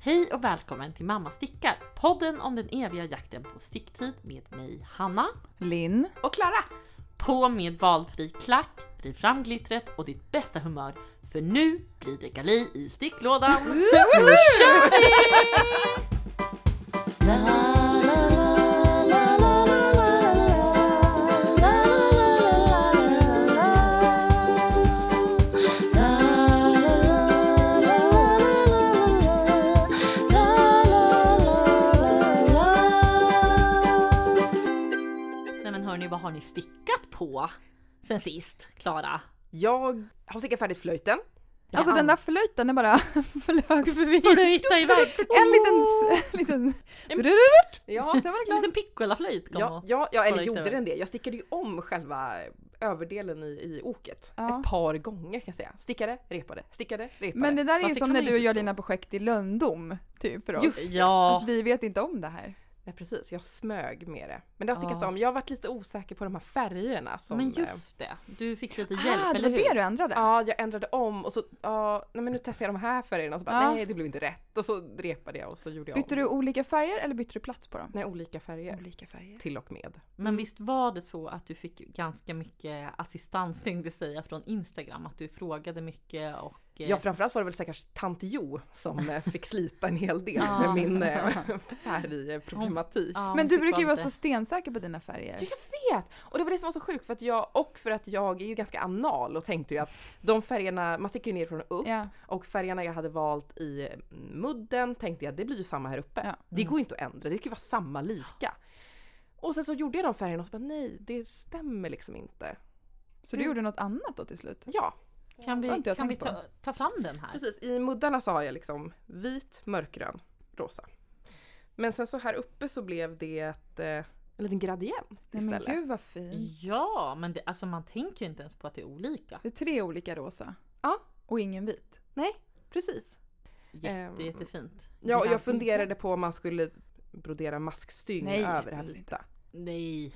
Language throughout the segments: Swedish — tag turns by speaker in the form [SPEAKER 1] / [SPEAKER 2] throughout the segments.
[SPEAKER 1] Hej och välkommen till Mamma stickar! Podden om den eviga jakten på sticktid med mig Hanna.
[SPEAKER 2] Linn.
[SPEAKER 3] Och Klara!
[SPEAKER 1] På med valfri klack, riv fram glittret och ditt bästa humör. För nu blir det galej i sticklådan. Nu kör vi! Nej men hörni, vad har ni stickat på sen sist? Klara?
[SPEAKER 3] Jag har stickat färdigt flöjten.
[SPEAKER 2] Alltså den där flöjten är bara flög förbi.
[SPEAKER 1] Får du hitta iväg?
[SPEAKER 2] En liten... En liten...
[SPEAKER 1] En-
[SPEAKER 2] Drurururt. Ja, sen var det
[SPEAKER 1] En
[SPEAKER 2] klart.
[SPEAKER 1] liten piccolaflöjt kom
[SPEAKER 3] Ja,
[SPEAKER 1] och...
[SPEAKER 3] ja, ja eller
[SPEAKER 1] Korrekt,
[SPEAKER 3] gjorde
[SPEAKER 1] eller?
[SPEAKER 3] den det? Jag stickade ju om själva överdelen i, i oket.
[SPEAKER 2] Ja.
[SPEAKER 3] Ett par gånger kan jag säga. Stickade, repade, stickade, repade.
[SPEAKER 2] Men det där är ju
[SPEAKER 1] Varför kan
[SPEAKER 2] som när
[SPEAKER 1] man
[SPEAKER 2] du
[SPEAKER 1] inte
[SPEAKER 2] gör
[SPEAKER 1] tro?
[SPEAKER 2] dina projekt i löndom, typ för oss.
[SPEAKER 3] Just det.
[SPEAKER 1] Ja.
[SPEAKER 2] Att vi vet inte om det här.
[SPEAKER 3] Nej precis, jag smög med det. Men det har stickats
[SPEAKER 1] Ja.
[SPEAKER 3] om. Jag har varit lite osäker på de här färgerna. Som,
[SPEAKER 1] Men
[SPEAKER 3] eh,
[SPEAKER 1] just det, du fick lite hjälp,
[SPEAKER 2] ah, det
[SPEAKER 1] eller
[SPEAKER 2] var
[SPEAKER 1] hur?
[SPEAKER 2] det du ändrade?
[SPEAKER 3] Ja, jag ändrade om och så, ja, nej men nu testar jag de här färgerna och så bara
[SPEAKER 2] Ja.
[SPEAKER 3] nej det blev inte rätt. Och så repade jag och så gjorde jag
[SPEAKER 2] Bytte
[SPEAKER 3] om.
[SPEAKER 2] du olika färger eller bytte du plats på dem?
[SPEAKER 3] Nej, olika färger.
[SPEAKER 2] Olika färger.
[SPEAKER 3] Till och med.
[SPEAKER 1] Men visst var det så att du fick ganska mycket assistans tänkte jag säga från Instagram? Att du frågade mycket och... eh,
[SPEAKER 3] Ja, framförallt var det väl stackars tant Jo som eh, fick slita en hel del
[SPEAKER 1] Ja.
[SPEAKER 3] med min eh, färgproblematik.
[SPEAKER 1] ja,
[SPEAKER 2] Men
[SPEAKER 1] hon
[SPEAKER 2] du
[SPEAKER 1] fick
[SPEAKER 2] brukar ju vara
[SPEAKER 1] lite-
[SPEAKER 2] så stensäker på dina färger.
[SPEAKER 3] Ja, jag vet! Och det var det som var så sjukt för att jag, och för att jag är ju ganska anal och tänkte ju att de färgerna, man sticker ju ner från och upp
[SPEAKER 2] Ja.
[SPEAKER 3] och färgerna jag hade valt i mm, mudden tänkte jag det blir ju samma här uppe.
[SPEAKER 2] Ja.
[SPEAKER 3] Det
[SPEAKER 1] Mm.
[SPEAKER 3] går ju inte att ändra, det ska ju vara samma lika. Och sen så gjorde jag de färgerna och så bara nej, det stämmer liksom inte.
[SPEAKER 2] Så du gjorde något annat då till slut?
[SPEAKER 3] Ja,
[SPEAKER 1] Kan
[SPEAKER 2] Har
[SPEAKER 1] vi,
[SPEAKER 2] inte jag
[SPEAKER 1] kan vi
[SPEAKER 2] tänkt
[SPEAKER 1] ta, ta fram den här?
[SPEAKER 3] Precis, i muddarna så har jag liksom vit, mörkgrön, rosa. Men sen så här uppe så blev det ett, eh, en liten gradient
[SPEAKER 2] Nej, men
[SPEAKER 3] istället.
[SPEAKER 2] gud vad fint.
[SPEAKER 1] Ja, men det, alltså man tänker ju inte ens på att det är olika.
[SPEAKER 2] Mm. Det är tre olika rosa.
[SPEAKER 3] Ja.
[SPEAKER 2] Och ingen vit.
[SPEAKER 3] Nej, precis.
[SPEAKER 1] Jätte,
[SPEAKER 3] Ehm,
[SPEAKER 1] jättefint.
[SPEAKER 3] Ja, och jag
[SPEAKER 1] Grann-
[SPEAKER 3] funderade på om man skulle brodera maskstygn
[SPEAKER 2] Nej,
[SPEAKER 3] över det här
[SPEAKER 2] det behövs
[SPEAKER 3] vita.
[SPEAKER 1] Nej,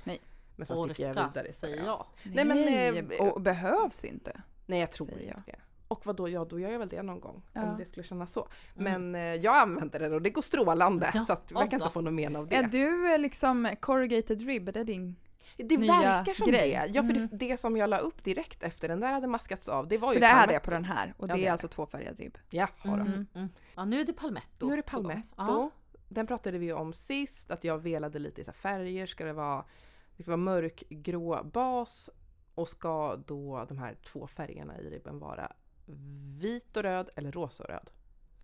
[SPEAKER 3] Men sen sticker jag
[SPEAKER 1] orka,
[SPEAKER 3] vidare. sa
[SPEAKER 1] säger
[SPEAKER 3] jag.
[SPEAKER 1] jag.
[SPEAKER 3] Nej, men, eh,
[SPEAKER 2] och behövs inte.
[SPEAKER 3] Nej, jag tror
[SPEAKER 2] Säger
[SPEAKER 3] inte det. Och vad då, ja då gör jag väl det någon gång
[SPEAKER 2] Ja. Mm.
[SPEAKER 3] om det skulle kännas så. Men eh, jag använder den och det går strålande
[SPEAKER 1] Ja,
[SPEAKER 3] så att jag
[SPEAKER 1] och
[SPEAKER 3] kan
[SPEAKER 1] då.
[SPEAKER 3] inte få någon men av det.
[SPEAKER 2] Är du eh, liksom corrugated rib? Det är din...
[SPEAKER 3] Det
[SPEAKER 2] nya
[SPEAKER 3] verkar som
[SPEAKER 2] grej. Mm.
[SPEAKER 3] det. Ja, för det, det som jag la upp direkt efter den där hade maskats av, det var ju
[SPEAKER 2] För det hade
[SPEAKER 3] palmetto.
[SPEAKER 2] jag på den här och
[SPEAKER 3] Ja,
[SPEAKER 2] det
[SPEAKER 3] det
[SPEAKER 2] är
[SPEAKER 3] är
[SPEAKER 2] alltså tvåfärgad ribb.
[SPEAKER 3] Ja, har de.
[SPEAKER 1] Mm, mm. Ja, nu är det palmetto.
[SPEAKER 3] Nu är det
[SPEAKER 1] på gång.
[SPEAKER 3] palmetto.
[SPEAKER 1] Ja.
[SPEAKER 3] Den pratade vi ju om sist, att jag velade lite i så här färger. Ska det vara, det ska vara mörkgrå bas och ska då de här två färgerna i ribben vara vit och röd eller rosa och röd?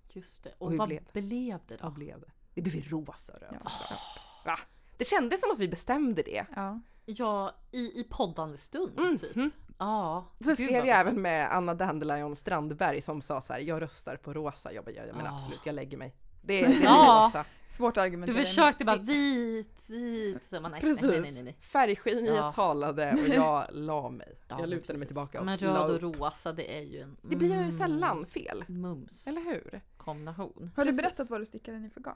[SPEAKER 1] Just det. Och,
[SPEAKER 3] hur
[SPEAKER 1] vad blev
[SPEAKER 3] blev
[SPEAKER 1] det,
[SPEAKER 3] Vad
[SPEAKER 1] då?
[SPEAKER 3] blev det? Det blev rosa och röd.
[SPEAKER 2] Ja.
[SPEAKER 3] såklart. Va? Det kändes som att vi bestämde det.
[SPEAKER 2] Ja.
[SPEAKER 1] Ja, i, i poddande stund typ.
[SPEAKER 3] Mhm.
[SPEAKER 1] Ja.
[SPEAKER 3] Så
[SPEAKER 1] gud,
[SPEAKER 3] skrev
[SPEAKER 1] vad
[SPEAKER 3] jag även med Anna Dandelion Strandberg som sa så här, jag röstar på rosa. Jag bara, ja, ja men
[SPEAKER 1] Ah.
[SPEAKER 3] absolut, jag lägger mig. Det är, det är
[SPEAKER 1] Ja.
[SPEAKER 3] rosa.
[SPEAKER 2] Svårt att argumentera.
[SPEAKER 1] Du
[SPEAKER 2] emot.
[SPEAKER 1] försökte bara vit, vit. Så man, nej, nej, nej, nej, nej, nej.
[SPEAKER 3] Färggeniet
[SPEAKER 1] Ja.
[SPEAKER 3] talade och jag la mig.
[SPEAKER 1] Ja,
[SPEAKER 3] jag
[SPEAKER 1] men
[SPEAKER 3] lutade mig
[SPEAKER 1] precis.
[SPEAKER 3] tillbaka och
[SPEAKER 1] Men
[SPEAKER 3] la
[SPEAKER 1] röd och
[SPEAKER 3] upp.
[SPEAKER 1] rosa det är ju en
[SPEAKER 3] Det blir ju
[SPEAKER 1] mm,
[SPEAKER 3] sällan fel.
[SPEAKER 1] mums
[SPEAKER 3] Eller hur?
[SPEAKER 1] kombination.
[SPEAKER 2] Har du
[SPEAKER 3] Precis.
[SPEAKER 2] berättat vad du stickade ni för garn?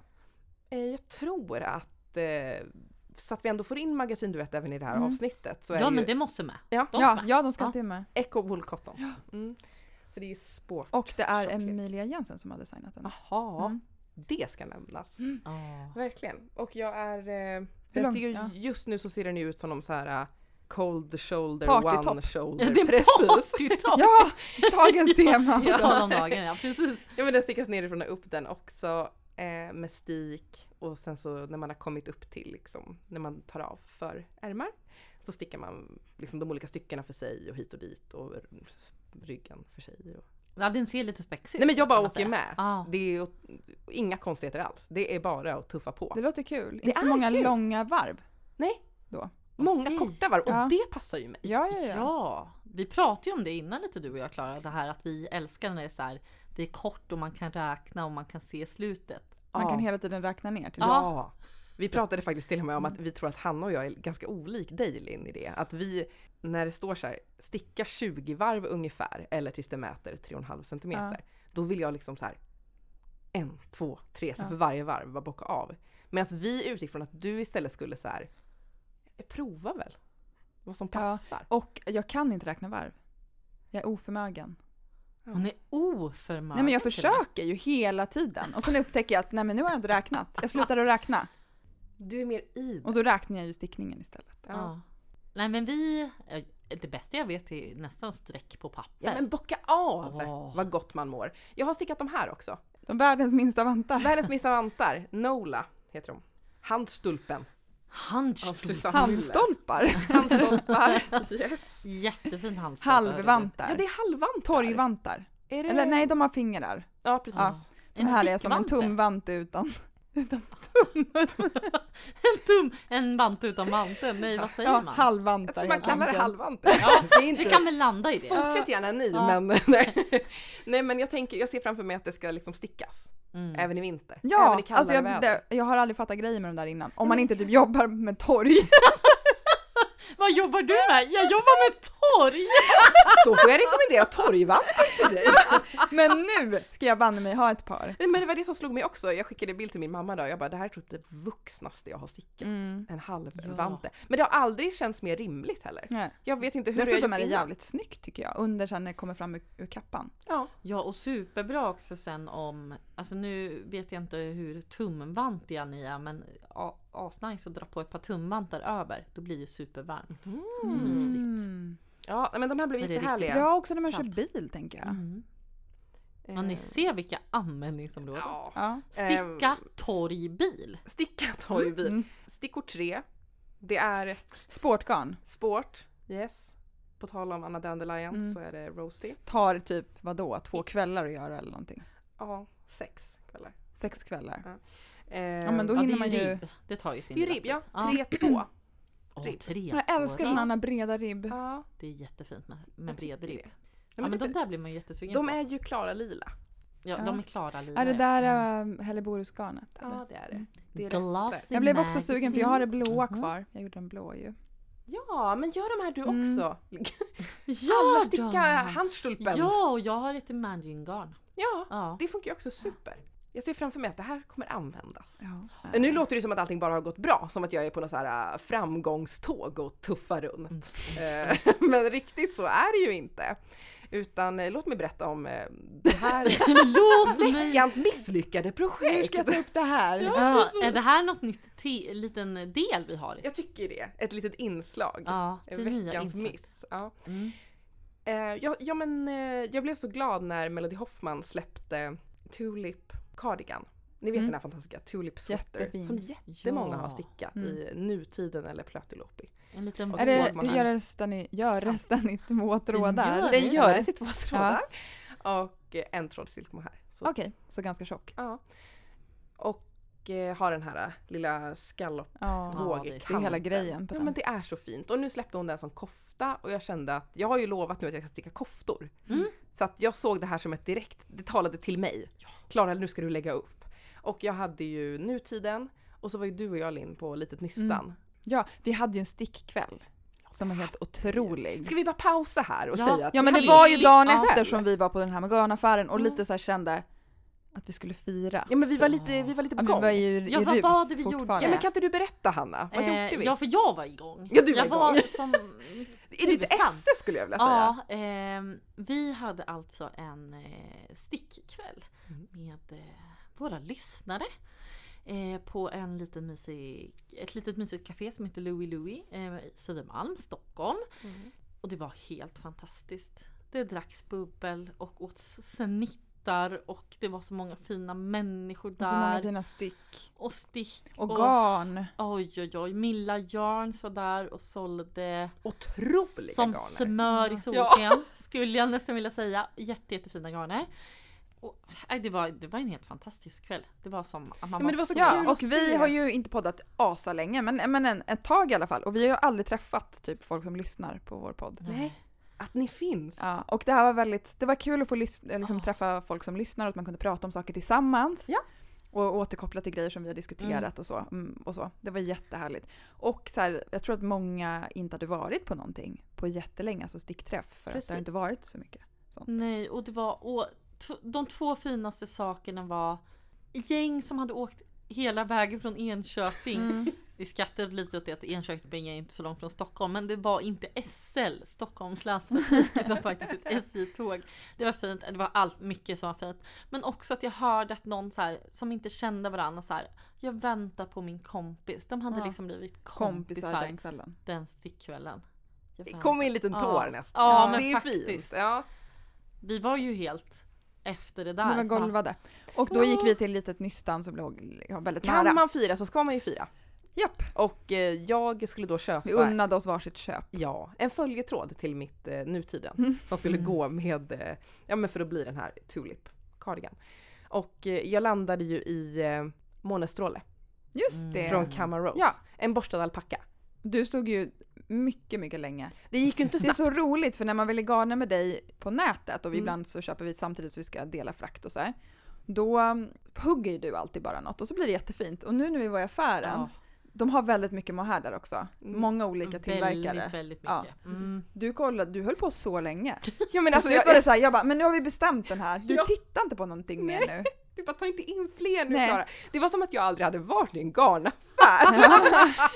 [SPEAKER 3] Eh, Jag tror att eh, så att vi ändå får in magasinduett även i det här
[SPEAKER 2] Mm.
[SPEAKER 3] avsnittet så är
[SPEAKER 1] Ja
[SPEAKER 3] det
[SPEAKER 1] men
[SPEAKER 3] ju
[SPEAKER 1] det måste med.
[SPEAKER 3] Ja.
[SPEAKER 1] De
[SPEAKER 2] ja,
[SPEAKER 1] ska-
[SPEAKER 2] ja, de ska
[SPEAKER 1] Ja.
[SPEAKER 2] alltid med.
[SPEAKER 3] Echo Wool Cotton. Mm. Så det är ju spår.
[SPEAKER 2] Och det är
[SPEAKER 3] Tjocklek.
[SPEAKER 2] Emilia Jensen som har designat den.
[SPEAKER 3] Jaha, Mm.
[SPEAKER 2] Mm.
[SPEAKER 3] det ska nämnas.
[SPEAKER 1] Ja.
[SPEAKER 3] Verkligen. Och jag är... Eh,
[SPEAKER 2] lång-
[SPEAKER 3] den ser ju,
[SPEAKER 2] ja.
[SPEAKER 3] Just nu så ser den ju ut som de så här eh, cold shoulder,
[SPEAKER 2] Partytopp.
[SPEAKER 3] one
[SPEAKER 1] Ja,
[SPEAKER 3] shoulder.
[SPEAKER 1] det är
[SPEAKER 3] Precis!
[SPEAKER 1] partytopp!
[SPEAKER 2] Ja, dagens tema!
[SPEAKER 1] På tal om dagen ja, precis.
[SPEAKER 3] Ja men den stickas nerifrån och upp den också eh, med stik och sen så när man har kommit upp till liksom när man tar av för ärmar så stickar man liksom de olika styckena för sig och hit och dit och r- ryggen för sig. Och...
[SPEAKER 1] Ja, den ser lite spexig ut.
[SPEAKER 3] Nej men jag bara
[SPEAKER 1] kan man
[SPEAKER 3] åker
[SPEAKER 1] säga.
[SPEAKER 3] med.
[SPEAKER 1] Ja.
[SPEAKER 3] Det är åt- inga konstigheter alls. Det är bara att tuffa på.
[SPEAKER 2] Det låter kul.
[SPEAKER 3] Det
[SPEAKER 2] Inte så
[SPEAKER 3] är
[SPEAKER 2] många
[SPEAKER 3] kul.
[SPEAKER 2] långa varv.
[SPEAKER 3] Många
[SPEAKER 1] Okej.
[SPEAKER 3] korta varv och
[SPEAKER 2] Ja.
[SPEAKER 3] det passar ju mig.
[SPEAKER 2] Ja, ja, ja.
[SPEAKER 1] Ja, vi pratade ju om det innan lite du och jag Klara, det här att vi älskar när det är så här, det är kort och man kan räkna och man kan se slutet.
[SPEAKER 2] Man
[SPEAKER 3] Ja.
[SPEAKER 2] kan hela tiden räkna ner till
[SPEAKER 1] Ja.
[SPEAKER 3] Ja. Vi pratade faktiskt till och med om att vi tror att Hanna och jag är ganska olik dig Linn i det. Att vi, när det står så här, sticka 20 varv ungefär eller tills det mäter 3,5 centimeter. Då vill jag liksom så här, en, två, tre, så
[SPEAKER 2] Ja.
[SPEAKER 3] för varje varv bara bocka av. Men att vi utgick från att du istället skulle så här, prova väl vad som
[SPEAKER 2] Ja.
[SPEAKER 3] passar.
[SPEAKER 2] Och jag kan inte räkna varv. Jag är oförmögen.
[SPEAKER 1] Hon är oförmögen.
[SPEAKER 2] Nej men jag
[SPEAKER 1] till det.
[SPEAKER 2] försöker ju hela tiden och sen upptäcker jag att nej men nu har jag inte räknat. Jag slutar att räkna.
[SPEAKER 3] Du är mer idel.
[SPEAKER 2] Och då räknar jag ju stickningen istället.
[SPEAKER 1] Ja. Nej men vi, eh, det bästa jag vet är nästan streck på papper.
[SPEAKER 3] Ja men bocka av
[SPEAKER 1] Åh.
[SPEAKER 3] vad gott man mår. Jag har stickat de här också.
[SPEAKER 2] De världens minsta vantar.
[SPEAKER 3] Världens minsta vantar, Nola heter de. Handstulpen av
[SPEAKER 1] Handstol.
[SPEAKER 3] Susanne Müller.
[SPEAKER 2] Handstolpar.
[SPEAKER 3] Handstolpar. Yes.
[SPEAKER 1] Jättefin handstol.
[SPEAKER 3] Ja
[SPEAKER 2] Halvvantar.
[SPEAKER 3] det är halvvantar.
[SPEAKER 2] Torgvantar.
[SPEAKER 3] Är det...
[SPEAKER 2] Eller nej, de har fingrar.
[SPEAKER 3] Ja precis.
[SPEAKER 2] Ja.
[SPEAKER 1] En
[SPEAKER 2] Det här är som en
[SPEAKER 1] stickvante.
[SPEAKER 2] tumvante utan... utan
[SPEAKER 1] En tum, en vante utan vante. Nej vad säger
[SPEAKER 2] ja,
[SPEAKER 1] man?
[SPEAKER 3] Jag
[SPEAKER 2] halvvantar
[SPEAKER 3] tror man
[SPEAKER 2] helt
[SPEAKER 3] kallar det
[SPEAKER 2] enkelt.
[SPEAKER 3] halvvantar.
[SPEAKER 1] Ja,
[SPEAKER 3] det är
[SPEAKER 1] Vi kan väl landa i det.
[SPEAKER 3] Fortsätt gärna ni
[SPEAKER 1] Ja.
[SPEAKER 3] men nej. nej men jag tänker, jag ser framför mig att det ska liksom stickas.
[SPEAKER 1] Mm.
[SPEAKER 3] Även i vinter.
[SPEAKER 2] Ja,
[SPEAKER 3] även i kallare
[SPEAKER 2] alltså jag,
[SPEAKER 3] väder.
[SPEAKER 2] det, jag har aldrig fattat grejer med de där innan. Om man inte typ jobbar med torg.
[SPEAKER 1] Vad jobbar du med? Jag jobbar med torg!
[SPEAKER 3] Då får jag rekommendera torgvantar till dig.
[SPEAKER 2] Men nu ska jag banne mig ha ett par.
[SPEAKER 3] Nej, Men det var det som slog mig också. Jag skickade en bild till min mamma idag. Jag bara, det här är typ det vuxnaste jag har stickat.
[SPEAKER 1] Mm.
[SPEAKER 2] Mm.
[SPEAKER 3] En
[SPEAKER 1] Ja.
[SPEAKER 3] halvvante. Men det har aldrig känts mer rimligt heller.
[SPEAKER 1] Mm.
[SPEAKER 2] Nej.
[SPEAKER 3] Jag vet inte hur jag
[SPEAKER 2] Dessutom
[SPEAKER 3] gjort
[SPEAKER 2] är det
[SPEAKER 3] innan.
[SPEAKER 2] jävligt snyggt tycker jag. Under sen när det kommer fram ur, ur kappan.
[SPEAKER 3] Ja.
[SPEAKER 1] Ja och superbra också sen om, alltså nu vet jag inte hur tumvantiga ni är men a- asnice att dra på ett par tumvantar över. Då blir det supervarmt.
[SPEAKER 3] Mm.
[SPEAKER 1] Mysigt.
[SPEAKER 3] Ja, nej, men de här blev
[SPEAKER 1] Men det är
[SPEAKER 3] jättehärliga.
[SPEAKER 2] Ja, Mm. också när man
[SPEAKER 1] Kallt.
[SPEAKER 2] kör bil tänker jag.
[SPEAKER 1] Mm.
[SPEAKER 3] Eh,
[SPEAKER 1] Ja ni ser vilka användningsområden.
[SPEAKER 3] ja.
[SPEAKER 2] Ja.
[SPEAKER 1] Sticka,
[SPEAKER 3] Ehm,
[SPEAKER 1] torg, bil.
[SPEAKER 3] Stickat har ju vi.
[SPEAKER 2] Mm.
[SPEAKER 3] Stickord tre. Det är
[SPEAKER 2] Sportgarn
[SPEAKER 3] sport. Yes. På tal om Anna Dandelion
[SPEAKER 2] Mm.
[SPEAKER 3] så är det Rosie.
[SPEAKER 2] tar typ vadå, två kvällar att göra eller någonting.
[SPEAKER 3] Ja, sex kvällar.
[SPEAKER 2] Sex kvällar.
[SPEAKER 3] Eh,
[SPEAKER 2] Ja men då
[SPEAKER 1] Ja, det
[SPEAKER 2] hinner
[SPEAKER 1] är
[SPEAKER 2] man
[SPEAKER 1] ju
[SPEAKER 2] ju...
[SPEAKER 1] ribb. Det tar ju sin
[SPEAKER 3] Det är ju ribb, ja.
[SPEAKER 1] lilla tid.
[SPEAKER 3] Tre, två.
[SPEAKER 1] Åh,
[SPEAKER 3] ribb.
[SPEAKER 1] tre
[SPEAKER 2] Jag älskar
[SPEAKER 1] tårar.
[SPEAKER 2] sådana breda ribb.
[SPEAKER 3] Ja,
[SPEAKER 1] Det är jättefint med, med
[SPEAKER 3] jag
[SPEAKER 1] bred
[SPEAKER 3] tycker
[SPEAKER 1] ribb.
[SPEAKER 3] det.
[SPEAKER 1] Ja men
[SPEAKER 3] det-
[SPEAKER 1] de där blir man ju jättesugen
[SPEAKER 3] De
[SPEAKER 1] på.
[SPEAKER 3] är ju klara lila.
[SPEAKER 1] Ja,
[SPEAKER 2] Ja.
[SPEAKER 1] de är klara lila.
[SPEAKER 2] Är det
[SPEAKER 1] ja.
[SPEAKER 2] där
[SPEAKER 1] Mm.
[SPEAKER 2] äh, Helleborusgarnet? eller?
[SPEAKER 3] det är det. Det är
[SPEAKER 1] Glossy
[SPEAKER 3] rester.
[SPEAKER 2] Jag blev också sugen för jag har det blåa
[SPEAKER 1] Mhm.
[SPEAKER 2] kvar. Jag gjorde den blå ju.
[SPEAKER 3] Ja, men gör de här du
[SPEAKER 2] Mm.
[SPEAKER 3] också.
[SPEAKER 1] Ja,
[SPEAKER 3] Alla
[SPEAKER 1] de-
[SPEAKER 3] sticka handstulpen. Ja.
[SPEAKER 1] Ja och jag har ett Imagine garn. Ja.
[SPEAKER 3] det funkar ju också super. Jag ser framför mig att det här kommer användas.
[SPEAKER 2] Ja.
[SPEAKER 3] Nu låter det som att allting bara har gått bra, som att jag är på något så här äh, framgångståg och tuffar runt.
[SPEAKER 1] Mm.
[SPEAKER 3] Eh, Men riktigt så är det ju inte. Utan eh, låt mig berätta om eh, det här
[SPEAKER 1] Låt mig!
[SPEAKER 3] veckans misslyckade
[SPEAKER 2] Hur
[SPEAKER 3] projekt.
[SPEAKER 2] ska jag ta upp det här?
[SPEAKER 1] Ja, är det här något nytt te- liten del vi har?
[SPEAKER 3] Jag tycker det. Ett litet inslag.
[SPEAKER 1] Ja, det är nya
[SPEAKER 3] veckans
[SPEAKER 1] inslag.
[SPEAKER 3] miss. Ja.
[SPEAKER 1] Mm.
[SPEAKER 3] Eh, ja, ja, men, eh, jag blev så glad när Melody Hoffman släppte Tulip Cardigan. Ni vet
[SPEAKER 2] Mm.
[SPEAKER 3] den här fantastiska Tulip Sweater
[SPEAKER 2] Jättefin.
[SPEAKER 3] som jättemånga har stickat
[SPEAKER 2] Mm.
[SPEAKER 3] i nutiden eller Plötulopi.
[SPEAKER 1] En liten
[SPEAKER 3] Och
[SPEAKER 2] Är det,
[SPEAKER 3] man
[SPEAKER 2] hur
[SPEAKER 3] här.
[SPEAKER 2] gör resten i, gör resten i två trådar?
[SPEAKER 1] gör Ja, det
[SPEAKER 3] Den
[SPEAKER 1] är
[SPEAKER 3] gör
[SPEAKER 2] eller?
[SPEAKER 3] i sitt två trådar och eh, en tråd silkmohair. Så,
[SPEAKER 2] Okej, så ganska tjock.
[SPEAKER 3] ja. Och eh, har den här eh, lilla skallop
[SPEAKER 2] Ja,
[SPEAKER 1] Ja,
[SPEAKER 3] våg
[SPEAKER 1] det är
[SPEAKER 3] i
[SPEAKER 1] så
[SPEAKER 2] det är hela
[SPEAKER 3] kanten.
[SPEAKER 2] grejen på
[SPEAKER 3] Ja
[SPEAKER 2] den.
[SPEAKER 3] men det är så fint. Och nu släppte hon den som kofta och jag kände att jag har ju lovat nu att jag ska sticka koftor.
[SPEAKER 1] Mm.
[SPEAKER 3] Så att jag såg det här som ett direkt, det talade till mig. Klara nu ska du lägga upp. Och jag hade ju nutiden och så var ju du och jag Linn på Litet Nystan.
[SPEAKER 2] Ja, vi hade ju en stickkväll som var helt otrolig.
[SPEAKER 3] Ska vi bara pausa här och
[SPEAKER 1] Ja.
[SPEAKER 3] säga att
[SPEAKER 2] Ja men det
[SPEAKER 1] Kan
[SPEAKER 2] var
[SPEAKER 1] vi
[SPEAKER 2] ju dagen
[SPEAKER 1] slippa?
[SPEAKER 2] efter som vi var på den här Maganaffären och
[SPEAKER 3] Mm.
[SPEAKER 2] lite så här kände att vi skulle fira.
[SPEAKER 3] Ja men vi var lite, vi var lite på
[SPEAKER 2] Ja, men vi
[SPEAKER 3] gång.
[SPEAKER 2] var ju i
[SPEAKER 1] Ja, vad
[SPEAKER 2] rus
[SPEAKER 1] var det vi
[SPEAKER 2] fortfarande.
[SPEAKER 3] Ja men
[SPEAKER 1] gjorde?
[SPEAKER 3] kan inte du berätta Hanna? Vad gjorde
[SPEAKER 1] Eh,
[SPEAKER 3] vi?
[SPEAKER 1] Ja för jag var igång.
[SPEAKER 3] Ja, du var
[SPEAKER 1] jag var
[SPEAKER 3] igång.
[SPEAKER 1] som...
[SPEAKER 3] I ditt
[SPEAKER 1] tusan.
[SPEAKER 3] esse skulle jag vilja säga.
[SPEAKER 1] Ja, ehm, vi hade alltså en eh, stickkväll
[SPEAKER 3] Mm.
[SPEAKER 1] med eh, våra lyssnare. Eh, på en liten mysig, ett litet mysigt café som heter Louie Louie, eh, i Södermalm, Stockholm.
[SPEAKER 3] Mm.
[SPEAKER 1] Och det var helt fantastiskt. Det dracks bubbel och åts snittar och det var så många fina människor
[SPEAKER 2] Och så många
[SPEAKER 1] där.
[SPEAKER 2] fina stick.
[SPEAKER 1] Och stick.
[SPEAKER 2] Och garn.
[SPEAKER 1] Oj oj oj. Milla Jarns var där och sålde
[SPEAKER 3] Otroliga
[SPEAKER 1] som
[SPEAKER 3] garner.
[SPEAKER 1] smör i
[SPEAKER 2] Ja.
[SPEAKER 1] solsken. Skulle jag nästan vilja säga. Jätte, jättefina garner. Och, nej, det, var, det var en helt fantastisk kväll. Det var som att man
[SPEAKER 3] men det var så kul.
[SPEAKER 2] Ja,
[SPEAKER 3] att
[SPEAKER 2] och vi
[SPEAKER 3] se.
[SPEAKER 2] har ju inte poddat asa länge men, men en, ett tag i alla fall. Och vi har ju aldrig träffat typ folk som lyssnar på vår
[SPEAKER 3] Mm.
[SPEAKER 2] podd.
[SPEAKER 1] Nej.
[SPEAKER 3] Att ni finns.
[SPEAKER 2] Ja, och det här var väldigt, det var kul att få lys- eh, liksom
[SPEAKER 1] Ja.
[SPEAKER 2] träffa folk som lyssnar och att man kunde prata om saker tillsammans.
[SPEAKER 3] Ja.
[SPEAKER 2] Och återkoppla till grejer som vi har diskuterat
[SPEAKER 1] Mm.
[SPEAKER 2] och, så, mm, och så. Det var jättehärligt. Och så här, jag tror att många inte hade varit på någonting på jättelänge, alltså stickträff. För att det har
[SPEAKER 3] Precis.
[SPEAKER 2] inte varit så mycket.
[SPEAKER 1] Nej, och det var och t- de två
[SPEAKER 3] Mm.
[SPEAKER 1] finaste sakerna var gäng som hade åkt hela vägen från Enköping Vi skrattade lite åt det att Enköping är inte så långt från Stockholm men det var inte SL, Stockholms länstrafik, utan faktiskt ett SJ-tåg. Det var fint, det var allt, mycket som var fint. Men också att jag hörde att någon så här, som inte kände varandra så här, jag väntar på min kompis. De hade
[SPEAKER 2] Ja.
[SPEAKER 1] liksom blivit kompisar,
[SPEAKER 2] Kompisar den kvällen.
[SPEAKER 1] den stickkvällen. Jag
[SPEAKER 3] Det
[SPEAKER 1] väntar.
[SPEAKER 3] kom en liten
[SPEAKER 1] Ja.
[SPEAKER 3] tår nästan.
[SPEAKER 1] Ja,
[SPEAKER 2] Ja,
[SPEAKER 1] men
[SPEAKER 3] det är
[SPEAKER 1] faktiskt.
[SPEAKER 3] fint. Ja.
[SPEAKER 1] Vi var ju helt efter det där.
[SPEAKER 2] De var
[SPEAKER 1] Så bara,
[SPEAKER 2] golvade. Och då gick vi till ett litet nystan som låg ja, väldigt
[SPEAKER 3] Kan
[SPEAKER 2] nära.
[SPEAKER 3] man fira så ska man ju fira.
[SPEAKER 2] Japp.
[SPEAKER 3] Och eh, jag skulle då köpa
[SPEAKER 2] Vi unnade oss varsitt köp.
[SPEAKER 3] ja, en följetråd till mitt eh, nutiden
[SPEAKER 2] Mm.
[SPEAKER 3] som skulle
[SPEAKER 1] Mm.
[SPEAKER 3] gå med, eh, ja men för att bli den här Tulip cardigan. Och eh, jag landade ju i eh, Månestråle
[SPEAKER 2] Just
[SPEAKER 1] Mm.
[SPEAKER 2] det!
[SPEAKER 3] från Camarose.
[SPEAKER 2] Eh. Ja.
[SPEAKER 3] En borstad alpacka.
[SPEAKER 2] Du stod ju mycket, mycket länge.
[SPEAKER 3] Det gick ju inte
[SPEAKER 2] Det är
[SPEAKER 3] snabbt.
[SPEAKER 2] så roligt för när man ville garna med dig på nätet och vi
[SPEAKER 3] Mm.
[SPEAKER 2] ibland så köper vi samtidigt så vi ska dela frakt och så här. Då um, hugger ju du alltid bara något och så blir det jättefint. Och nu när vi var i affären,
[SPEAKER 1] Ja.
[SPEAKER 2] de har väldigt mycket mohair där också.
[SPEAKER 3] Mm.
[SPEAKER 2] Många olika tillverkare.
[SPEAKER 1] Väldigt, väldigt
[SPEAKER 2] Ja.
[SPEAKER 1] mycket. Mm.
[SPEAKER 2] Du kollade, du höll på så länge.
[SPEAKER 3] Ja, men
[SPEAKER 2] Alltså,
[SPEAKER 3] alltså,
[SPEAKER 2] jag,
[SPEAKER 3] jag,
[SPEAKER 2] var det så här, jag bara, men nu har vi bestämt den här. Du
[SPEAKER 3] Ja.
[SPEAKER 2] tittar inte på någonting mer nu.
[SPEAKER 3] du bara ta inte in fler nu
[SPEAKER 2] Nej.
[SPEAKER 3] Klara. Det var som att jag aldrig hade varit i en garnaffär.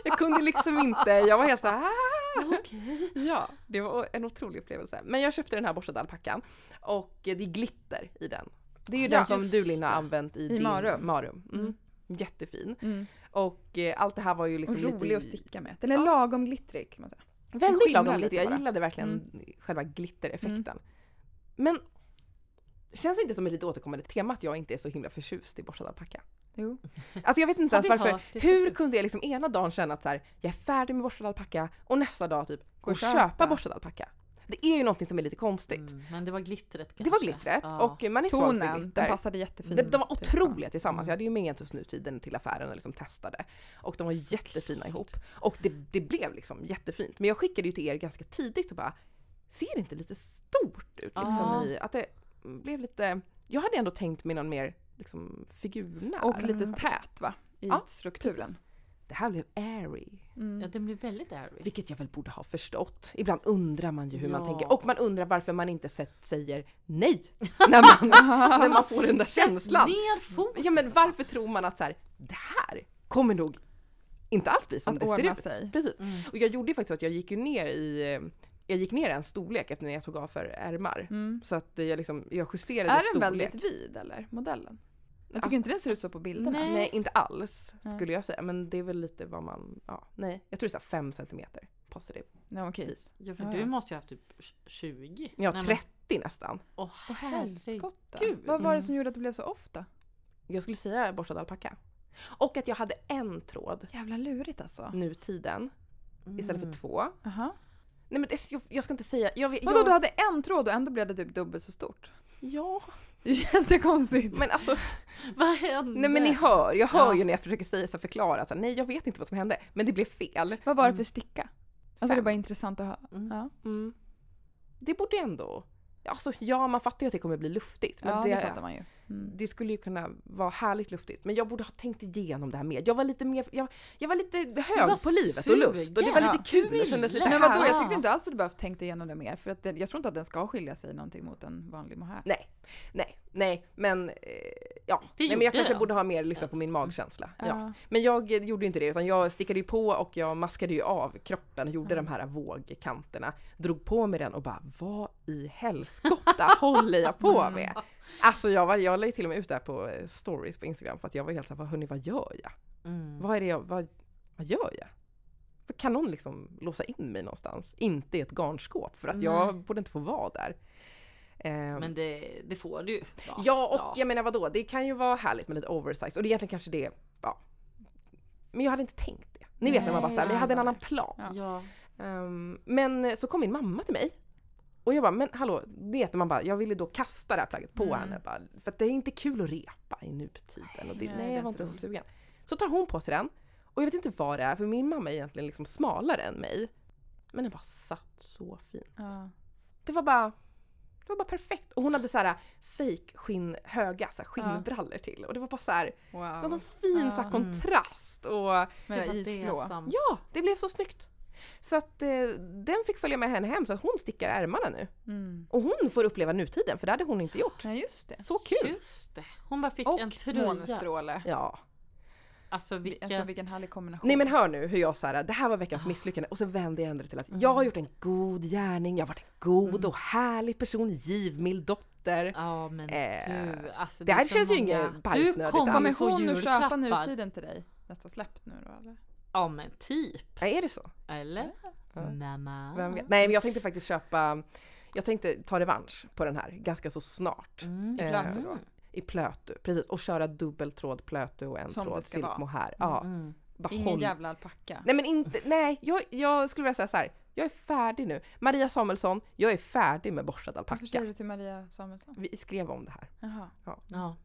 [SPEAKER 3] jag kunde liksom inte, jag var helt så här. "Ah."
[SPEAKER 1] Okej.
[SPEAKER 3] Ja, det var en otrolig upplevelse. Men jag köpte den här borstade alpackan och det är glitter i den. Det är ju
[SPEAKER 2] Ja,
[SPEAKER 3] den som
[SPEAKER 1] just
[SPEAKER 3] du Lina
[SPEAKER 1] det.
[SPEAKER 3] har använt i, din
[SPEAKER 2] Marum.
[SPEAKER 3] Mm.
[SPEAKER 1] Mm.
[SPEAKER 3] Jättefin.
[SPEAKER 2] Mm.
[SPEAKER 3] Och eh, allt det här var ju
[SPEAKER 2] Och
[SPEAKER 3] liksom
[SPEAKER 2] rolig
[SPEAKER 3] lite
[SPEAKER 2] att sticka med. Den är
[SPEAKER 3] Ja.
[SPEAKER 2] lagom glittrig kan man säga.
[SPEAKER 3] Väldigt
[SPEAKER 2] Skimrar
[SPEAKER 3] glad om
[SPEAKER 2] lite
[SPEAKER 3] glitter. Jag
[SPEAKER 2] bara.
[SPEAKER 3] gillade verkligen själva glittereffekten. Men känns det inte som ett lite återkommande tema att jag inte är så himla förtjust i borstad alpacka?
[SPEAKER 2] Jo.
[SPEAKER 3] Alltså jag vet inte
[SPEAKER 1] Har
[SPEAKER 3] ens
[SPEAKER 1] vi
[SPEAKER 3] varför.
[SPEAKER 1] hört det
[SPEAKER 3] Hur
[SPEAKER 1] förut?
[SPEAKER 3] kunde jag liksom ena dagen känna att så här, jag är färdig med borstad alpacka och nästa dag typ gå och
[SPEAKER 2] köpa.
[SPEAKER 3] köpa, borstad alpacka? Det är ju någonting som är lite konstigt.
[SPEAKER 1] Mm. Men det var glittret kanske.
[SPEAKER 3] Det var glittret
[SPEAKER 1] Ja.
[SPEAKER 3] och man är svag för
[SPEAKER 2] Tonen, den
[SPEAKER 3] glitter.
[SPEAKER 2] passade jättefint. typ.
[SPEAKER 3] De, de var
[SPEAKER 2] tycker jag.
[SPEAKER 3] otroliga
[SPEAKER 1] Mm.
[SPEAKER 3] tillsammans. Jag hade ju med en tuss nutiden till affären och liksom testade. Och de var jättefina ihop. Och det, det blev liksom jättefint. Men jag skickade ju till er ganska tidigt och bara, ser det inte lite stort ut? Liksom,
[SPEAKER 1] Ja.
[SPEAKER 3] i, att det blev lite, jag hade ändå tänkt mig någon mer liksom, figurnär.
[SPEAKER 2] Och lite
[SPEAKER 1] Mm.
[SPEAKER 2] tät va? I
[SPEAKER 3] Ja,
[SPEAKER 2] strukturen.
[SPEAKER 3] precis. Det här blev airy.
[SPEAKER 2] Mm.
[SPEAKER 1] Ja, den blev väldigt airy.
[SPEAKER 3] Vilket jag väl borde ha förstått. Ibland undrar man ju hur man
[SPEAKER 1] Ja.
[SPEAKER 3] tänker. Och man undrar varför man inte sett, säger nej när man, när man får den där känslan.
[SPEAKER 1] Ner foten!
[SPEAKER 3] Ja men varför tror man att så här, det här kommer nog inte alls bli som
[SPEAKER 2] Att
[SPEAKER 3] det ser
[SPEAKER 2] ordna
[SPEAKER 3] ut.
[SPEAKER 2] sig.
[SPEAKER 3] Precis.
[SPEAKER 1] Mm.
[SPEAKER 3] Och jag gjorde ju faktiskt så att jag gick ju ner i, eh, jag gick ner en storlek efter när jag tog av för ärmar.
[SPEAKER 2] Mm.
[SPEAKER 3] Så att eh, jag liksom, jag justerade
[SPEAKER 2] Är den
[SPEAKER 3] storlek.
[SPEAKER 2] väldigt vid eller? Modellen? Jag tycker
[SPEAKER 3] Alltså-
[SPEAKER 2] inte den ser ut så på bilderna.
[SPEAKER 1] Nej.
[SPEAKER 3] Nej inte alls
[SPEAKER 2] Nej.
[SPEAKER 3] skulle jag säga. Men det är väl lite vad man, ja nej. Jag tror det är så här 5 centimeter positiv
[SPEAKER 2] Nej okej.
[SPEAKER 3] pris.
[SPEAKER 1] Ja, för
[SPEAKER 2] Ja,
[SPEAKER 1] du
[SPEAKER 2] ja.
[SPEAKER 1] måste ju ha haft typ 20.
[SPEAKER 3] Ja
[SPEAKER 1] Nej, men-
[SPEAKER 3] 30 nästan.
[SPEAKER 1] Åh
[SPEAKER 2] Åh
[SPEAKER 1] herregud.
[SPEAKER 2] helskotta.
[SPEAKER 1] Herregud.
[SPEAKER 2] Vad var det
[SPEAKER 1] Mm.
[SPEAKER 2] som gjorde att det blev så ofta?
[SPEAKER 3] Jag skulle säga borstad alpacka. Och att jag hade en tråd,
[SPEAKER 2] Jävla lurigt alltså.
[SPEAKER 3] nutiden, istället
[SPEAKER 1] Mm.
[SPEAKER 3] för två.
[SPEAKER 2] Aha.
[SPEAKER 3] Nej men det, jag, jag ska inte säga, jag, vet-
[SPEAKER 2] Vadå
[SPEAKER 3] jag,
[SPEAKER 2] du hade en tråd och ändå blev det typ dubbelt så stort?
[SPEAKER 3] Ja,
[SPEAKER 2] Det är ju jättekonstigt.
[SPEAKER 3] men alltså
[SPEAKER 1] Vad hände?
[SPEAKER 3] Nej men ni hör, jag hör
[SPEAKER 1] Ja.
[SPEAKER 3] ju när jag försöker säga så här, förklara så här, nej jag vet inte vad som hände, men det blev fel.
[SPEAKER 2] Vad var det
[SPEAKER 1] Mm.
[SPEAKER 2] för sticka? Alltså det är
[SPEAKER 3] Fem.
[SPEAKER 2] bara intressant att höra.
[SPEAKER 1] Mm.
[SPEAKER 2] Ja.
[SPEAKER 3] Mm. Det borde ändå, alltså ja man fattar ju att det kommer bli luftigt, men
[SPEAKER 2] ja,
[SPEAKER 3] det,
[SPEAKER 2] det, fattar man ju. Mm.
[SPEAKER 3] det skulle ju kunna vara härligt luftigt. Men jag borde ha tänkt igenom det här mer. Jag var lite mer, jag, jag var lite hög
[SPEAKER 1] var
[SPEAKER 3] på livet och lust och det var
[SPEAKER 1] sugen.
[SPEAKER 3] lite kul,
[SPEAKER 1] Du
[SPEAKER 3] det kändes lite
[SPEAKER 1] ville. här-
[SPEAKER 2] Men vadå, jag tyckte
[SPEAKER 1] Ja.
[SPEAKER 2] inte alls att du behövt tänkt igenom det mer. För att den, jag tror inte att den ska skilja sig någonting mot en vanlig mohair.
[SPEAKER 3] Nej, nej, nej, men eh, ja. Nej, men
[SPEAKER 1] gjorde
[SPEAKER 3] jag kanske
[SPEAKER 1] den.
[SPEAKER 3] borde ha mer lyssnat på min magkänsla. Ja.
[SPEAKER 2] Ja.
[SPEAKER 3] Men jag eh, gjorde ju inte det utan jag stickade ju på och jag maskade ju av kroppen och gjorde de här vågkanterna. Drog på mig den och bara vad i helskotta håller jag på med? Alltså jag, var, jag la ju till och med ut det här på eh, stories på Instagram för att jag var helt såhär, "Vad- hörni vad gör jag?
[SPEAKER 1] Mm.
[SPEAKER 3] Vad är det jag, vad, vad gör jag? För Kan någon liksom låsa in mig någonstans? Inte i ett garnskåp för att jag
[SPEAKER 1] Nej.
[SPEAKER 3] borde inte få vara där. Ehm,
[SPEAKER 1] Men det, det får du ju. Ja,
[SPEAKER 3] Ja och jag menar vadå, det kan ju vara härligt med lite oversize och det är egentligen kanske det, ja. Men jag hade inte tänkt det. Ni vet när man bara
[SPEAKER 2] Nej,
[SPEAKER 3] såhär, men jag
[SPEAKER 2] nej,
[SPEAKER 3] hade en
[SPEAKER 2] nej.
[SPEAKER 3] annan plan.
[SPEAKER 2] Ja.
[SPEAKER 1] Ja.
[SPEAKER 3] Ehm, men så kom min mamma till mig. Och jag bara, men hallå, ni vet när man bara, jag ville då kasta det här plagget på
[SPEAKER 2] Mm.
[SPEAKER 3] henne. Bara, för att det är inte kul att repa i nutiden. Och det,
[SPEAKER 2] Nej,
[SPEAKER 3] nej,
[SPEAKER 2] det är
[SPEAKER 3] jag var
[SPEAKER 2] inte
[SPEAKER 3] inte så
[SPEAKER 2] roligt.
[SPEAKER 3] sugen. Så tar hon på sig den. Och jag vet inte vad det är, för min mamma är egentligen liksom smalare än mig. Men den bara satt så fint.
[SPEAKER 2] Ja.
[SPEAKER 3] Det var bara det var bara perfekt. Och hon hade så här äh, fake skinn, höga så här skinnbrallor till. Och det var bara så här, det var en
[SPEAKER 2] Wow.
[SPEAKER 3] sån fin
[SPEAKER 2] Ja.
[SPEAKER 3] så här, kontrast. Och
[SPEAKER 2] Med typ det
[SPEAKER 1] var det
[SPEAKER 2] isblå.
[SPEAKER 1] som-
[SPEAKER 3] ja, det blev så snyggt. Så att eh, den fick följa med henne hem så att hon stickar ärmarna nu.
[SPEAKER 2] Mm.
[SPEAKER 3] Och hon får uppleva nutiden för det hade hon inte gjort.
[SPEAKER 2] Nej just det.
[SPEAKER 3] Så kul!
[SPEAKER 1] Just det. Hon bara fick en
[SPEAKER 2] Och
[SPEAKER 1] tröja.
[SPEAKER 2] månstråle.
[SPEAKER 3] Ja.
[SPEAKER 1] Alltså vilket...
[SPEAKER 2] Alltså vilken härlig kombination.
[SPEAKER 3] Nej men hör nu hur jag så här, äh, det här var veckans misslyckande och så vänder jag ändå till att jag har gjort en god gärning, jag har varit en god och härlig person, givmild dotter.
[SPEAKER 1] Ja men
[SPEAKER 3] Eh,
[SPEAKER 1] du, alltså
[SPEAKER 3] det här
[SPEAKER 1] är så
[SPEAKER 3] känns ju
[SPEAKER 1] många-
[SPEAKER 3] inget bajsnödigt
[SPEAKER 1] Du
[SPEAKER 3] alls.
[SPEAKER 1] kommer,
[SPEAKER 2] Kommer
[SPEAKER 1] ju få
[SPEAKER 2] hon att köpa
[SPEAKER 1] julklappar.
[SPEAKER 2] nutiden till dig? Nästa släpp nu då eller?
[SPEAKER 1] typ. Ja men typ,
[SPEAKER 3] Ja, är det så?
[SPEAKER 1] eller?
[SPEAKER 3] Ja.
[SPEAKER 1] Mamma.
[SPEAKER 3] Vem vet? Nej men jag tänkte faktiskt köpa, jag tänkte ta revansch på den här ganska så snart.
[SPEAKER 1] Mm.
[SPEAKER 3] Eh,
[SPEAKER 2] Plöter då?
[SPEAKER 3] I plötu, precis. Och köra dubbeltråd plötu och en
[SPEAKER 2] Som det
[SPEAKER 3] tråd
[SPEAKER 2] ska
[SPEAKER 3] silk
[SPEAKER 2] vara.
[SPEAKER 3] mohair. Ja,
[SPEAKER 1] Mm.
[SPEAKER 3] bara
[SPEAKER 2] Ingen
[SPEAKER 3] håll-
[SPEAKER 2] jävla alpacka.
[SPEAKER 3] Nej men inte, nej jag, jag skulle vilja säga så här. jag är färdig nu. Maria Samuelsson, jag är färdig med borstad
[SPEAKER 2] Varför säger
[SPEAKER 3] alpacka.
[SPEAKER 2] du till Maria Samuelsson?
[SPEAKER 3] Vi skrev om det här.
[SPEAKER 2] Jaha.
[SPEAKER 1] Ja,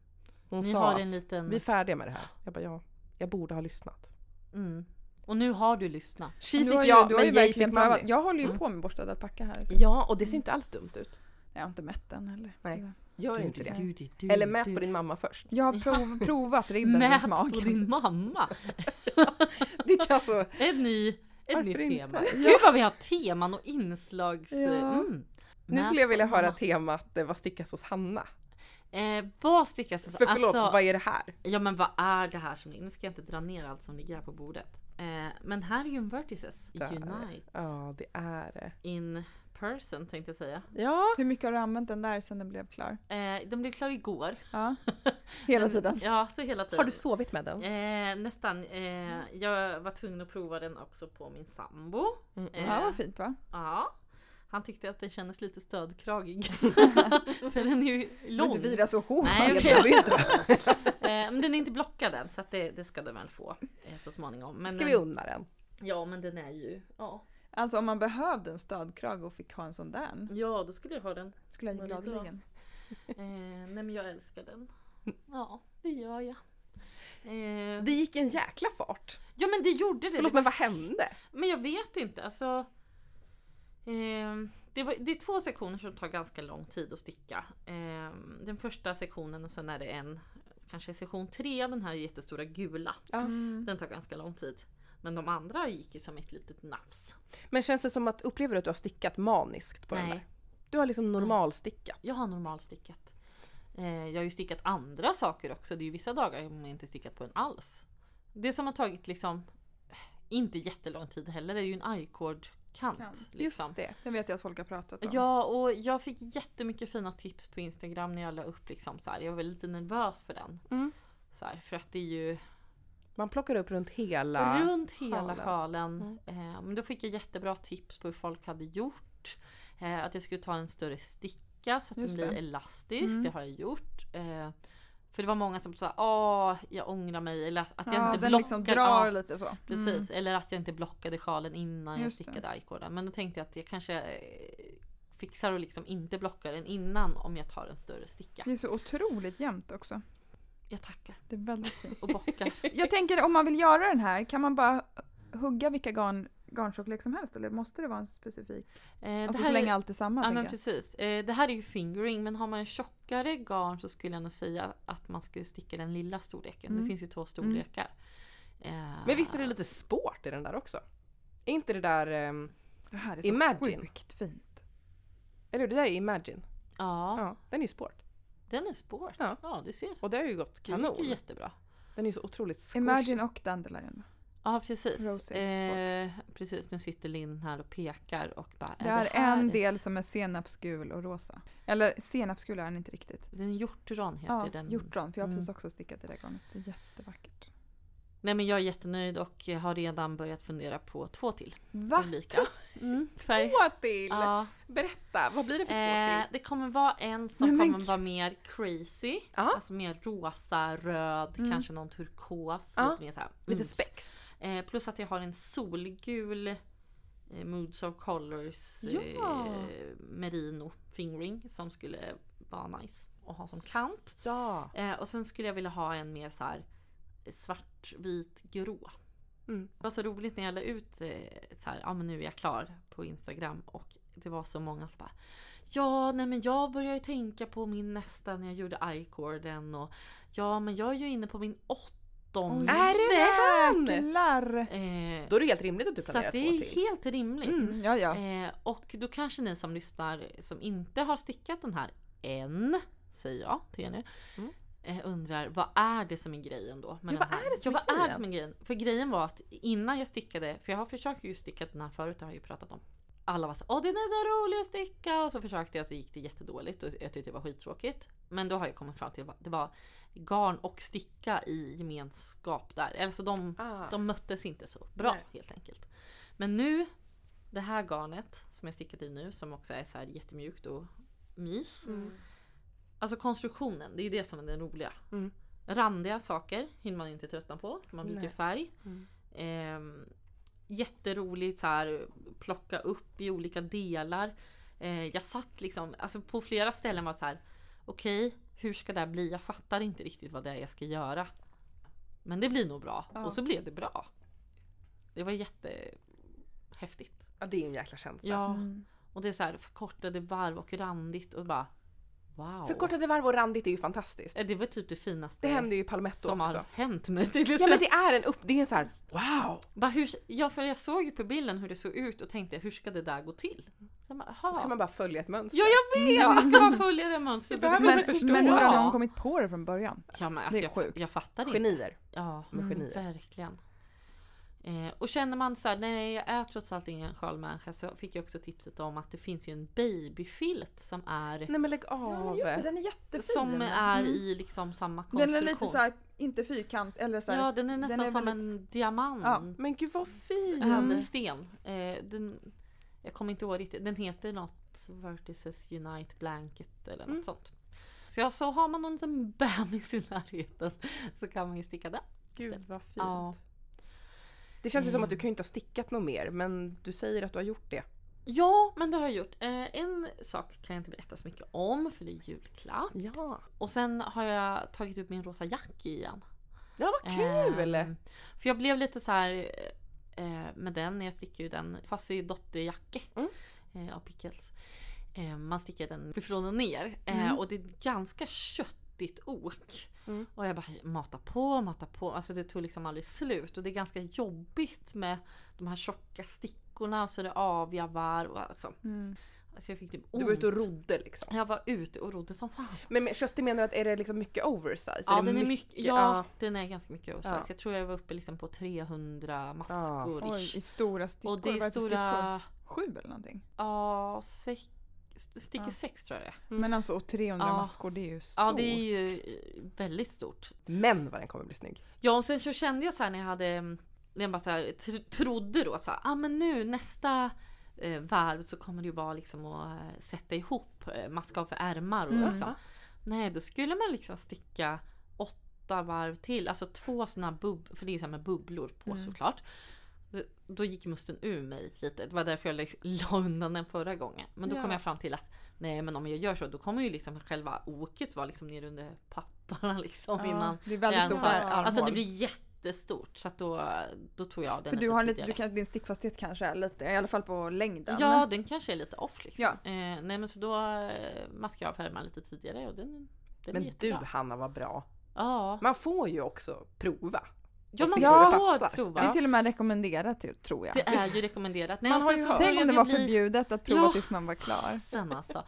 [SPEAKER 3] Hon
[SPEAKER 1] ni
[SPEAKER 3] sa
[SPEAKER 1] har
[SPEAKER 3] att
[SPEAKER 1] en liten...
[SPEAKER 3] vi är färdiga med det här. Jag bara ja, jag borde ha lyssnat.
[SPEAKER 1] Mm. Och nu har du lyssnat.
[SPEAKER 3] She
[SPEAKER 2] Du har
[SPEAKER 3] fick
[SPEAKER 2] ju,
[SPEAKER 3] ja,
[SPEAKER 2] du har ju
[SPEAKER 3] men jag fick
[SPEAKER 2] verkligen prövat.
[SPEAKER 3] mamma.
[SPEAKER 2] Jag håller ju
[SPEAKER 1] Mm.
[SPEAKER 2] på med borstad alpacka här. Så.
[SPEAKER 3] Ja, och det ser inte alls dumt ut.
[SPEAKER 2] Jag har inte mätt den heller.
[SPEAKER 3] Nej. Gör
[SPEAKER 1] Du,
[SPEAKER 3] inte
[SPEAKER 1] du,
[SPEAKER 3] det.
[SPEAKER 1] du, du, du,
[SPEAKER 3] Eller mät
[SPEAKER 1] du.
[SPEAKER 3] på din mamma först.
[SPEAKER 2] Jag har prov, provat ribben runt
[SPEAKER 1] Mät på
[SPEAKER 2] magen.
[SPEAKER 1] din mamma!
[SPEAKER 3] Det alltså- kan så.
[SPEAKER 1] Ett ny,
[SPEAKER 3] Varför
[SPEAKER 1] ett nytt
[SPEAKER 3] inte?
[SPEAKER 1] tema. Gud vad vi har teman och inslags...
[SPEAKER 2] Ja.
[SPEAKER 1] Mm.
[SPEAKER 3] Nu
[SPEAKER 1] Mät
[SPEAKER 3] skulle jag vilja
[SPEAKER 1] på
[SPEAKER 3] höra
[SPEAKER 1] mamma.
[SPEAKER 3] temat eh, vad stickas hos Hanna?
[SPEAKER 1] Eh, vad stickas alltså-
[SPEAKER 3] För förlåt, vad är det här?
[SPEAKER 1] Ja men vad är det här som ligger? Nu ska jag inte dra ner allt som ligger här på bordet. Eh, men här är ju en Vertices
[SPEAKER 3] Där.
[SPEAKER 1] Unite
[SPEAKER 3] Ja, det är eh, det.
[SPEAKER 1] in person tänkte jag säga.
[SPEAKER 3] Ja,
[SPEAKER 2] Hur mycket har du använt den där sen den blev klar?
[SPEAKER 1] Eh, den blev klar igår.
[SPEAKER 2] Ja. Hela
[SPEAKER 1] Den-
[SPEAKER 2] tiden.
[SPEAKER 1] Ja, så hela tiden.
[SPEAKER 3] har du sovit med den?
[SPEAKER 1] Eh, nästan. Eh, jag var tvungen att prova den också på min sambo.
[SPEAKER 3] Mm.
[SPEAKER 1] Eh,
[SPEAKER 2] Ja, vad fint va?
[SPEAKER 1] ja. Han tyckte att den kändes lite stödkragig. För den är ju
[SPEAKER 2] Du
[SPEAKER 1] lång.
[SPEAKER 2] inte vira så hårt.
[SPEAKER 1] Nej,
[SPEAKER 3] Jag
[SPEAKER 1] okej.
[SPEAKER 3] behöver ju inte.
[SPEAKER 1] Eh, men den är inte blockad än så att det, det ska den väl få eh, så småningom. Men,
[SPEAKER 3] Ska vi
[SPEAKER 1] den-
[SPEAKER 3] unna den?
[SPEAKER 1] Ja men den är ju, ja.
[SPEAKER 2] Alltså om man behövde en stödkrage och fick ha en sån där
[SPEAKER 1] Ja då skulle jag ha den.
[SPEAKER 2] skulle jag
[SPEAKER 1] Vad är det
[SPEAKER 2] gladeligen.
[SPEAKER 1] Eh, nej men jag älskar den. Ja det gör jag. Eh,
[SPEAKER 3] Det gick en jäkla fart.
[SPEAKER 1] ja men det gjorde det.
[SPEAKER 3] Förlåt, men vad hände?
[SPEAKER 1] Men jag vet inte alltså. ehm, det, var, det är två sektioner som tar ganska lång tid att sticka. Ehm, den första sektionen och sen är det en, kanske sektion tre, den här jättestora gula.
[SPEAKER 2] Mm.
[SPEAKER 1] Den tar ganska lång tid. Men de andra gick ju som ett litet nafs.
[SPEAKER 3] Men känns det som att, upplever du att du har stickat maniskt på den
[SPEAKER 1] Nej.
[SPEAKER 3] där? Du har liksom normalstickat.
[SPEAKER 1] Jag har normalstickat. Eh, jag har ju stickat andra saker också. Det är ju vissa dagar som jag inte stickat på en alls. Det som har tagit liksom eh, inte jättelång tid heller är ju en I-cord-kant.
[SPEAKER 2] Kant,
[SPEAKER 1] Liksom.
[SPEAKER 3] Just det.
[SPEAKER 2] Den vet jag att folk har pratat om.
[SPEAKER 1] Ja, och jag fick jättemycket fina tips på Instagram när jag la upp liksom så här. Jag var lite nervös för den.
[SPEAKER 3] Mm.
[SPEAKER 1] Så här, för att det är ju
[SPEAKER 3] Man plockar upp runt hela...
[SPEAKER 1] runt hela
[SPEAKER 3] sjalen.
[SPEAKER 1] sjalen.
[SPEAKER 2] Mm.
[SPEAKER 1] Eh, men då fick jag jättebra tips på hur folk hade gjort. Eh, att jag skulle ta en större sticka så att den
[SPEAKER 2] Just
[SPEAKER 1] blir
[SPEAKER 2] det.
[SPEAKER 1] elastisk.
[SPEAKER 2] Mm.
[SPEAKER 1] Det har jag gjort. Eh, för det var många som sa åh jag ångrar mig eller att jag
[SPEAKER 2] Ja,
[SPEAKER 1] inte
[SPEAKER 2] den
[SPEAKER 1] blockade.
[SPEAKER 2] liksom drar
[SPEAKER 1] ja,
[SPEAKER 2] lite så.
[SPEAKER 1] Precis, eller att jag inte blockade sjalen innan jag
[SPEAKER 2] Just det.
[SPEAKER 1] stickade i-koden. Men då tänkte jag att jag kanske eh, fixar och liksom inte blockar den innan om jag tar en större sticka.
[SPEAKER 2] Det är så otroligt jämnt också.
[SPEAKER 1] Jag tackar
[SPEAKER 2] Det är väldigt fint.
[SPEAKER 1] och bockar.
[SPEAKER 2] Jag tänker om man vill göra den här, kan man bara hugga vilka garn, garntjocklek som helst eller måste det vara en specifik?
[SPEAKER 1] Eh,
[SPEAKER 2] Alltså
[SPEAKER 1] det här är-
[SPEAKER 2] slänga allt i samma
[SPEAKER 1] Ja
[SPEAKER 2] tänker
[SPEAKER 1] men
[SPEAKER 2] jag.
[SPEAKER 1] precis. Eh, det här är ju fingering men har man en tjockare garn så skulle jag nog säga att man skulle sticka den lilla storleken. Det
[SPEAKER 2] Mm.
[SPEAKER 1] finns ju två storlekar. Eh,
[SPEAKER 3] Men visst är det lite sport i den där också? Är inte det där... ehm,
[SPEAKER 2] Det här är så
[SPEAKER 3] Imagine.
[SPEAKER 2] sjukt fint.
[SPEAKER 3] Eller hur, det där är Imagine.
[SPEAKER 1] Ja,
[SPEAKER 3] Ja, den är ju sport.
[SPEAKER 1] den är sport. Ja,
[SPEAKER 3] Ja.
[SPEAKER 1] du ser.
[SPEAKER 3] Och det har ju gått
[SPEAKER 1] Det gick ju
[SPEAKER 3] kanon.
[SPEAKER 1] jättebra.
[SPEAKER 3] Den är ju så otroligt squishy.
[SPEAKER 2] Imagine och Dandelion.
[SPEAKER 1] Ja precis.
[SPEAKER 2] Rosé,
[SPEAKER 1] Eh, precis, nu sitter Linn här och pekar och bara "Äh,
[SPEAKER 2] Det är
[SPEAKER 1] här
[SPEAKER 2] en del som är senapsgul och rosa. Eller senapsgul är den inte riktigt.
[SPEAKER 1] Den hjortron heter
[SPEAKER 2] Ja,
[SPEAKER 1] den.
[SPEAKER 2] hjortron. För jag har
[SPEAKER 1] Mm.
[SPEAKER 2] precis också stickat det där garnet. Det är jättevackert.
[SPEAKER 1] Nej men jag är jättenöjd och har redan börjat fundera på två till.
[SPEAKER 2] Va? Oh,
[SPEAKER 1] Olika. Mm, färg.
[SPEAKER 3] Två till!
[SPEAKER 1] Ja.
[SPEAKER 3] Berätta, vad blir det för två
[SPEAKER 1] Eh,
[SPEAKER 3] till?
[SPEAKER 1] det kommer vara en som
[SPEAKER 2] Nej, men
[SPEAKER 1] kommer vara mer crazy.
[SPEAKER 3] Ja.
[SPEAKER 1] Alltså mer rosa, röd,
[SPEAKER 2] Mm.
[SPEAKER 1] kanske någon turkos.
[SPEAKER 3] Ja.
[SPEAKER 1] Lite mer så här,
[SPEAKER 3] Lite
[SPEAKER 1] mm.
[SPEAKER 3] spex.
[SPEAKER 1] Eh, plus att jag har en solgul eh, Moods of Colors
[SPEAKER 3] Ja.
[SPEAKER 1] eh, merino fingering som skulle vara nice att ha som kant.
[SPEAKER 3] Ja.
[SPEAKER 1] Eh, och sen skulle jag vilja ha en mer så här svartvit grå.
[SPEAKER 3] Mm.
[SPEAKER 1] Det var så roligt när jag la ut eh, så här, ja men nu är jag klar på Instagram och det var så många som bara Ja, nej men jag började tänka på min nästa när jag gjorde i-corden och ja men jag är ju inne på min åttonde.
[SPEAKER 2] Oj.
[SPEAKER 3] Är det den?
[SPEAKER 2] Jäklar!
[SPEAKER 1] Eh,
[SPEAKER 3] Då är det helt rimligt att du
[SPEAKER 1] så
[SPEAKER 3] planerar
[SPEAKER 1] att det
[SPEAKER 3] två
[SPEAKER 1] är
[SPEAKER 3] till.
[SPEAKER 1] helt rimligt.
[SPEAKER 3] Mm.
[SPEAKER 2] Ja, ja.
[SPEAKER 1] Eh, och då kanske ni som lyssnar som inte har stickat den här än, säger jag till er nu,
[SPEAKER 3] Mm.
[SPEAKER 1] eh, undrar vad är det som är grejen då?
[SPEAKER 3] Ja,
[SPEAKER 1] den
[SPEAKER 3] vad
[SPEAKER 1] här?
[SPEAKER 3] är det som
[SPEAKER 1] ja,
[SPEAKER 3] är
[SPEAKER 1] vad är det som är grejen? För grejen var att innan jag stickade, för jag har försökt ju sticka den här förut, det har jag ju pratat om. Alla var så åh den är så rolig att sticka och så försökte jag så gick det jättedåligt och jag tyckte det var skittråkigt. Men då har jag kommit fram till att det var garn och sticka i gemenskap där. Alltså de,
[SPEAKER 3] Ah.
[SPEAKER 1] de möttes inte så bra
[SPEAKER 3] Nej.
[SPEAKER 1] helt enkelt. Men nu, det här garnet som jag stickat i nu som också är så här jättemjukt och mys.
[SPEAKER 3] Mm.
[SPEAKER 1] Alltså konstruktionen, det är ju det som är den roliga.
[SPEAKER 3] Mm.
[SPEAKER 1] Randiga saker hinner man inte tröttna på, för man byter
[SPEAKER 3] Nej.
[SPEAKER 1] färg.
[SPEAKER 3] Mm.
[SPEAKER 1] Ehm, jätteroligt så här plocka upp i olika delar. Eh, jag satt liksom, alltså på flera ställen var det så här. okej hur ska det här bli? Jag fattar inte riktigt vad det är jag ska göra. Men det blir nog bra.
[SPEAKER 2] Ja.
[SPEAKER 1] Och så blev det bra. Det var jättehäftigt.
[SPEAKER 3] Ja, det är en jäkla känsla.
[SPEAKER 1] Ja,
[SPEAKER 2] Mm.
[SPEAKER 1] och det är så här förkortade varv och randigt och bara wow.
[SPEAKER 3] Förkortade varv och randigt är ju fantastiskt.
[SPEAKER 1] Eh, Det var typ det finaste
[SPEAKER 3] Det händer ju i Palmetto
[SPEAKER 1] som
[SPEAKER 3] också.
[SPEAKER 1] har hänt mig. till
[SPEAKER 3] Ja men det är en upp, det är en så här wow!
[SPEAKER 1] bara, hur, ja, för jag såg ju på bilden hur det såg ut och tänkte hur ska det där gå till? Sen bara,
[SPEAKER 3] Då ska
[SPEAKER 1] aha.
[SPEAKER 3] man bara följa ett mönster.
[SPEAKER 1] Ja jag vet!
[SPEAKER 3] Ja.
[SPEAKER 1] Man ska bara följa det mönstret.
[SPEAKER 3] Det behöver
[SPEAKER 2] Men,
[SPEAKER 3] man förstå.
[SPEAKER 2] men hur har någon
[SPEAKER 1] ja.
[SPEAKER 2] kommit på det från början?
[SPEAKER 1] ja men alltså
[SPEAKER 2] Det är
[SPEAKER 1] jag,
[SPEAKER 2] sjukt.
[SPEAKER 1] jag fattar inte.
[SPEAKER 3] Genier.
[SPEAKER 1] Ja,
[SPEAKER 3] Med
[SPEAKER 1] mm,
[SPEAKER 3] genier.
[SPEAKER 1] verkligen. Eh, och känner man så här, nej jag är trots allt ingen sjalmänniska så fick jag också tipset om att det finns ju en babyfilt som är
[SPEAKER 3] Nej men lägg av.
[SPEAKER 2] den är jättefin.
[SPEAKER 1] som är
[SPEAKER 2] Mm.
[SPEAKER 1] i liksom samma
[SPEAKER 2] Den
[SPEAKER 1] konstruktion.
[SPEAKER 2] är lite så här, inte fyrkant eller så här.
[SPEAKER 1] ja den är nästan
[SPEAKER 2] är
[SPEAKER 1] som
[SPEAKER 2] väldigt-
[SPEAKER 1] en diamant.
[SPEAKER 2] Ja.
[SPEAKER 3] men gud vad fin!
[SPEAKER 1] ädelsten. Eh, den, jag kommer inte ihåg riktigt. Den heter något Vertices Unite Blanket eller något
[SPEAKER 3] Mm.
[SPEAKER 1] sånt. Så, ja, så har man någon liten bebis i närheten så kan man ju sticka den.
[SPEAKER 3] Gud vad fint.
[SPEAKER 1] Mm. Ja.
[SPEAKER 3] Det känns ju som
[SPEAKER 1] Mm.
[SPEAKER 3] att du kan ju inte ha stickat något mer men du säger att du har gjort det.
[SPEAKER 1] ja, men det har jag gjort. Eh, en sak kan jag inte berätta så mycket om för det är julklapp.
[SPEAKER 3] Ja.
[SPEAKER 1] Och sen har jag tagit upp min rosa jack igen.
[SPEAKER 3] Ja vad kul!
[SPEAKER 1] Ehm, för jag blev lite så här eh, med den, jag stickar ju den, fast i dotterjacke
[SPEAKER 3] Mm.
[SPEAKER 1] eh, av Pickles. Eh, man stickar den uppifrån och ner eh,
[SPEAKER 2] Mm.
[SPEAKER 1] och det är ett ganska köttigt ok.
[SPEAKER 3] Mm.
[SPEAKER 1] Och jag bara matar på, matar på. Alltså det tog liksom aldrig slut och det är ganska jobbigt med de här tjocka stickorna och så är det aviga varv och alltså.
[SPEAKER 2] Mm.
[SPEAKER 1] alltså jag fick typ ont.
[SPEAKER 3] Du var ute och rodde liksom.
[SPEAKER 1] Jag var ute och rodde som fan.
[SPEAKER 3] Men med- köttig menar du att är det liksom mycket oversize?
[SPEAKER 1] Ja,
[SPEAKER 3] det
[SPEAKER 1] den är mycket, ja,
[SPEAKER 3] ja.
[SPEAKER 1] den är ganska mycket oversize.
[SPEAKER 3] Ja.
[SPEAKER 1] Jag tror jag var uppe liksom på 300 maskor
[SPEAKER 2] Oj, i stora stickor.
[SPEAKER 1] Och det är
[SPEAKER 2] Vad för stickor?
[SPEAKER 1] stora,
[SPEAKER 2] Sju eller någonting.
[SPEAKER 1] ja, sex, sticker
[SPEAKER 2] Ja.
[SPEAKER 1] sex tror jag det är.
[SPEAKER 3] Mm.
[SPEAKER 2] Men alltså och 300
[SPEAKER 1] Ja.
[SPEAKER 2] maskor det är ju stort.
[SPEAKER 1] Ja, det är ju eh, väldigt stort.
[SPEAKER 3] Men vad den kommer bli snygg.
[SPEAKER 1] Ja, och sen så kände jag så här när jag hade, mm, när jag bara så här, tr- trodde då så här, ah men nu nästa eh, varv så kommer det ju vara liksom att eh, sätta ihop eh, maska för ärmar och
[SPEAKER 2] Mm.
[SPEAKER 1] liksom. Nej, då skulle man liksom sticka åtta varv till, alltså två sådana bub- för det är ju så här med bubblor på
[SPEAKER 2] Mm.
[SPEAKER 1] såklart. Då- Då gick musten ur mig lite, det var därför jag la- la undan den förra gången. Men då kom
[SPEAKER 3] Ja.
[SPEAKER 1] jag fram till att nej men om jag gör så då kommer ju liksom själva oket vara liksom ner under pattarna liksom
[SPEAKER 2] Ja,
[SPEAKER 1] innan.
[SPEAKER 2] Det är väldigt
[SPEAKER 1] jag
[SPEAKER 2] stora
[SPEAKER 1] ens
[SPEAKER 3] har-
[SPEAKER 2] armhål.
[SPEAKER 1] Alltså det blir jättestort så att då, då tog jag den
[SPEAKER 2] För du
[SPEAKER 1] lite
[SPEAKER 2] har lite,
[SPEAKER 1] tidigare.
[SPEAKER 2] du kan, din stickfasthet kanske är lite, i alla fall på längden.
[SPEAKER 1] Ja den kanske är lite off liksom.
[SPEAKER 2] Ja.
[SPEAKER 1] Eh, nej men så då eh, maskar jag färgerna lite tidigare och den, den
[SPEAKER 3] Men
[SPEAKER 1] är
[SPEAKER 3] du
[SPEAKER 1] jättebra.
[SPEAKER 3] Hanna vad bra.
[SPEAKER 1] Ja.
[SPEAKER 3] Man får ju också prova.
[SPEAKER 1] Ja man
[SPEAKER 3] se
[SPEAKER 2] hur det
[SPEAKER 1] får
[SPEAKER 3] passar.
[SPEAKER 2] Det är
[SPEAKER 1] prova.
[SPEAKER 2] till och med rekommenderat ju, tror jag.
[SPEAKER 1] Det är ju rekommenderat. Nej,
[SPEAKER 3] Man
[SPEAKER 1] och
[SPEAKER 3] har
[SPEAKER 1] sen
[SPEAKER 3] ju
[SPEAKER 1] så
[SPEAKER 3] hört.
[SPEAKER 1] börjar
[SPEAKER 2] Tänk om det var
[SPEAKER 1] bli-
[SPEAKER 2] förbjudet att prova
[SPEAKER 1] Ja.
[SPEAKER 2] tills man var klar.
[SPEAKER 1] Sen alltså.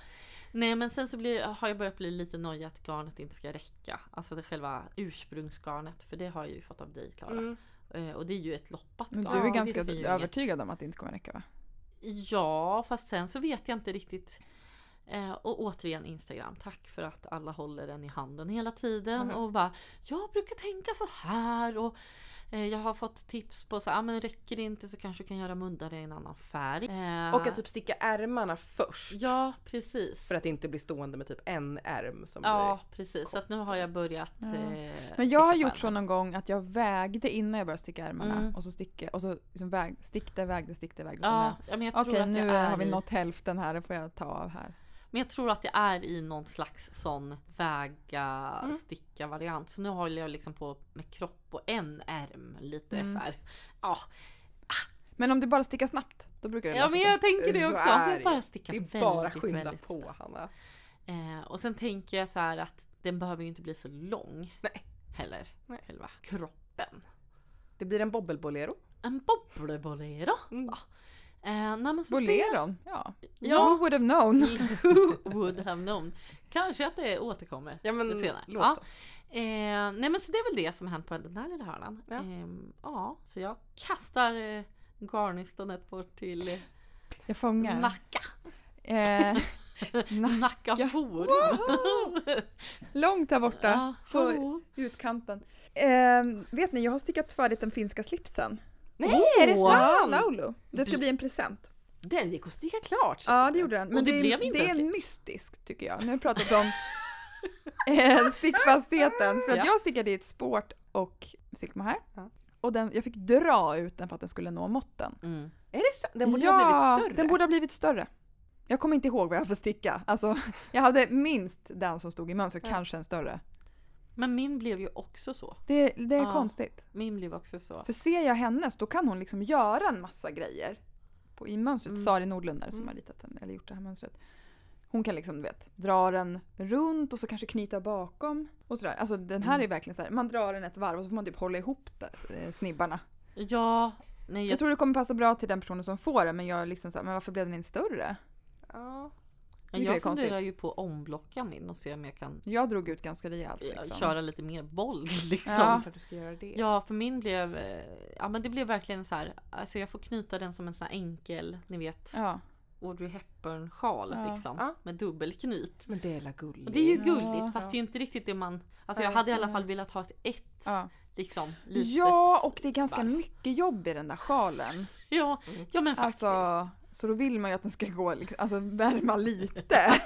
[SPEAKER 1] Nej men sen så blir, har jag börjat bli lite nöjd att garnet inte ska räcka. Alltså det själva ursprungsgarnet. För det har jag ju fått av dig Klara. Eh, och det är ju ett loppat
[SPEAKER 2] Mm. Men
[SPEAKER 1] garn.
[SPEAKER 2] du är
[SPEAKER 1] Det
[SPEAKER 2] ganska
[SPEAKER 1] finns ju inget-
[SPEAKER 2] övertygad om att det inte kommer räcka va?
[SPEAKER 1] Ja, fast sen så vet jag inte riktigt. Eh, och återigen Instagram, tack för att alla håller den i handen hela tiden
[SPEAKER 2] Mm-hmm.
[SPEAKER 3] Mhm.
[SPEAKER 1] och bara Jag brukar tänka så här och eh, jag har fått tips på så här, ah, men räcker det inte så kanske du kan göra muddare i en annan färg. Eh,
[SPEAKER 3] Och att typ sticka ärmarna först.
[SPEAKER 1] Ja, precis.
[SPEAKER 3] För att inte bli stående med typ en ärm som
[SPEAKER 1] Ja,
[SPEAKER 3] blir...
[SPEAKER 1] precis. Så att nu har jag börjat.
[SPEAKER 2] Ja.
[SPEAKER 1] eh,
[SPEAKER 2] Men jag har
[SPEAKER 1] sticka
[SPEAKER 2] gjort så någon gång att jag vägde innan jag började sticka ärmarna
[SPEAKER 1] Mm.
[SPEAKER 2] och så stickade, och så liksom väg, stickte, vägde, stickte, vägde. så
[SPEAKER 1] Ja,
[SPEAKER 2] jag-
[SPEAKER 1] ja, men jag tror
[SPEAKER 2] liksom, Okej
[SPEAKER 1] att
[SPEAKER 2] nu eh,
[SPEAKER 1] jag är
[SPEAKER 2] har vi
[SPEAKER 1] i,
[SPEAKER 2] nått hälften här, det får jag ta av här.
[SPEAKER 1] Men jag tror att jag är i någon slags sån väga
[SPEAKER 3] Mm.
[SPEAKER 1] sticka variant. Så nu håller jag liksom på med kropp och en ärm lite
[SPEAKER 2] Mm.
[SPEAKER 1] så här. Ja,
[SPEAKER 2] Men om du bara stickar snabbt, då brukar det
[SPEAKER 1] ja
[SPEAKER 2] lösa
[SPEAKER 1] men
[SPEAKER 2] sig.
[SPEAKER 1] jag tänker det
[SPEAKER 3] Så
[SPEAKER 1] också.
[SPEAKER 3] är
[SPEAKER 1] Jag
[SPEAKER 3] det.
[SPEAKER 1] bara sticka
[SPEAKER 3] Det
[SPEAKER 1] väldigt,
[SPEAKER 3] är bara skynda
[SPEAKER 1] väldigt
[SPEAKER 3] på
[SPEAKER 1] snabbt.
[SPEAKER 3] Hanna.
[SPEAKER 1] Eh, och sen tänker jag så här att den behöver ju inte bli så lång.
[SPEAKER 3] Nej.
[SPEAKER 1] Heller.
[SPEAKER 3] Nej.
[SPEAKER 1] Själva kroppen.
[SPEAKER 3] Det blir en bobbelbolero.
[SPEAKER 1] En bobblebollero.
[SPEAKER 3] Mm.
[SPEAKER 1] Eh, nej, men så det-
[SPEAKER 2] Boleron? Ja.
[SPEAKER 1] Ja.
[SPEAKER 2] Who would have known?
[SPEAKER 1] Who would have known? Kanske att det återkommer
[SPEAKER 3] Ja men
[SPEAKER 1] senare.
[SPEAKER 3] låt
[SPEAKER 1] Ja.
[SPEAKER 3] oss.
[SPEAKER 1] Eh, nej men så det är väl det som har hänt på den där lilla hörnan.
[SPEAKER 3] Ja.
[SPEAKER 1] Ehm, ja, så jag kastar eh, garnistonet bort till eh,
[SPEAKER 2] Jag fångar.
[SPEAKER 1] Nacka.
[SPEAKER 2] eh, na-
[SPEAKER 1] Nacka forum.
[SPEAKER 2] långt här borta.
[SPEAKER 1] Ja,
[SPEAKER 2] På-
[SPEAKER 1] hallå.
[SPEAKER 2] Utkanten. Eh, vet ni, jag har stickat färdigt den finska slipsen.
[SPEAKER 3] Nej, är det
[SPEAKER 1] Åh!
[SPEAKER 2] Ja,
[SPEAKER 3] sant?
[SPEAKER 2] Laulu. Det ska
[SPEAKER 1] Bli-
[SPEAKER 2] bli en present.
[SPEAKER 3] Den gick att sticka klart.
[SPEAKER 2] Ja, det gjorde den. Men
[SPEAKER 1] Och det
[SPEAKER 2] är,
[SPEAKER 1] blev inte
[SPEAKER 2] det
[SPEAKER 1] en
[SPEAKER 2] är
[SPEAKER 1] slips.
[SPEAKER 2] mystiskt tycker jag. Nu har vi pratat om eh, stickfastheten. För att
[SPEAKER 3] Ja.
[SPEAKER 2] jag stickade i ett sport och silkmohair.
[SPEAKER 3] Ja.
[SPEAKER 2] Och den, jag fick dra ut den för att den skulle nå måtten.
[SPEAKER 1] Mm.
[SPEAKER 3] Är det sant? Den borde ju
[SPEAKER 2] ja,
[SPEAKER 3] ha blivit större.
[SPEAKER 2] Den borde ha blivit större. Jag kommer inte ihåg vad jag får sticka. Alltså, jag hade minst den som stod i mönster,
[SPEAKER 3] Ja.
[SPEAKER 2] kanske en större.
[SPEAKER 1] Men min blev ju också så.
[SPEAKER 2] Det, det är
[SPEAKER 1] Ja.
[SPEAKER 2] konstigt.
[SPEAKER 1] Min blev också så.
[SPEAKER 2] För ser jag hennes då kan hon liksom göra en massa grejer. På, I mönstret,
[SPEAKER 1] Mm.
[SPEAKER 2] Sari Nordlund är det som
[SPEAKER 3] Mm.
[SPEAKER 2] har ritat den, eller gjort det här mönstret. Hon kan liksom du vet, dra den runt och så kanske knyta bakom. Och sådär. Alltså den här
[SPEAKER 1] Mm.
[SPEAKER 2] är verkligen så här, man drar den ett varv och så får man typ hålla ihop det, eh, snibbarna.
[SPEAKER 1] Ja, nej
[SPEAKER 2] Jag,
[SPEAKER 1] jag,
[SPEAKER 2] tror det kommer passa bra till den personen som får den men jag är liksom såhär, men varför blev den inte större?
[SPEAKER 3] Ja.
[SPEAKER 1] jag,
[SPEAKER 2] tycker det är
[SPEAKER 1] funderar
[SPEAKER 2] konstigt.
[SPEAKER 1] ju på att omblocka min och se om jag kan
[SPEAKER 2] Jag drog ut ganska rejält
[SPEAKER 1] eh,
[SPEAKER 2] liksom.
[SPEAKER 1] köra lite mer våld liksom.
[SPEAKER 3] Det är
[SPEAKER 1] Ja.
[SPEAKER 2] Ja.
[SPEAKER 3] klart du ska göra det.
[SPEAKER 1] för min blev, eh, ja men det blev verkligen så här, alltså jag får knyta den som en sån här enkel, ni vet,
[SPEAKER 2] Ja.
[SPEAKER 1] Audrey Hepburn-sjal
[SPEAKER 2] Ja.
[SPEAKER 1] liksom.
[SPEAKER 3] Ja.
[SPEAKER 1] Med dubbelknyt.
[SPEAKER 3] Men det är la
[SPEAKER 1] Och
[SPEAKER 3] gulligt.
[SPEAKER 1] det är ju
[SPEAKER 2] Ja,
[SPEAKER 1] gulligt
[SPEAKER 2] ja.
[SPEAKER 1] fast det är ju inte riktigt det man, alltså jag
[SPEAKER 2] Nej,
[SPEAKER 1] hade i alla
[SPEAKER 2] nej.
[SPEAKER 1] fall velat ha ett ett
[SPEAKER 2] Ja.
[SPEAKER 1] liksom litet
[SPEAKER 2] ja, och det är ganska
[SPEAKER 1] varv.
[SPEAKER 2] mycket jobb i den där sjalen.
[SPEAKER 1] Ja,
[SPEAKER 3] Mm.
[SPEAKER 1] ja men faktiskt.
[SPEAKER 2] Alltså, så då vill man ju att den ska gå, liksom, alltså värma lite.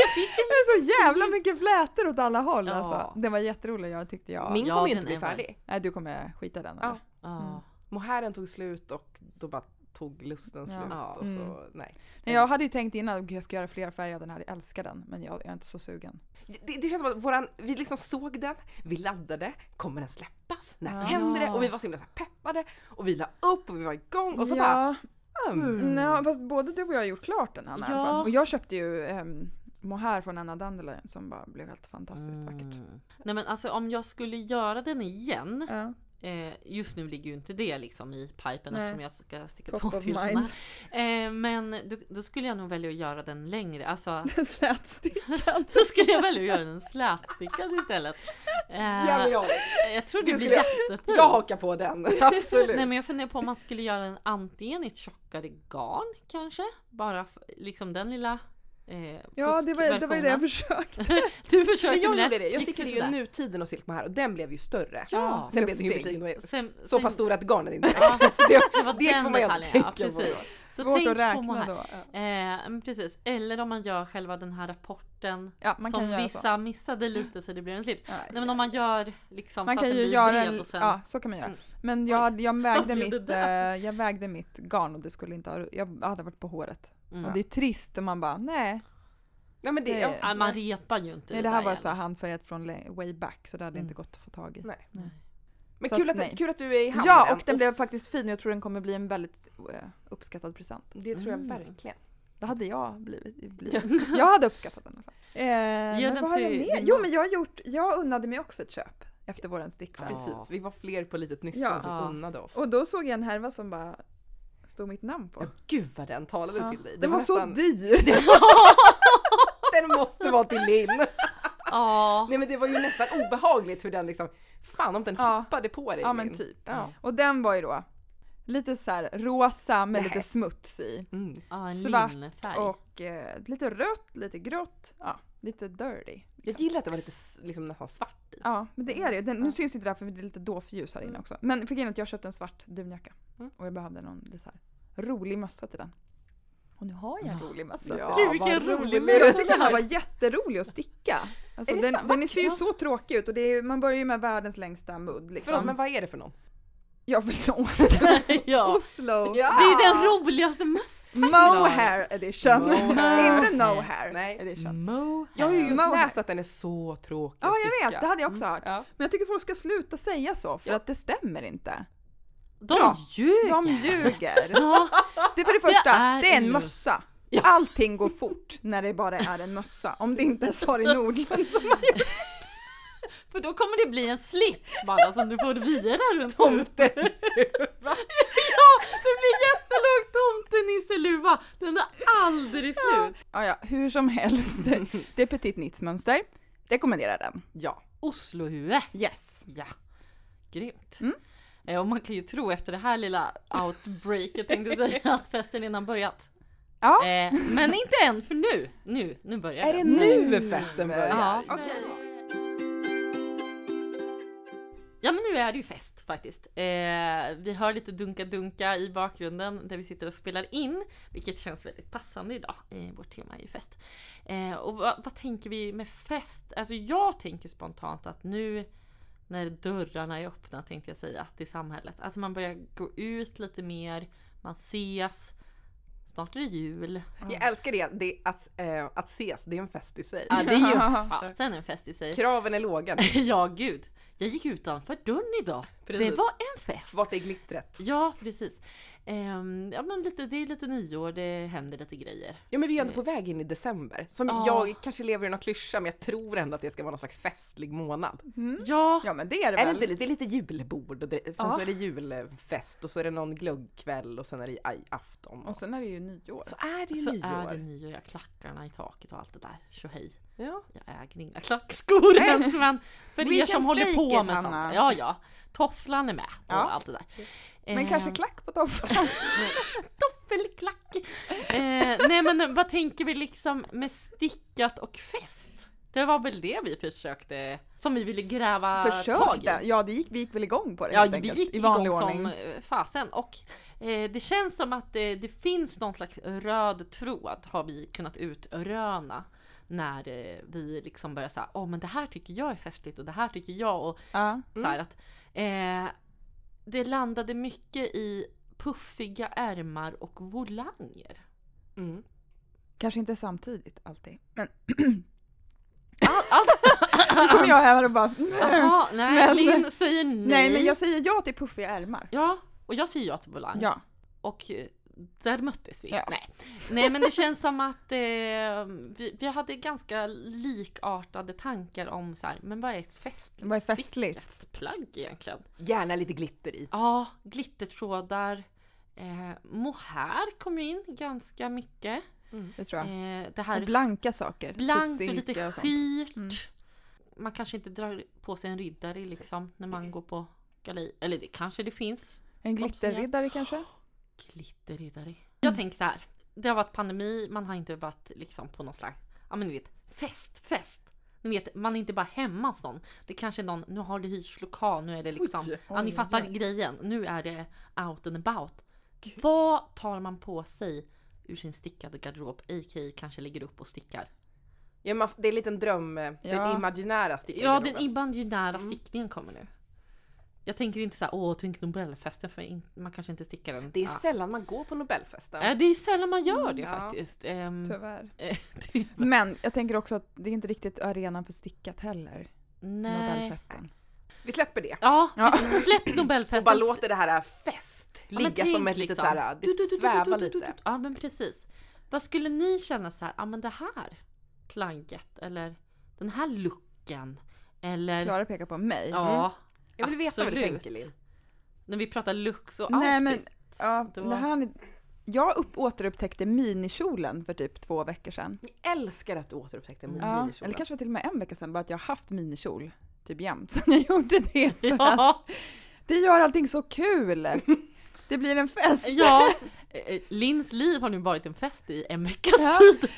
[SPEAKER 1] jag fick
[SPEAKER 2] Det är så jävla mycket flätor åt alla håll
[SPEAKER 1] Ja.
[SPEAKER 2] alltså. Den var jätterolig att göra tyckte jag.
[SPEAKER 3] Min
[SPEAKER 1] Ja,
[SPEAKER 3] kommer ju
[SPEAKER 1] den
[SPEAKER 3] inte bli
[SPEAKER 1] är väl-
[SPEAKER 3] färdig.
[SPEAKER 2] Nej du kommer skita den
[SPEAKER 3] Ja.
[SPEAKER 2] eller? Mm,
[SPEAKER 1] Ja.
[SPEAKER 3] Mohären tog slut och då bara tog lusten
[SPEAKER 2] Ja.
[SPEAKER 3] slut.
[SPEAKER 1] Ja.
[SPEAKER 3] Och så,
[SPEAKER 2] Mm.
[SPEAKER 3] nej.
[SPEAKER 2] Nej, jag hade ju tänkt innan att jag ska göra fler färger av den här, jag älskar den. Men jag, jag är inte så sugen.
[SPEAKER 3] Det, det känns som att våran, vi liksom såg den, vi laddade, kommer den släppas? När
[SPEAKER 2] Ja.
[SPEAKER 3] händer det? Och vi var så himla så här peppade och vi la upp och vi var igång och så bara
[SPEAKER 2] ja.
[SPEAKER 3] um.
[SPEAKER 2] Mm. ja, fast både du och jag har gjort klart den här i alla
[SPEAKER 1] Ja.
[SPEAKER 2] fall. Och jag köpte ju ehm, mohair från Anna Dandelion som bara blev helt fantastiskt vackert.
[SPEAKER 1] Mm. Nej men alltså om jag skulle göra den igen.
[SPEAKER 2] Ja.
[SPEAKER 1] Eh, just nu ligger ju inte det liksom i pipen
[SPEAKER 2] Nej.
[SPEAKER 1] eftersom jag ska sticka
[SPEAKER 2] Top
[SPEAKER 1] två
[SPEAKER 2] of
[SPEAKER 1] till såna.
[SPEAKER 2] mind.
[SPEAKER 1] Eh, men då, då skulle jag nog välja att göra den längre. Alltså
[SPEAKER 2] Slätstickad.
[SPEAKER 1] då skulle jag välja att göra den slätstickad istället. Eh,
[SPEAKER 3] Jävlar, jag,
[SPEAKER 1] jag tror det,
[SPEAKER 3] det
[SPEAKER 1] blir
[SPEAKER 3] skulle
[SPEAKER 1] jättefint.
[SPEAKER 3] jag hakar på den, absolut.
[SPEAKER 1] Nej men jag funderar på om man skulle göra en antingen i ett tjockare garn kanske. Bara f- liksom den lilla eh,
[SPEAKER 2] Ja, det var, det var ju det jag
[SPEAKER 1] fuskversionen.
[SPEAKER 2] försöckte.
[SPEAKER 1] Du försökte
[SPEAKER 3] Men jag
[SPEAKER 1] med
[SPEAKER 3] gjorde det, jag
[SPEAKER 1] Gick
[SPEAKER 3] stickade ju
[SPEAKER 1] sådär?
[SPEAKER 3] nutiden och silkmohair och den blev ju större.
[SPEAKER 1] Ja.
[SPEAKER 3] Sen blev den ju
[SPEAKER 2] Luftig.
[SPEAKER 3] betydligt
[SPEAKER 1] Sen-
[SPEAKER 3] så
[SPEAKER 1] sen-
[SPEAKER 3] pass stor att garnet inte
[SPEAKER 1] Ja, det var
[SPEAKER 3] Det
[SPEAKER 1] den
[SPEAKER 3] får man ju inte
[SPEAKER 1] detaljen. Ja,
[SPEAKER 3] tänka på
[SPEAKER 1] precis.
[SPEAKER 3] då.
[SPEAKER 1] Så
[SPEAKER 2] Svårt
[SPEAKER 1] tänk
[SPEAKER 2] att
[SPEAKER 1] på
[SPEAKER 2] räkna
[SPEAKER 1] mohair.
[SPEAKER 2] då.
[SPEAKER 1] Eh, men precis. Eller om man gör själva den här rapporten
[SPEAKER 2] Ja, man kan
[SPEAKER 1] som
[SPEAKER 2] göra
[SPEAKER 1] vissa
[SPEAKER 2] så.
[SPEAKER 1] missade lite så det blir en slips.
[SPEAKER 2] Ja,
[SPEAKER 1] Nej men om man gör liksom
[SPEAKER 2] Man
[SPEAKER 1] så att
[SPEAKER 2] kan
[SPEAKER 1] den
[SPEAKER 2] ju
[SPEAKER 1] blir
[SPEAKER 2] göra
[SPEAKER 1] bred
[SPEAKER 2] en,
[SPEAKER 1] och sen...
[SPEAKER 2] ja så kan man göra.
[SPEAKER 1] Mm.
[SPEAKER 2] Men jag, hade- jag, vägde
[SPEAKER 1] blev det
[SPEAKER 2] mitt,
[SPEAKER 1] där?
[SPEAKER 2] eh, jag vägde mitt garn och det skulle inte ha, jag hade varit på håret.
[SPEAKER 1] Mm.
[SPEAKER 2] Och det är trist om man bara nej,
[SPEAKER 3] Nej men det,
[SPEAKER 2] Nej.
[SPEAKER 3] ja,
[SPEAKER 1] Ja, man repar ju inte
[SPEAKER 2] nej det här
[SPEAKER 1] där
[SPEAKER 2] var
[SPEAKER 1] igen.
[SPEAKER 2] så här handfärgat från le- way back så det hade
[SPEAKER 1] Mm.
[SPEAKER 2] inte gått att få tag i.
[SPEAKER 3] Nej. men
[SPEAKER 2] Så
[SPEAKER 3] kul
[SPEAKER 2] att
[SPEAKER 3] att,
[SPEAKER 2] nej.
[SPEAKER 3] kul att du är i hamn
[SPEAKER 2] Ja
[SPEAKER 3] än.
[SPEAKER 2] och den blev faktiskt fin och jag tror den kommer bli en väldigt eh, uppskattad present.
[SPEAKER 3] Det tror jag
[SPEAKER 1] Mm.
[SPEAKER 3] verkligen.
[SPEAKER 2] Det hade jag blivit. blivit. jag hade uppskattat den i alla fall. Eh,
[SPEAKER 1] Ge
[SPEAKER 2] men
[SPEAKER 1] den
[SPEAKER 2] vad har jag
[SPEAKER 1] till
[SPEAKER 2] mer?
[SPEAKER 1] din
[SPEAKER 2] Jo
[SPEAKER 1] man.
[SPEAKER 2] men jag har gjort, jag unnade mig också ett köp efter våran stickfest.
[SPEAKER 1] Ja.
[SPEAKER 3] Precis, vi var fler på Litet Nystan
[SPEAKER 2] Ja.
[SPEAKER 1] Ja.
[SPEAKER 3] som unnade oss.
[SPEAKER 2] Och då såg jag en härva som bara stod mitt namn på.
[SPEAKER 3] Ja, gud vad den talade
[SPEAKER 2] Ja.
[SPEAKER 3] till dig. Det
[SPEAKER 2] Den var,
[SPEAKER 3] nästan-
[SPEAKER 2] så dyr!
[SPEAKER 3] Den måste vara till Linn!
[SPEAKER 1] Ja.
[SPEAKER 3] Nej men det var ju nästan obehagligt hur den liksom, fan om den
[SPEAKER 2] Ja.
[SPEAKER 3] hoppade på dig
[SPEAKER 2] Ja men
[SPEAKER 3] Linn.
[SPEAKER 2] typ.
[SPEAKER 3] Ja.
[SPEAKER 2] Och den var ju då lite så här rosa med
[SPEAKER 3] Nej.
[SPEAKER 2] lite smuts i.
[SPEAKER 3] Mm.
[SPEAKER 1] Ja, en
[SPEAKER 2] Svart
[SPEAKER 1] linnefärg.
[SPEAKER 2] Och eh, lite rött, lite grått, ja, lite dirty.
[SPEAKER 3] Jag
[SPEAKER 2] Liksom.
[SPEAKER 3] gillar att det var lite s- liksom, nästan svart i.
[SPEAKER 2] Ja, men det är det ju. Den,
[SPEAKER 3] Ja.
[SPEAKER 2] nu syns inte det här för det är lite dovt ljus här inne
[SPEAKER 3] Mm.
[SPEAKER 2] också. Men för grejen är att jag köpte en svart dunjacka
[SPEAKER 3] Mm.
[SPEAKER 2] och jag behövde någon lite så här rolig mössa till den. Och nu har jag en
[SPEAKER 1] Ja.
[SPEAKER 2] rolig mössa.
[SPEAKER 3] Ja,
[SPEAKER 1] Gud vilken
[SPEAKER 3] vad
[SPEAKER 1] rolig
[SPEAKER 3] roligt.
[SPEAKER 1] mössa
[SPEAKER 2] Jag tyckte den här var jätterolig att sticka. Alltså,
[SPEAKER 3] Är det
[SPEAKER 2] den,
[SPEAKER 3] sant?
[SPEAKER 2] den ser ju
[SPEAKER 1] Ja.
[SPEAKER 2] så tråkig ut och det är, ju- man börjar ju med världens längsta mudd liksom.
[SPEAKER 3] Förlåt men vad är det för någon?
[SPEAKER 2] Ja förlåt.
[SPEAKER 1] ja.
[SPEAKER 2] Oslo.
[SPEAKER 1] Det är ju den roligaste mössan!
[SPEAKER 2] Mohair edition.
[SPEAKER 3] Mohair.
[SPEAKER 2] Inte no hair Mm.
[SPEAKER 3] Nej.
[SPEAKER 2] edition.
[SPEAKER 3] Jag har ju just
[SPEAKER 2] Mohair.
[SPEAKER 3] läst att den är så tråkig
[SPEAKER 2] Ja
[SPEAKER 3] att
[SPEAKER 2] jag vet,
[SPEAKER 3] sticka.
[SPEAKER 2] det hade jag också hört.
[SPEAKER 3] Ja.
[SPEAKER 2] Men jag tycker folk ska sluta säga så för att det stämmer inte.
[SPEAKER 1] De
[SPEAKER 2] Bra.
[SPEAKER 1] ljuger!
[SPEAKER 2] De ljuger.
[SPEAKER 1] Ja.
[SPEAKER 2] Det är för det första, det
[SPEAKER 1] är
[SPEAKER 2] är, en
[SPEAKER 1] en
[SPEAKER 2] mössa. Allting går fort när det bara är en mössa. Om det inte är Sari Nordlund som har gjort
[SPEAKER 1] För då kommer det bli en slips bara som du får vira runt
[SPEAKER 3] Tomten.
[SPEAKER 1] Ja, det blir jättelång tomtenisseluva! Den är aldrig slut!
[SPEAKER 2] ja, ja, hur som helst. Det är Petit Nits mönster. Rekommenderar den.
[SPEAKER 3] Ja.
[SPEAKER 1] Oslohue!
[SPEAKER 2] Yes.
[SPEAKER 1] Ja, grymt.
[SPEAKER 2] Mm.
[SPEAKER 1] Eh, Och man kan ju tro efter det här lilla outbreaket tänkte jag säga att festen innan börjat.
[SPEAKER 2] Ja.
[SPEAKER 1] Eh, men inte än för nu, nu, nu börjar
[SPEAKER 3] Är det
[SPEAKER 1] den.
[SPEAKER 3] nu festen börjar?
[SPEAKER 1] Ja,
[SPEAKER 2] Okej.
[SPEAKER 1] Ja men nu är det ju fest faktiskt. Eh, vi hör lite dunka-dunka i bakgrunden där vi sitter och spelar in. Vilket känns väldigt passande idag. Eh, vårt tema är ju fest. Eh, och vad, vad tänker vi med fest? Alltså jag tänker spontant att nu när dörrarna är öppna tänkte jag säga till samhället. Alltså man börjar gå ut lite mer, man ses. Snart är det jul.
[SPEAKER 3] Jag älskar det, det är att, eh, att ses, det är en fest i sig.
[SPEAKER 1] Ja det är ju fasen en fest i sig.
[SPEAKER 3] Kraven är låga nu.
[SPEAKER 1] Ja gud. Jag gick utanför dörren idag.
[SPEAKER 3] Precis.
[SPEAKER 1] Det var en fest.
[SPEAKER 3] Vart är glittret?
[SPEAKER 1] Ja, precis. Ehm, ja, men lite, det är lite nyår, det händer lite grejer.
[SPEAKER 3] Ja men vi är ändå på väg in i december. Som
[SPEAKER 1] Ja.
[SPEAKER 3] jag kanske lever i någon klyscha men jag tror ändå att det ska vara någon slags festlig månad.
[SPEAKER 1] Ja,
[SPEAKER 2] Ja men det är det
[SPEAKER 3] Är det,
[SPEAKER 2] väl.
[SPEAKER 3] inte, lite- det är lite julbord och det, sen
[SPEAKER 2] Ja.
[SPEAKER 3] så är det julfest och så är det någon glöggkväll och sen är det aj, afton.
[SPEAKER 2] Och sen är det ju nyår.
[SPEAKER 3] så är det ju
[SPEAKER 1] så
[SPEAKER 3] nyår.
[SPEAKER 1] är det nyår, ja, klackarna i taket och allt det där. Tjohej.
[SPEAKER 3] Ja.
[SPEAKER 1] Jag äger inga klackskor ens men för er
[SPEAKER 2] Vilken
[SPEAKER 1] som håller på
[SPEAKER 2] fliken,
[SPEAKER 1] med
[SPEAKER 2] Hanna.
[SPEAKER 1] sånt. Ja, ja. Tofflan är med och
[SPEAKER 2] Ja.
[SPEAKER 1] allt det där.
[SPEAKER 2] Men
[SPEAKER 1] Ehm,
[SPEAKER 2] kanske klack på tofflan.
[SPEAKER 1] Toffelklack! Eh, nej men vad tänker vi liksom med stickat och fest? Det var väl det vi försökte, som vi ville gräva tag i.
[SPEAKER 2] Försökte. Ja det gick, vi gick väl igång på det
[SPEAKER 1] Ja,
[SPEAKER 2] helt
[SPEAKER 1] vi
[SPEAKER 2] enkelt.
[SPEAKER 1] gick
[SPEAKER 2] I vanlig
[SPEAKER 1] igång
[SPEAKER 2] ordning.
[SPEAKER 1] som eh, fasen och eh, det känns som att det, det finns någon slags röd tråd har vi kunnat utröna när eh, vi liksom börjar säga åh men det här tycker jag är festligt och det här tycker jag och
[SPEAKER 2] Ja.
[SPEAKER 1] så här att eh, det landade mycket i puffiga ärmar och volanger.
[SPEAKER 3] Mm.
[SPEAKER 2] Kanske inte samtidigt alltid. Men
[SPEAKER 1] All, all...
[SPEAKER 2] nu kommer jag här och bara
[SPEAKER 1] Jaha, nej
[SPEAKER 2] Men-
[SPEAKER 1] Linn säger nej.
[SPEAKER 2] Nej men jag säger ja till puffiga ärmar.
[SPEAKER 1] Ja, och jag säger ja till volang.
[SPEAKER 2] Ja.
[SPEAKER 1] Och eh, där möttes vi.
[SPEAKER 2] Ja.
[SPEAKER 1] Nej. Nej men det känns som att eh, vi, vi hade ganska likartade tankar om så här, men vad är ett festligt
[SPEAKER 2] Vad är festligt?
[SPEAKER 1] plagg egentligen?
[SPEAKER 3] Gärna lite glitter i.
[SPEAKER 1] Ja, glittertrådar. Eh, mohair kom ju in ganska mycket.
[SPEAKER 2] Det tror jag.
[SPEAKER 1] Eh, det
[SPEAKER 2] Och
[SPEAKER 1] här
[SPEAKER 2] blanka saker.
[SPEAKER 1] blankt och
[SPEAKER 2] silke
[SPEAKER 1] lite
[SPEAKER 2] sånt.
[SPEAKER 1] skirt.
[SPEAKER 2] Mm.
[SPEAKER 1] Man kanske inte drar på sig en riddare liksom när man går på galej. Eller det kanske det finns
[SPEAKER 2] En
[SPEAKER 1] Något som jag-
[SPEAKER 2] glitterriddare kanske?
[SPEAKER 1] Glitterriddare.
[SPEAKER 2] Mm.
[SPEAKER 1] Jag tänker så här. Det har varit pandemi, man har inte varit liksom på någon slags, ja men ni vet, fest, fest. Ni vet, man är inte bara hemma hos någon. Det kanske är någon, nu har det hyrts lokal, nu är det liksom,
[SPEAKER 3] Oj.
[SPEAKER 1] ja ni
[SPEAKER 2] Oj,
[SPEAKER 1] fattar
[SPEAKER 2] oj.
[SPEAKER 1] grejen. Nu är det out and about. Vad tar man på sig ur sin stickade garderob, a.k.a. kanske lägger upp och stickar?
[SPEAKER 3] Ja, man, det är en liten dröm, eh,
[SPEAKER 2] Ja.
[SPEAKER 3] den imaginära stickan
[SPEAKER 1] Ja,
[SPEAKER 3] i
[SPEAKER 1] den
[SPEAKER 3] garderoben.
[SPEAKER 1] imaginära
[SPEAKER 3] Typ, Mm.
[SPEAKER 1] stickningen kommer nu. Jag tänker inte så här, åh tänk Nobelfesten för in- man kanske inte stickar den.
[SPEAKER 3] Det är
[SPEAKER 1] ja. Äh.
[SPEAKER 3] sällan man går på Nobelfesten.
[SPEAKER 1] Ja, det är sällan man gör det
[SPEAKER 3] Ja. Typ. Mm.
[SPEAKER 1] faktiskt. Ehm,
[SPEAKER 2] Tyvärr.
[SPEAKER 1] Eh, det-
[SPEAKER 2] Mm. Men jag tänker också att det är inte riktigt arenan för stickat heller.
[SPEAKER 1] Nej.
[SPEAKER 2] Nobelfesten.
[SPEAKER 3] Vi släpper det.
[SPEAKER 1] Ja,
[SPEAKER 2] Ja.
[SPEAKER 1] visst, släpp Nobelfesten.
[SPEAKER 3] Och bara låter det här eh, fest
[SPEAKER 1] Ja, men
[SPEAKER 3] ligga
[SPEAKER 1] tänk
[SPEAKER 3] som ett litet
[SPEAKER 1] liksom.
[SPEAKER 3] såhär,
[SPEAKER 1] Du, du, du, du,
[SPEAKER 3] det
[SPEAKER 1] du,
[SPEAKER 3] svävar
[SPEAKER 1] du, du, du, du.
[SPEAKER 3] lite.
[SPEAKER 1] Ja men precis. Vad skulle ni känna så här, ja men det här plagget eller den här looken eller
[SPEAKER 2] Klara pekar på mig. Mm.
[SPEAKER 1] ja.
[SPEAKER 3] Mm. Jag vill veta vad du
[SPEAKER 1] absolut.
[SPEAKER 3] tänker Linn.
[SPEAKER 1] När vi pratar looks och
[SPEAKER 2] Nej, men-
[SPEAKER 1] outfits.
[SPEAKER 2] Ja,
[SPEAKER 1] då-
[SPEAKER 2] det här, är- jag upp, återupptäckte minikjolen för typ två veckor sedan.
[SPEAKER 3] Jag älskar att du återupptäckte min
[SPEAKER 2] Ja,
[SPEAKER 3] minikjolen.
[SPEAKER 2] eller kanske till och med en vecka sedan, bara att jag har haft minikjol typ jämt sen jag gjorde det. För att
[SPEAKER 1] Ja,
[SPEAKER 2] det gör allting så kul! Det blir en fest!
[SPEAKER 1] ja. Eh, Linns liv har nu varit en fest i en veckas
[SPEAKER 2] Ja.
[SPEAKER 1] tid.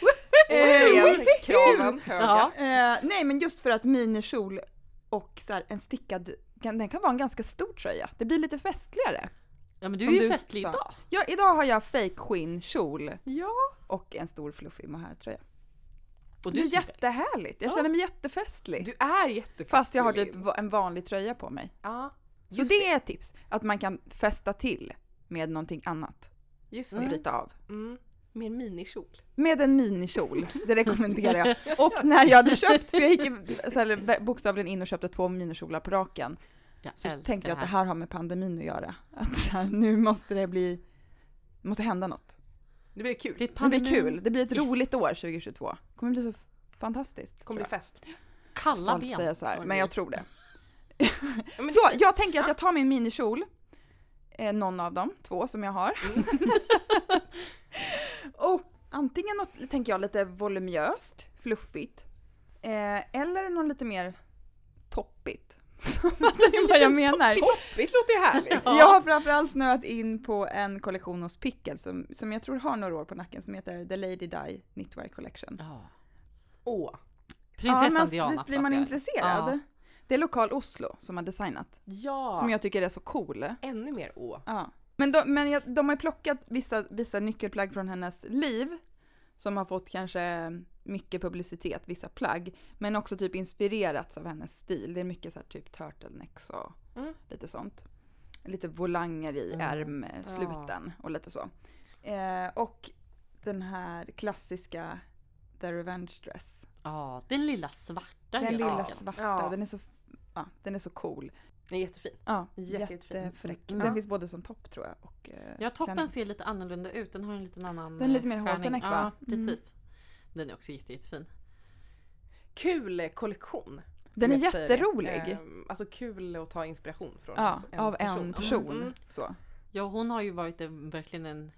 [SPEAKER 3] Återigen,
[SPEAKER 2] Woho!
[SPEAKER 3] Eh, kraven höga.
[SPEAKER 1] Ja.
[SPEAKER 2] Eh, nej men just för att minikjol och så här, en stickad, kan, den kan vara en ganska stor tröja. Det blir lite festligare.
[SPEAKER 1] Ja men du
[SPEAKER 2] Som
[SPEAKER 1] är ju
[SPEAKER 2] du
[SPEAKER 1] festlig
[SPEAKER 2] sa.
[SPEAKER 1] idag.
[SPEAKER 2] Ja, idag har jag fake skinnkjol
[SPEAKER 3] Ja.
[SPEAKER 2] och en stor fluffig mohairtröja.
[SPEAKER 1] Och
[SPEAKER 2] Det
[SPEAKER 1] du
[SPEAKER 2] är
[SPEAKER 1] ser väl-
[SPEAKER 2] jättehärligt, jag
[SPEAKER 3] Ja.
[SPEAKER 2] känner mig jättefestlig.
[SPEAKER 3] Du är jättefestlig
[SPEAKER 2] Fast jag har typ
[SPEAKER 3] Linn.
[SPEAKER 2] va- en vanlig tröja på mig.
[SPEAKER 3] Ja.
[SPEAKER 2] Så
[SPEAKER 3] Just
[SPEAKER 2] det är ett tips, att man kan fästa till med någonting annat
[SPEAKER 3] Just
[SPEAKER 2] och
[SPEAKER 3] det.
[SPEAKER 2] bryta av.
[SPEAKER 3] Mm. Med en minikjol.
[SPEAKER 2] Med en minikjol, det rekommenderar jag. Och när jag hade köpt, för jag gick så här, bokstavligen in och köpte två minikjolar på raken,
[SPEAKER 1] Jag
[SPEAKER 2] så
[SPEAKER 1] älskar
[SPEAKER 2] tänkte jag att det här har med pandemin att göra. Att så här, nu måste det bli, måste hända något.
[SPEAKER 3] Nu blir det kul.
[SPEAKER 1] Det är
[SPEAKER 2] Det blir
[SPEAKER 1] pandemin.
[SPEAKER 2] kul, det blir ett
[SPEAKER 1] Yes.
[SPEAKER 2] roligt år 2022. Det kommer bli så fantastiskt.
[SPEAKER 3] Det kommer bli
[SPEAKER 2] tror
[SPEAKER 3] fest.
[SPEAKER 2] jag.
[SPEAKER 1] Kalla
[SPEAKER 2] Svalt
[SPEAKER 1] ben.
[SPEAKER 2] säga så här,
[SPEAKER 1] Oj,
[SPEAKER 2] men jag tror det.
[SPEAKER 3] Ja, men
[SPEAKER 2] Så jag tänker att jag tar min minikjol, eh, någon av dem, två som jag har.
[SPEAKER 1] Mm.
[SPEAKER 2] och antingen något, tänker jag, lite volumöst, fluffigt. Eh, eller någon lite mer toppigt. det är vad jag menar.
[SPEAKER 3] Toppigt låter ju härligt!
[SPEAKER 1] Ja.
[SPEAKER 2] Jag har framförallt snöat in på en kollektion hos Pickle som, som jag tror har några år på nacken som heter The Lady Di Knitwear Collection.
[SPEAKER 1] Ja.
[SPEAKER 3] Åh,
[SPEAKER 1] Prinsessan
[SPEAKER 2] ja, men
[SPEAKER 1] Diana.
[SPEAKER 2] visst blir man
[SPEAKER 1] pratar jag.
[SPEAKER 2] intresserad?
[SPEAKER 1] Ja.
[SPEAKER 2] Det är lokal Oslo som har designat,
[SPEAKER 1] Ja.
[SPEAKER 2] som jag tycker är så cool.
[SPEAKER 3] ännu mer å.
[SPEAKER 2] Ja. Men, de, men jag, de har ju plockat vissa, vissa nyckelplagg från hennes liv som har fått kanske mycket publicitet, vissa plagg, men också typ inspirerats av hennes stil. Det är mycket så här typ turtlenecks och
[SPEAKER 3] Mm.
[SPEAKER 2] lite sånt. Lite volanger i
[SPEAKER 1] Mm.
[SPEAKER 2] ärmsluten och lite så. Eh, och den här klassiska The Revenge Dress.
[SPEAKER 1] ja, den lilla svarta
[SPEAKER 2] Den
[SPEAKER 1] helt
[SPEAKER 2] lilla
[SPEAKER 1] enkelt.
[SPEAKER 2] svarta,
[SPEAKER 3] Ja.
[SPEAKER 2] den, är så, ja, den är så cool.
[SPEAKER 3] Den är jättefin.
[SPEAKER 2] Ja,
[SPEAKER 3] Jätte-
[SPEAKER 2] jättefräck.
[SPEAKER 3] Mm.
[SPEAKER 2] Den
[SPEAKER 3] Ja.
[SPEAKER 2] finns både som topp tror jag och eh,
[SPEAKER 1] Ja, toppen
[SPEAKER 2] klänning.
[SPEAKER 1] ser lite annorlunda ut. Den har en liten annan
[SPEAKER 2] Den är lite
[SPEAKER 1] eh,
[SPEAKER 2] mer
[SPEAKER 1] skärning.
[SPEAKER 2] halterneck, va? Mm.
[SPEAKER 1] Ja, precis. Den är också jätte, jättefin.
[SPEAKER 3] Kul eh, kollektion.
[SPEAKER 2] Den är
[SPEAKER 3] om jag säger det.
[SPEAKER 1] eh,
[SPEAKER 2] jätterolig.
[SPEAKER 3] Ehm, alltså kul att ta inspiration från
[SPEAKER 2] ja,
[SPEAKER 3] alltså,
[SPEAKER 2] av en person.
[SPEAKER 3] Mm.
[SPEAKER 2] Så.
[SPEAKER 1] Ja, hon har ju varit en, verkligen en,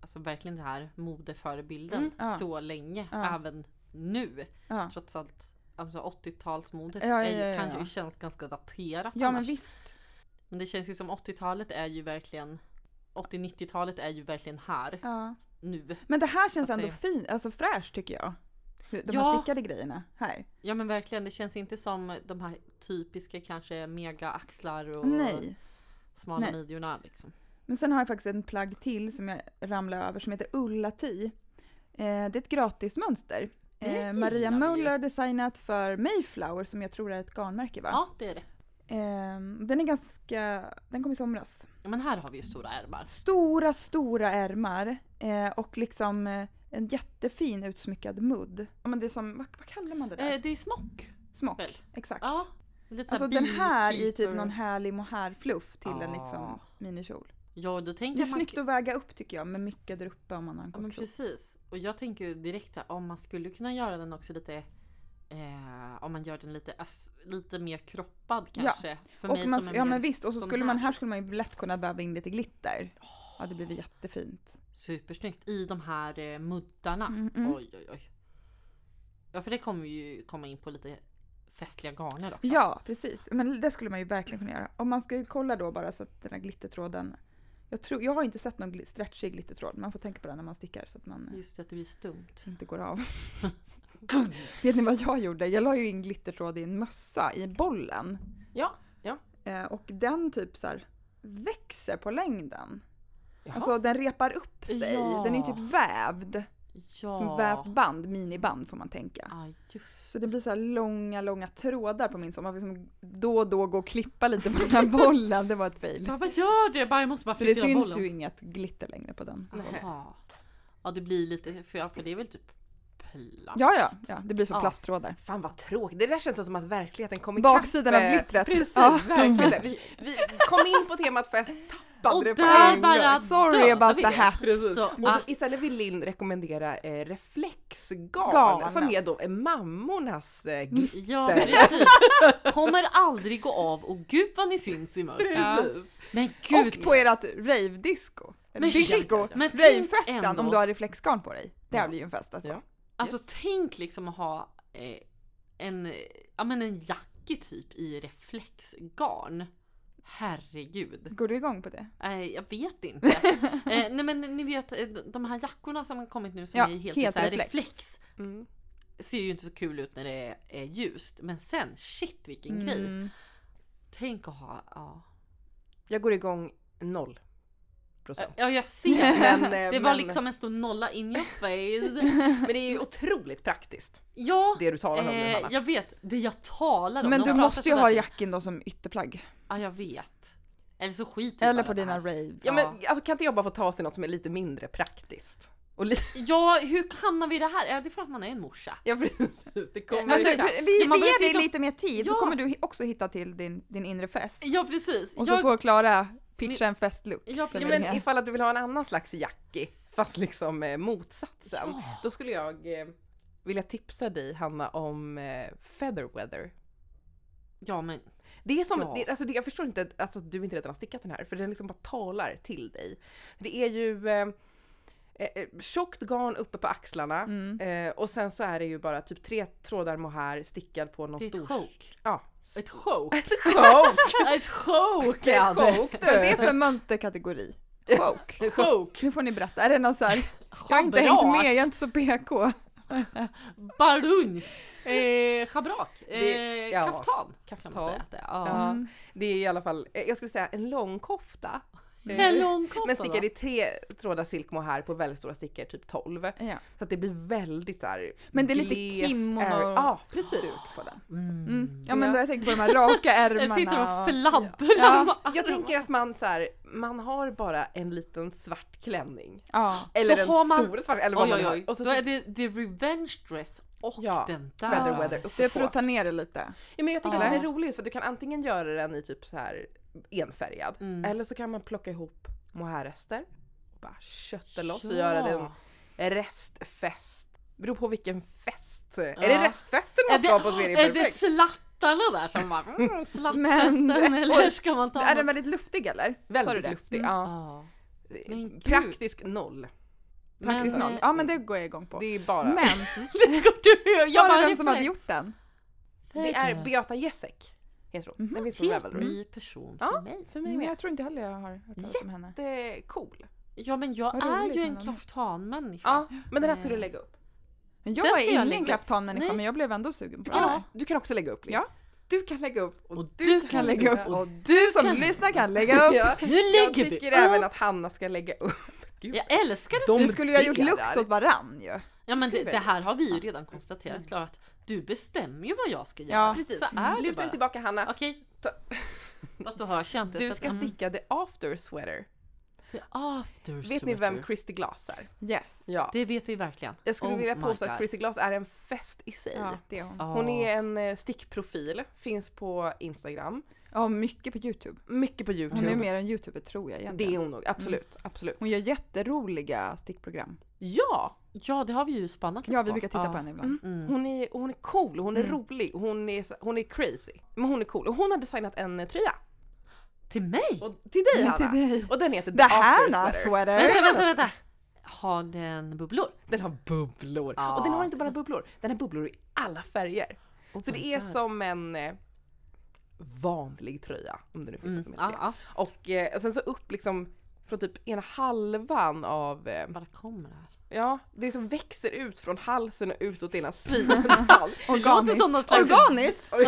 [SPEAKER 1] alltså verkligen den här modeförebilden
[SPEAKER 3] Mm,
[SPEAKER 2] ja.
[SPEAKER 1] så länge.
[SPEAKER 2] Ja.
[SPEAKER 1] Även nu.
[SPEAKER 2] Ja.
[SPEAKER 1] Trots allt, alltså 80-talsmodet
[SPEAKER 2] Ja, ja,
[SPEAKER 1] är ju-
[SPEAKER 2] ja, ja,
[SPEAKER 1] kan
[SPEAKER 2] ja.
[SPEAKER 1] ju kännas ganska daterat
[SPEAKER 2] ja, men
[SPEAKER 1] annars.
[SPEAKER 2] visst.
[SPEAKER 1] Men det känns ju som 80-talet är ju verkligen 80-90-talet är ju verkligen här
[SPEAKER 2] Ja.
[SPEAKER 1] nu.
[SPEAKER 2] Men det här känns
[SPEAKER 1] Så att
[SPEAKER 2] ändå
[SPEAKER 1] det-
[SPEAKER 2] fint, alltså fräscht tycker jag. Hur- De
[SPEAKER 1] Ja.
[SPEAKER 2] här stickade grejerna här.
[SPEAKER 1] Ja men verkligen, det känns inte som de här typiska kanske mega axlar och
[SPEAKER 2] Nej.
[SPEAKER 1] smala
[SPEAKER 2] Nej.
[SPEAKER 1] midjorna liksom.
[SPEAKER 2] Men sen har jag faktiskt en plagg till som jag ramlade över som heter Ulla Ti. Eh, det är ett gratismönster.
[SPEAKER 1] Det
[SPEAKER 2] Eh, Maria
[SPEAKER 1] gillar vi ju.
[SPEAKER 2] Möller har designat för Mayflower som jag tror är ett garnmärke va?
[SPEAKER 1] Ja det är det.
[SPEAKER 2] Eh, den är ganska, den kom i somras.
[SPEAKER 1] Ja, Men här har vi ju stora ärmar.
[SPEAKER 2] Stora, stora ärmar eh, och liksom eh, en jättefin utsmyckad mudd. Ja, men det är som, vad, vad kallar man det där?
[SPEAKER 1] Eh, det är smock
[SPEAKER 2] Smock,
[SPEAKER 1] väl?
[SPEAKER 2] exakt.
[SPEAKER 1] Ja. Lite så
[SPEAKER 2] alltså den här i typ någon härlig mohairfluff till en
[SPEAKER 1] Ja.
[SPEAKER 2] liksom minikjol.
[SPEAKER 1] Ah. Ja då tänker
[SPEAKER 2] Det är
[SPEAKER 1] jag man...
[SPEAKER 2] snyggt att väga upp tycker jag med mycket där uppe om man har en
[SPEAKER 1] Ja men
[SPEAKER 2] kort kjol.
[SPEAKER 1] precis. Och jag tänker ju direkt här, om man skulle kunna göra den också lite eh, om man gör den lite, ass- lite mer kroppad
[SPEAKER 2] Ja.
[SPEAKER 1] kanske. För
[SPEAKER 2] Och
[SPEAKER 1] mig
[SPEAKER 2] man,
[SPEAKER 1] som Ah. är
[SPEAKER 2] ja
[SPEAKER 1] mer
[SPEAKER 2] men visst, och så
[SPEAKER 1] sån
[SPEAKER 2] skulle man, här skulle man ju lätt kunna väva in lite glitter. Ja det blir jättefint.
[SPEAKER 1] Supersnyggt i de här eh, muddarna.
[SPEAKER 2] Mm, mm.
[SPEAKER 1] Oj oj oj. Ja för det kommer vi ju komma in på lite festliga garner också.
[SPEAKER 2] Ja precis, men det skulle man ju verkligen kunna göra. Om man ska ju kolla då bara så att den här glittertråden jag, tror, jag har inte sett någon gl- stretchig glittertråd, man får tänka på den när man stickar så att man eh,
[SPEAKER 1] Just det, att det blir stumt.
[SPEAKER 2] inte går av. Vet ni vad jag gjorde? Jag la ju in glittertråd i en mössa i bollen.
[SPEAKER 3] Ja, ja.
[SPEAKER 2] Eh, och den typ så här växer på längden.
[SPEAKER 3] Jaha.
[SPEAKER 2] Alltså den repar upp sig.
[SPEAKER 1] Ja.
[SPEAKER 2] Den är ju typ vävd.
[SPEAKER 1] Ja.
[SPEAKER 2] Som vävt band, miniband får man tänka.
[SPEAKER 1] Ja just
[SPEAKER 2] Så det blir så här långa, långa trådar på min sommar. Liksom då och då gå och klippa lite på den här bollen. Det var ett fail.
[SPEAKER 1] Ja, vad gör det? Jag bara, jag måste bara
[SPEAKER 2] Så det
[SPEAKER 1] flytta
[SPEAKER 2] syns
[SPEAKER 1] bollen.
[SPEAKER 2] ju inget glitter längre på den.
[SPEAKER 3] Nej.
[SPEAKER 2] bollen.
[SPEAKER 1] Ja. ja, det blir lite, för, ja, för det är väl typ plast?
[SPEAKER 2] Ja, ja, ja. Det blir som
[SPEAKER 1] Ja.
[SPEAKER 2] plasttrådar.
[SPEAKER 3] Fan vad tråkigt. Det där känns som att verkligheten kom ikapp.
[SPEAKER 2] Baksidan av
[SPEAKER 3] eh,
[SPEAKER 2] glittret.
[SPEAKER 3] Precis,
[SPEAKER 2] Ja.
[SPEAKER 3] verkligen. Vi, vi kom in på temat fest, tappade
[SPEAKER 1] Och
[SPEAKER 3] det på
[SPEAKER 1] där
[SPEAKER 3] en
[SPEAKER 1] bara-
[SPEAKER 3] gång.
[SPEAKER 2] Sorry
[SPEAKER 1] dödar
[SPEAKER 2] about
[SPEAKER 1] vi
[SPEAKER 2] the
[SPEAKER 1] det.
[SPEAKER 2] hat.
[SPEAKER 3] Precis.
[SPEAKER 1] Så
[SPEAKER 3] och då,
[SPEAKER 1] att-
[SPEAKER 3] istället vill Linn rekommendera eh, reflexgarn
[SPEAKER 2] Garn. Mm.
[SPEAKER 3] som är då eh, mammornas eh, glitter.
[SPEAKER 1] Ja,
[SPEAKER 3] Där.
[SPEAKER 1] precis. Kommer aldrig gå av och gud vad ni syns i mörkret.
[SPEAKER 2] Ja.
[SPEAKER 1] Men
[SPEAKER 2] Och
[SPEAKER 1] gud.
[SPEAKER 2] på ert rave-disco.
[SPEAKER 1] Men
[SPEAKER 2] Disco.
[SPEAKER 1] shit, men tänk
[SPEAKER 2] Ravefesten
[SPEAKER 1] ändå.
[SPEAKER 2] om du har reflexgarn på dig. Det
[SPEAKER 1] Ja.
[SPEAKER 2] blir ju en fest alltså.
[SPEAKER 3] Ja.
[SPEAKER 1] Alltså tänk liksom att ha eh, en, eh, ja men en jacka typ i reflexgarn. Herregud.
[SPEAKER 2] Går du igång på det?
[SPEAKER 1] Eh, jag vet inte. Eh, nej men ni vet eh, de här jackorna som har kommit nu som
[SPEAKER 2] Ja,
[SPEAKER 1] är helt,
[SPEAKER 2] helt
[SPEAKER 1] så här
[SPEAKER 2] reflex.
[SPEAKER 1] reflex.
[SPEAKER 3] Mm.
[SPEAKER 1] Ser ju inte så kul ut när det är, är ljust. Men sen shit vilken grej.
[SPEAKER 2] Mm.
[SPEAKER 1] Tänk att ha, ja.
[SPEAKER 3] Jag går igång noll
[SPEAKER 2] Äh,
[SPEAKER 3] procent.
[SPEAKER 1] Ja jag ser det.
[SPEAKER 3] Men, eh,
[SPEAKER 1] Det
[SPEAKER 3] men,
[SPEAKER 1] var liksom en stor nolla in your face.
[SPEAKER 3] men det är ju otroligt praktiskt
[SPEAKER 1] Ja,
[SPEAKER 3] det du talar om nu
[SPEAKER 1] Eh. eh,
[SPEAKER 3] Hanna.
[SPEAKER 1] jag vet. Det jag talar om.
[SPEAKER 2] Men
[SPEAKER 1] de
[SPEAKER 2] du
[SPEAKER 1] pratar
[SPEAKER 2] måste ju
[SPEAKER 1] sådär
[SPEAKER 2] ha
[SPEAKER 1] till-
[SPEAKER 2] jackan då som ytterplagg.
[SPEAKER 1] Ja, jag vet. Eller så skiter vi
[SPEAKER 2] Eller
[SPEAKER 1] bara
[SPEAKER 2] på
[SPEAKER 1] i det
[SPEAKER 2] dina
[SPEAKER 1] här.
[SPEAKER 2] rave.
[SPEAKER 3] Ja, men, alltså, kan inte jag bara få ta oss till något som är lite mindre praktiskt? Och lite,
[SPEAKER 1] Ja, hur hamnar vi i det här? Är det för att man är en morsa?
[SPEAKER 3] ja precis, det kommer
[SPEAKER 1] Men
[SPEAKER 2] Alltså,
[SPEAKER 1] det-
[SPEAKER 3] fram.
[SPEAKER 2] vi, vi
[SPEAKER 1] man börjar
[SPEAKER 2] ger dig
[SPEAKER 1] sitta-
[SPEAKER 2] lite mer tid
[SPEAKER 1] Ja.
[SPEAKER 2] så kommer du hi- också hitta till din, din inre fest.
[SPEAKER 1] Ja, precis.
[SPEAKER 2] Och
[SPEAKER 1] jag,
[SPEAKER 2] så får Klara pitcha en festlook.
[SPEAKER 1] jag,
[SPEAKER 2] Ja,
[SPEAKER 3] Ja,
[SPEAKER 2] men-
[SPEAKER 3] men ifall att du vill ha en annan slags jacki, fast liksom eh, motsatsen.
[SPEAKER 1] Ja.
[SPEAKER 3] Då skulle jag eh, vilja tipsa dig Hanna om eh, featherweather.
[SPEAKER 1] ja, men
[SPEAKER 3] Det är som,
[SPEAKER 1] Ja.
[SPEAKER 3] det, alltså det, jag förstår inte att alltså, du inte redan har stickat den här, för den liksom bara talar till dig. Det är ju eh, eh, eh, tjockt garn uppe på axlarna.
[SPEAKER 2] Mm.
[SPEAKER 3] Eh, och sen så är det ju bara typ tre trådar mohair stickad på någon
[SPEAKER 1] Det är
[SPEAKER 3] stor...
[SPEAKER 1] ett choke.
[SPEAKER 3] Ja.
[SPEAKER 1] Ett choke?
[SPEAKER 3] Choke!
[SPEAKER 1] Ett choke!
[SPEAKER 3] Ett
[SPEAKER 1] Adde.
[SPEAKER 3] choke
[SPEAKER 2] Vad är det
[SPEAKER 3] du!
[SPEAKER 2] för mönsterkategori? Choke.
[SPEAKER 1] Choke!
[SPEAKER 2] Nu får ni berätta, är det någon så här, jag har inte hängt
[SPEAKER 1] Schabrak.
[SPEAKER 2] med, jag är inte så PK.
[SPEAKER 1] Baruns! Eh, schabrak! Eh,
[SPEAKER 3] Det- ja,
[SPEAKER 1] Kaftan! Kan man
[SPEAKER 3] kaftan.
[SPEAKER 1] säga att det är. Ja.
[SPEAKER 3] Ja.
[SPEAKER 2] Mm.
[SPEAKER 3] Det är i alla fall, eh, jag skulle säga en lång kofta.
[SPEAKER 1] En lång kofta
[SPEAKER 3] Men stickad i tre trådar silkmohair på väldigt stora stickor, typ 12.
[SPEAKER 2] Ja.
[SPEAKER 3] Så att det blir väldigt såhär...
[SPEAKER 2] Men det är lite
[SPEAKER 3] glest
[SPEAKER 2] kimono-
[SPEAKER 3] ärr. eh, Ja, precis.
[SPEAKER 2] Stuk på den.
[SPEAKER 1] då. Mm.
[SPEAKER 2] Mm. Ja men då har jag tänkt på de här raka
[SPEAKER 1] Jag
[SPEAKER 2] ärmarna.
[SPEAKER 1] sitter och
[SPEAKER 2] och-
[SPEAKER 1] fladdrar
[SPEAKER 2] Ja.
[SPEAKER 1] med armarna.
[SPEAKER 3] Jag tänker att man så här, man har bara en liten svart klänning.
[SPEAKER 2] Ja.
[SPEAKER 3] Eller
[SPEAKER 1] Då
[SPEAKER 3] en
[SPEAKER 1] har man-
[SPEAKER 3] stor svart, eller vad
[SPEAKER 1] Oj,
[SPEAKER 3] man
[SPEAKER 1] oj,
[SPEAKER 3] nu
[SPEAKER 1] oj.
[SPEAKER 3] har. Och så, typ
[SPEAKER 1] Då är det the revenge dress och
[SPEAKER 3] Ja,
[SPEAKER 1] den där.
[SPEAKER 3] feather weather uppe
[SPEAKER 2] Det är för
[SPEAKER 3] på.
[SPEAKER 2] att ta ner det lite.
[SPEAKER 3] Ja, men jag tycker
[SPEAKER 1] Ja.
[SPEAKER 3] att den är rolig just för att du kan antingen göra den i typ så här enfärgad
[SPEAKER 1] Mm.
[SPEAKER 3] eller så kan man plocka ihop mohairrester och bara kötta loss och göra den restfest. Beror på vilken fest. Är det restfesten
[SPEAKER 1] Är
[SPEAKER 3] man ska
[SPEAKER 1] det,
[SPEAKER 3] på serien
[SPEAKER 1] är det
[SPEAKER 3] Perfekt?
[SPEAKER 1] slattarna där som bara mm, slattfesten
[SPEAKER 2] Men-
[SPEAKER 1] eller ska man ta
[SPEAKER 2] Är den
[SPEAKER 1] något?
[SPEAKER 2] väldigt luftig eller? Sa du
[SPEAKER 3] Väldigt
[SPEAKER 2] det?
[SPEAKER 3] luftig.
[SPEAKER 2] Mm.
[SPEAKER 3] Ja. Eh,
[SPEAKER 1] Ja. Men gud.
[SPEAKER 3] Praktisk noll.
[SPEAKER 2] Praktiskt
[SPEAKER 1] Men,
[SPEAKER 2] noll.
[SPEAKER 1] eh,
[SPEAKER 2] Ja men det går jag igång på.
[SPEAKER 3] Det är bara...
[SPEAKER 2] Men,
[SPEAKER 1] går du- jag
[SPEAKER 2] sa
[SPEAKER 1] bara,
[SPEAKER 2] du vem som hade
[SPEAKER 1] reflex-
[SPEAKER 2] gjort den?
[SPEAKER 3] Det är Beata Gesek. Heter hon. Den finns på
[SPEAKER 1] Helt
[SPEAKER 3] Ravelry. Mm,
[SPEAKER 1] ny person för
[SPEAKER 3] Ja.
[SPEAKER 1] mig.
[SPEAKER 3] För mig
[SPEAKER 2] Men
[SPEAKER 3] med.
[SPEAKER 2] jag tror inte heller jag har hört talas om henne.
[SPEAKER 3] Jättecool.
[SPEAKER 1] Ja men jag
[SPEAKER 2] Vad
[SPEAKER 1] är
[SPEAKER 2] roligt
[SPEAKER 1] ju
[SPEAKER 2] med
[SPEAKER 1] en
[SPEAKER 2] honom.
[SPEAKER 1] kaftanmänniska.
[SPEAKER 3] Ja, men den här ska du lägga upp.
[SPEAKER 1] Den
[SPEAKER 2] Men Jag
[SPEAKER 1] ska jag
[SPEAKER 2] är
[SPEAKER 1] lägga
[SPEAKER 2] ingen
[SPEAKER 1] upp.
[SPEAKER 2] kaftanmänniska
[SPEAKER 1] Nej.
[SPEAKER 2] men jag blev ändå sugen på
[SPEAKER 3] Du kan,
[SPEAKER 2] den.
[SPEAKER 3] du kan också lägga upp link.
[SPEAKER 2] Ja.
[SPEAKER 3] Du kan lägga upp och,
[SPEAKER 1] Och
[SPEAKER 3] du,
[SPEAKER 1] du
[SPEAKER 3] kan,
[SPEAKER 2] kan lägga upp och du som
[SPEAKER 1] kan-
[SPEAKER 2] lyssnar kan lägga upp.
[SPEAKER 3] Ja.
[SPEAKER 1] Nu
[SPEAKER 3] Jag
[SPEAKER 1] lägger vi
[SPEAKER 3] tycker
[SPEAKER 1] upp.
[SPEAKER 3] även att Hanna ska lägga upp. Gud.
[SPEAKER 1] Jag älskar det.
[SPEAKER 3] De
[SPEAKER 2] Du skulle ju ha gjort
[SPEAKER 3] delar.
[SPEAKER 2] lux åt varann ju.
[SPEAKER 1] Ja men det,
[SPEAKER 3] skriver
[SPEAKER 1] det
[SPEAKER 3] det.
[SPEAKER 1] här har vi ju redan konstaterat Klara att du bestämmer ju vad jag ska göra.
[SPEAKER 2] Ja,
[SPEAKER 1] precis. Så är det
[SPEAKER 3] mm, Luta dig
[SPEAKER 1] bara.
[SPEAKER 3] tillbaka Hanna.
[SPEAKER 1] Okej.
[SPEAKER 3] Ta-
[SPEAKER 1] Fast då hörs jag inte. så
[SPEAKER 3] Du
[SPEAKER 1] att-
[SPEAKER 3] ska
[SPEAKER 1] mm.
[SPEAKER 3] sticka the after sweater.
[SPEAKER 1] The after
[SPEAKER 3] Vet ni vem
[SPEAKER 1] sweater.
[SPEAKER 3] Christy Glass är?
[SPEAKER 2] Yes.
[SPEAKER 3] Ja.
[SPEAKER 1] Det vet vi verkligen.
[SPEAKER 3] Jag skulle
[SPEAKER 1] Oh
[SPEAKER 3] vilja
[SPEAKER 1] my
[SPEAKER 3] påstå
[SPEAKER 1] God.
[SPEAKER 3] att Christy Glass är en fest i sig.
[SPEAKER 2] Ja, det är hon.
[SPEAKER 1] Ja.
[SPEAKER 3] Hon är en eh, stickprofil, finns på Instagram,
[SPEAKER 2] Ja, mycket på Youtube.
[SPEAKER 3] mycket på
[SPEAKER 2] Hon
[SPEAKER 3] Youtube.
[SPEAKER 2] är mer en Youtuber tror jag egentligen.
[SPEAKER 3] Typ. Det är hon
[SPEAKER 1] Mm.
[SPEAKER 3] nog, absolut. absolut.
[SPEAKER 2] Hon gör jätteroliga stickprogram.
[SPEAKER 3] Typ Ja!
[SPEAKER 1] Ja det har vi ju spannat lite
[SPEAKER 2] Ja, vi
[SPEAKER 1] på.
[SPEAKER 2] brukar titta
[SPEAKER 1] Ja.
[SPEAKER 2] på henne ibland.
[SPEAKER 3] Mm.
[SPEAKER 1] Mm.
[SPEAKER 3] Hon, är, och hon är cool, hon är
[SPEAKER 2] Mm.
[SPEAKER 3] rolig, hon är, hon är crazy. Men hon är cool. Och hon har designat en eh, tröja.
[SPEAKER 1] Till mig?
[SPEAKER 3] Och till dig
[SPEAKER 2] Nej,
[SPEAKER 3] Hanna!
[SPEAKER 2] till dig.
[SPEAKER 3] Och den heter The
[SPEAKER 2] Det här
[SPEAKER 3] After
[SPEAKER 2] är
[SPEAKER 3] Sweater.
[SPEAKER 2] sweater!
[SPEAKER 1] Vänta, vänta, vänta! Har den bubblor?
[SPEAKER 3] Den har bubblor.
[SPEAKER 1] Ja.
[SPEAKER 3] Och den har inte bara bubblor, den har bubblor i alla färger. Så
[SPEAKER 1] Oh my
[SPEAKER 3] det är
[SPEAKER 1] God.
[SPEAKER 3] som en eh, vanlig tröja, om det nu finns en
[SPEAKER 1] Mm.
[SPEAKER 3] som heter
[SPEAKER 1] Ja,
[SPEAKER 3] det.
[SPEAKER 1] ja.
[SPEAKER 3] Och eh, sen så upp liksom från typ ena halvan av, eh,
[SPEAKER 1] Bara kommer det här.
[SPEAKER 3] ja, det som växer ut från halsen och utåt ena sidan.
[SPEAKER 1] Det låter
[SPEAKER 2] Organiskt.
[SPEAKER 1] som något slags-
[SPEAKER 2] Organiskt!
[SPEAKER 1] Är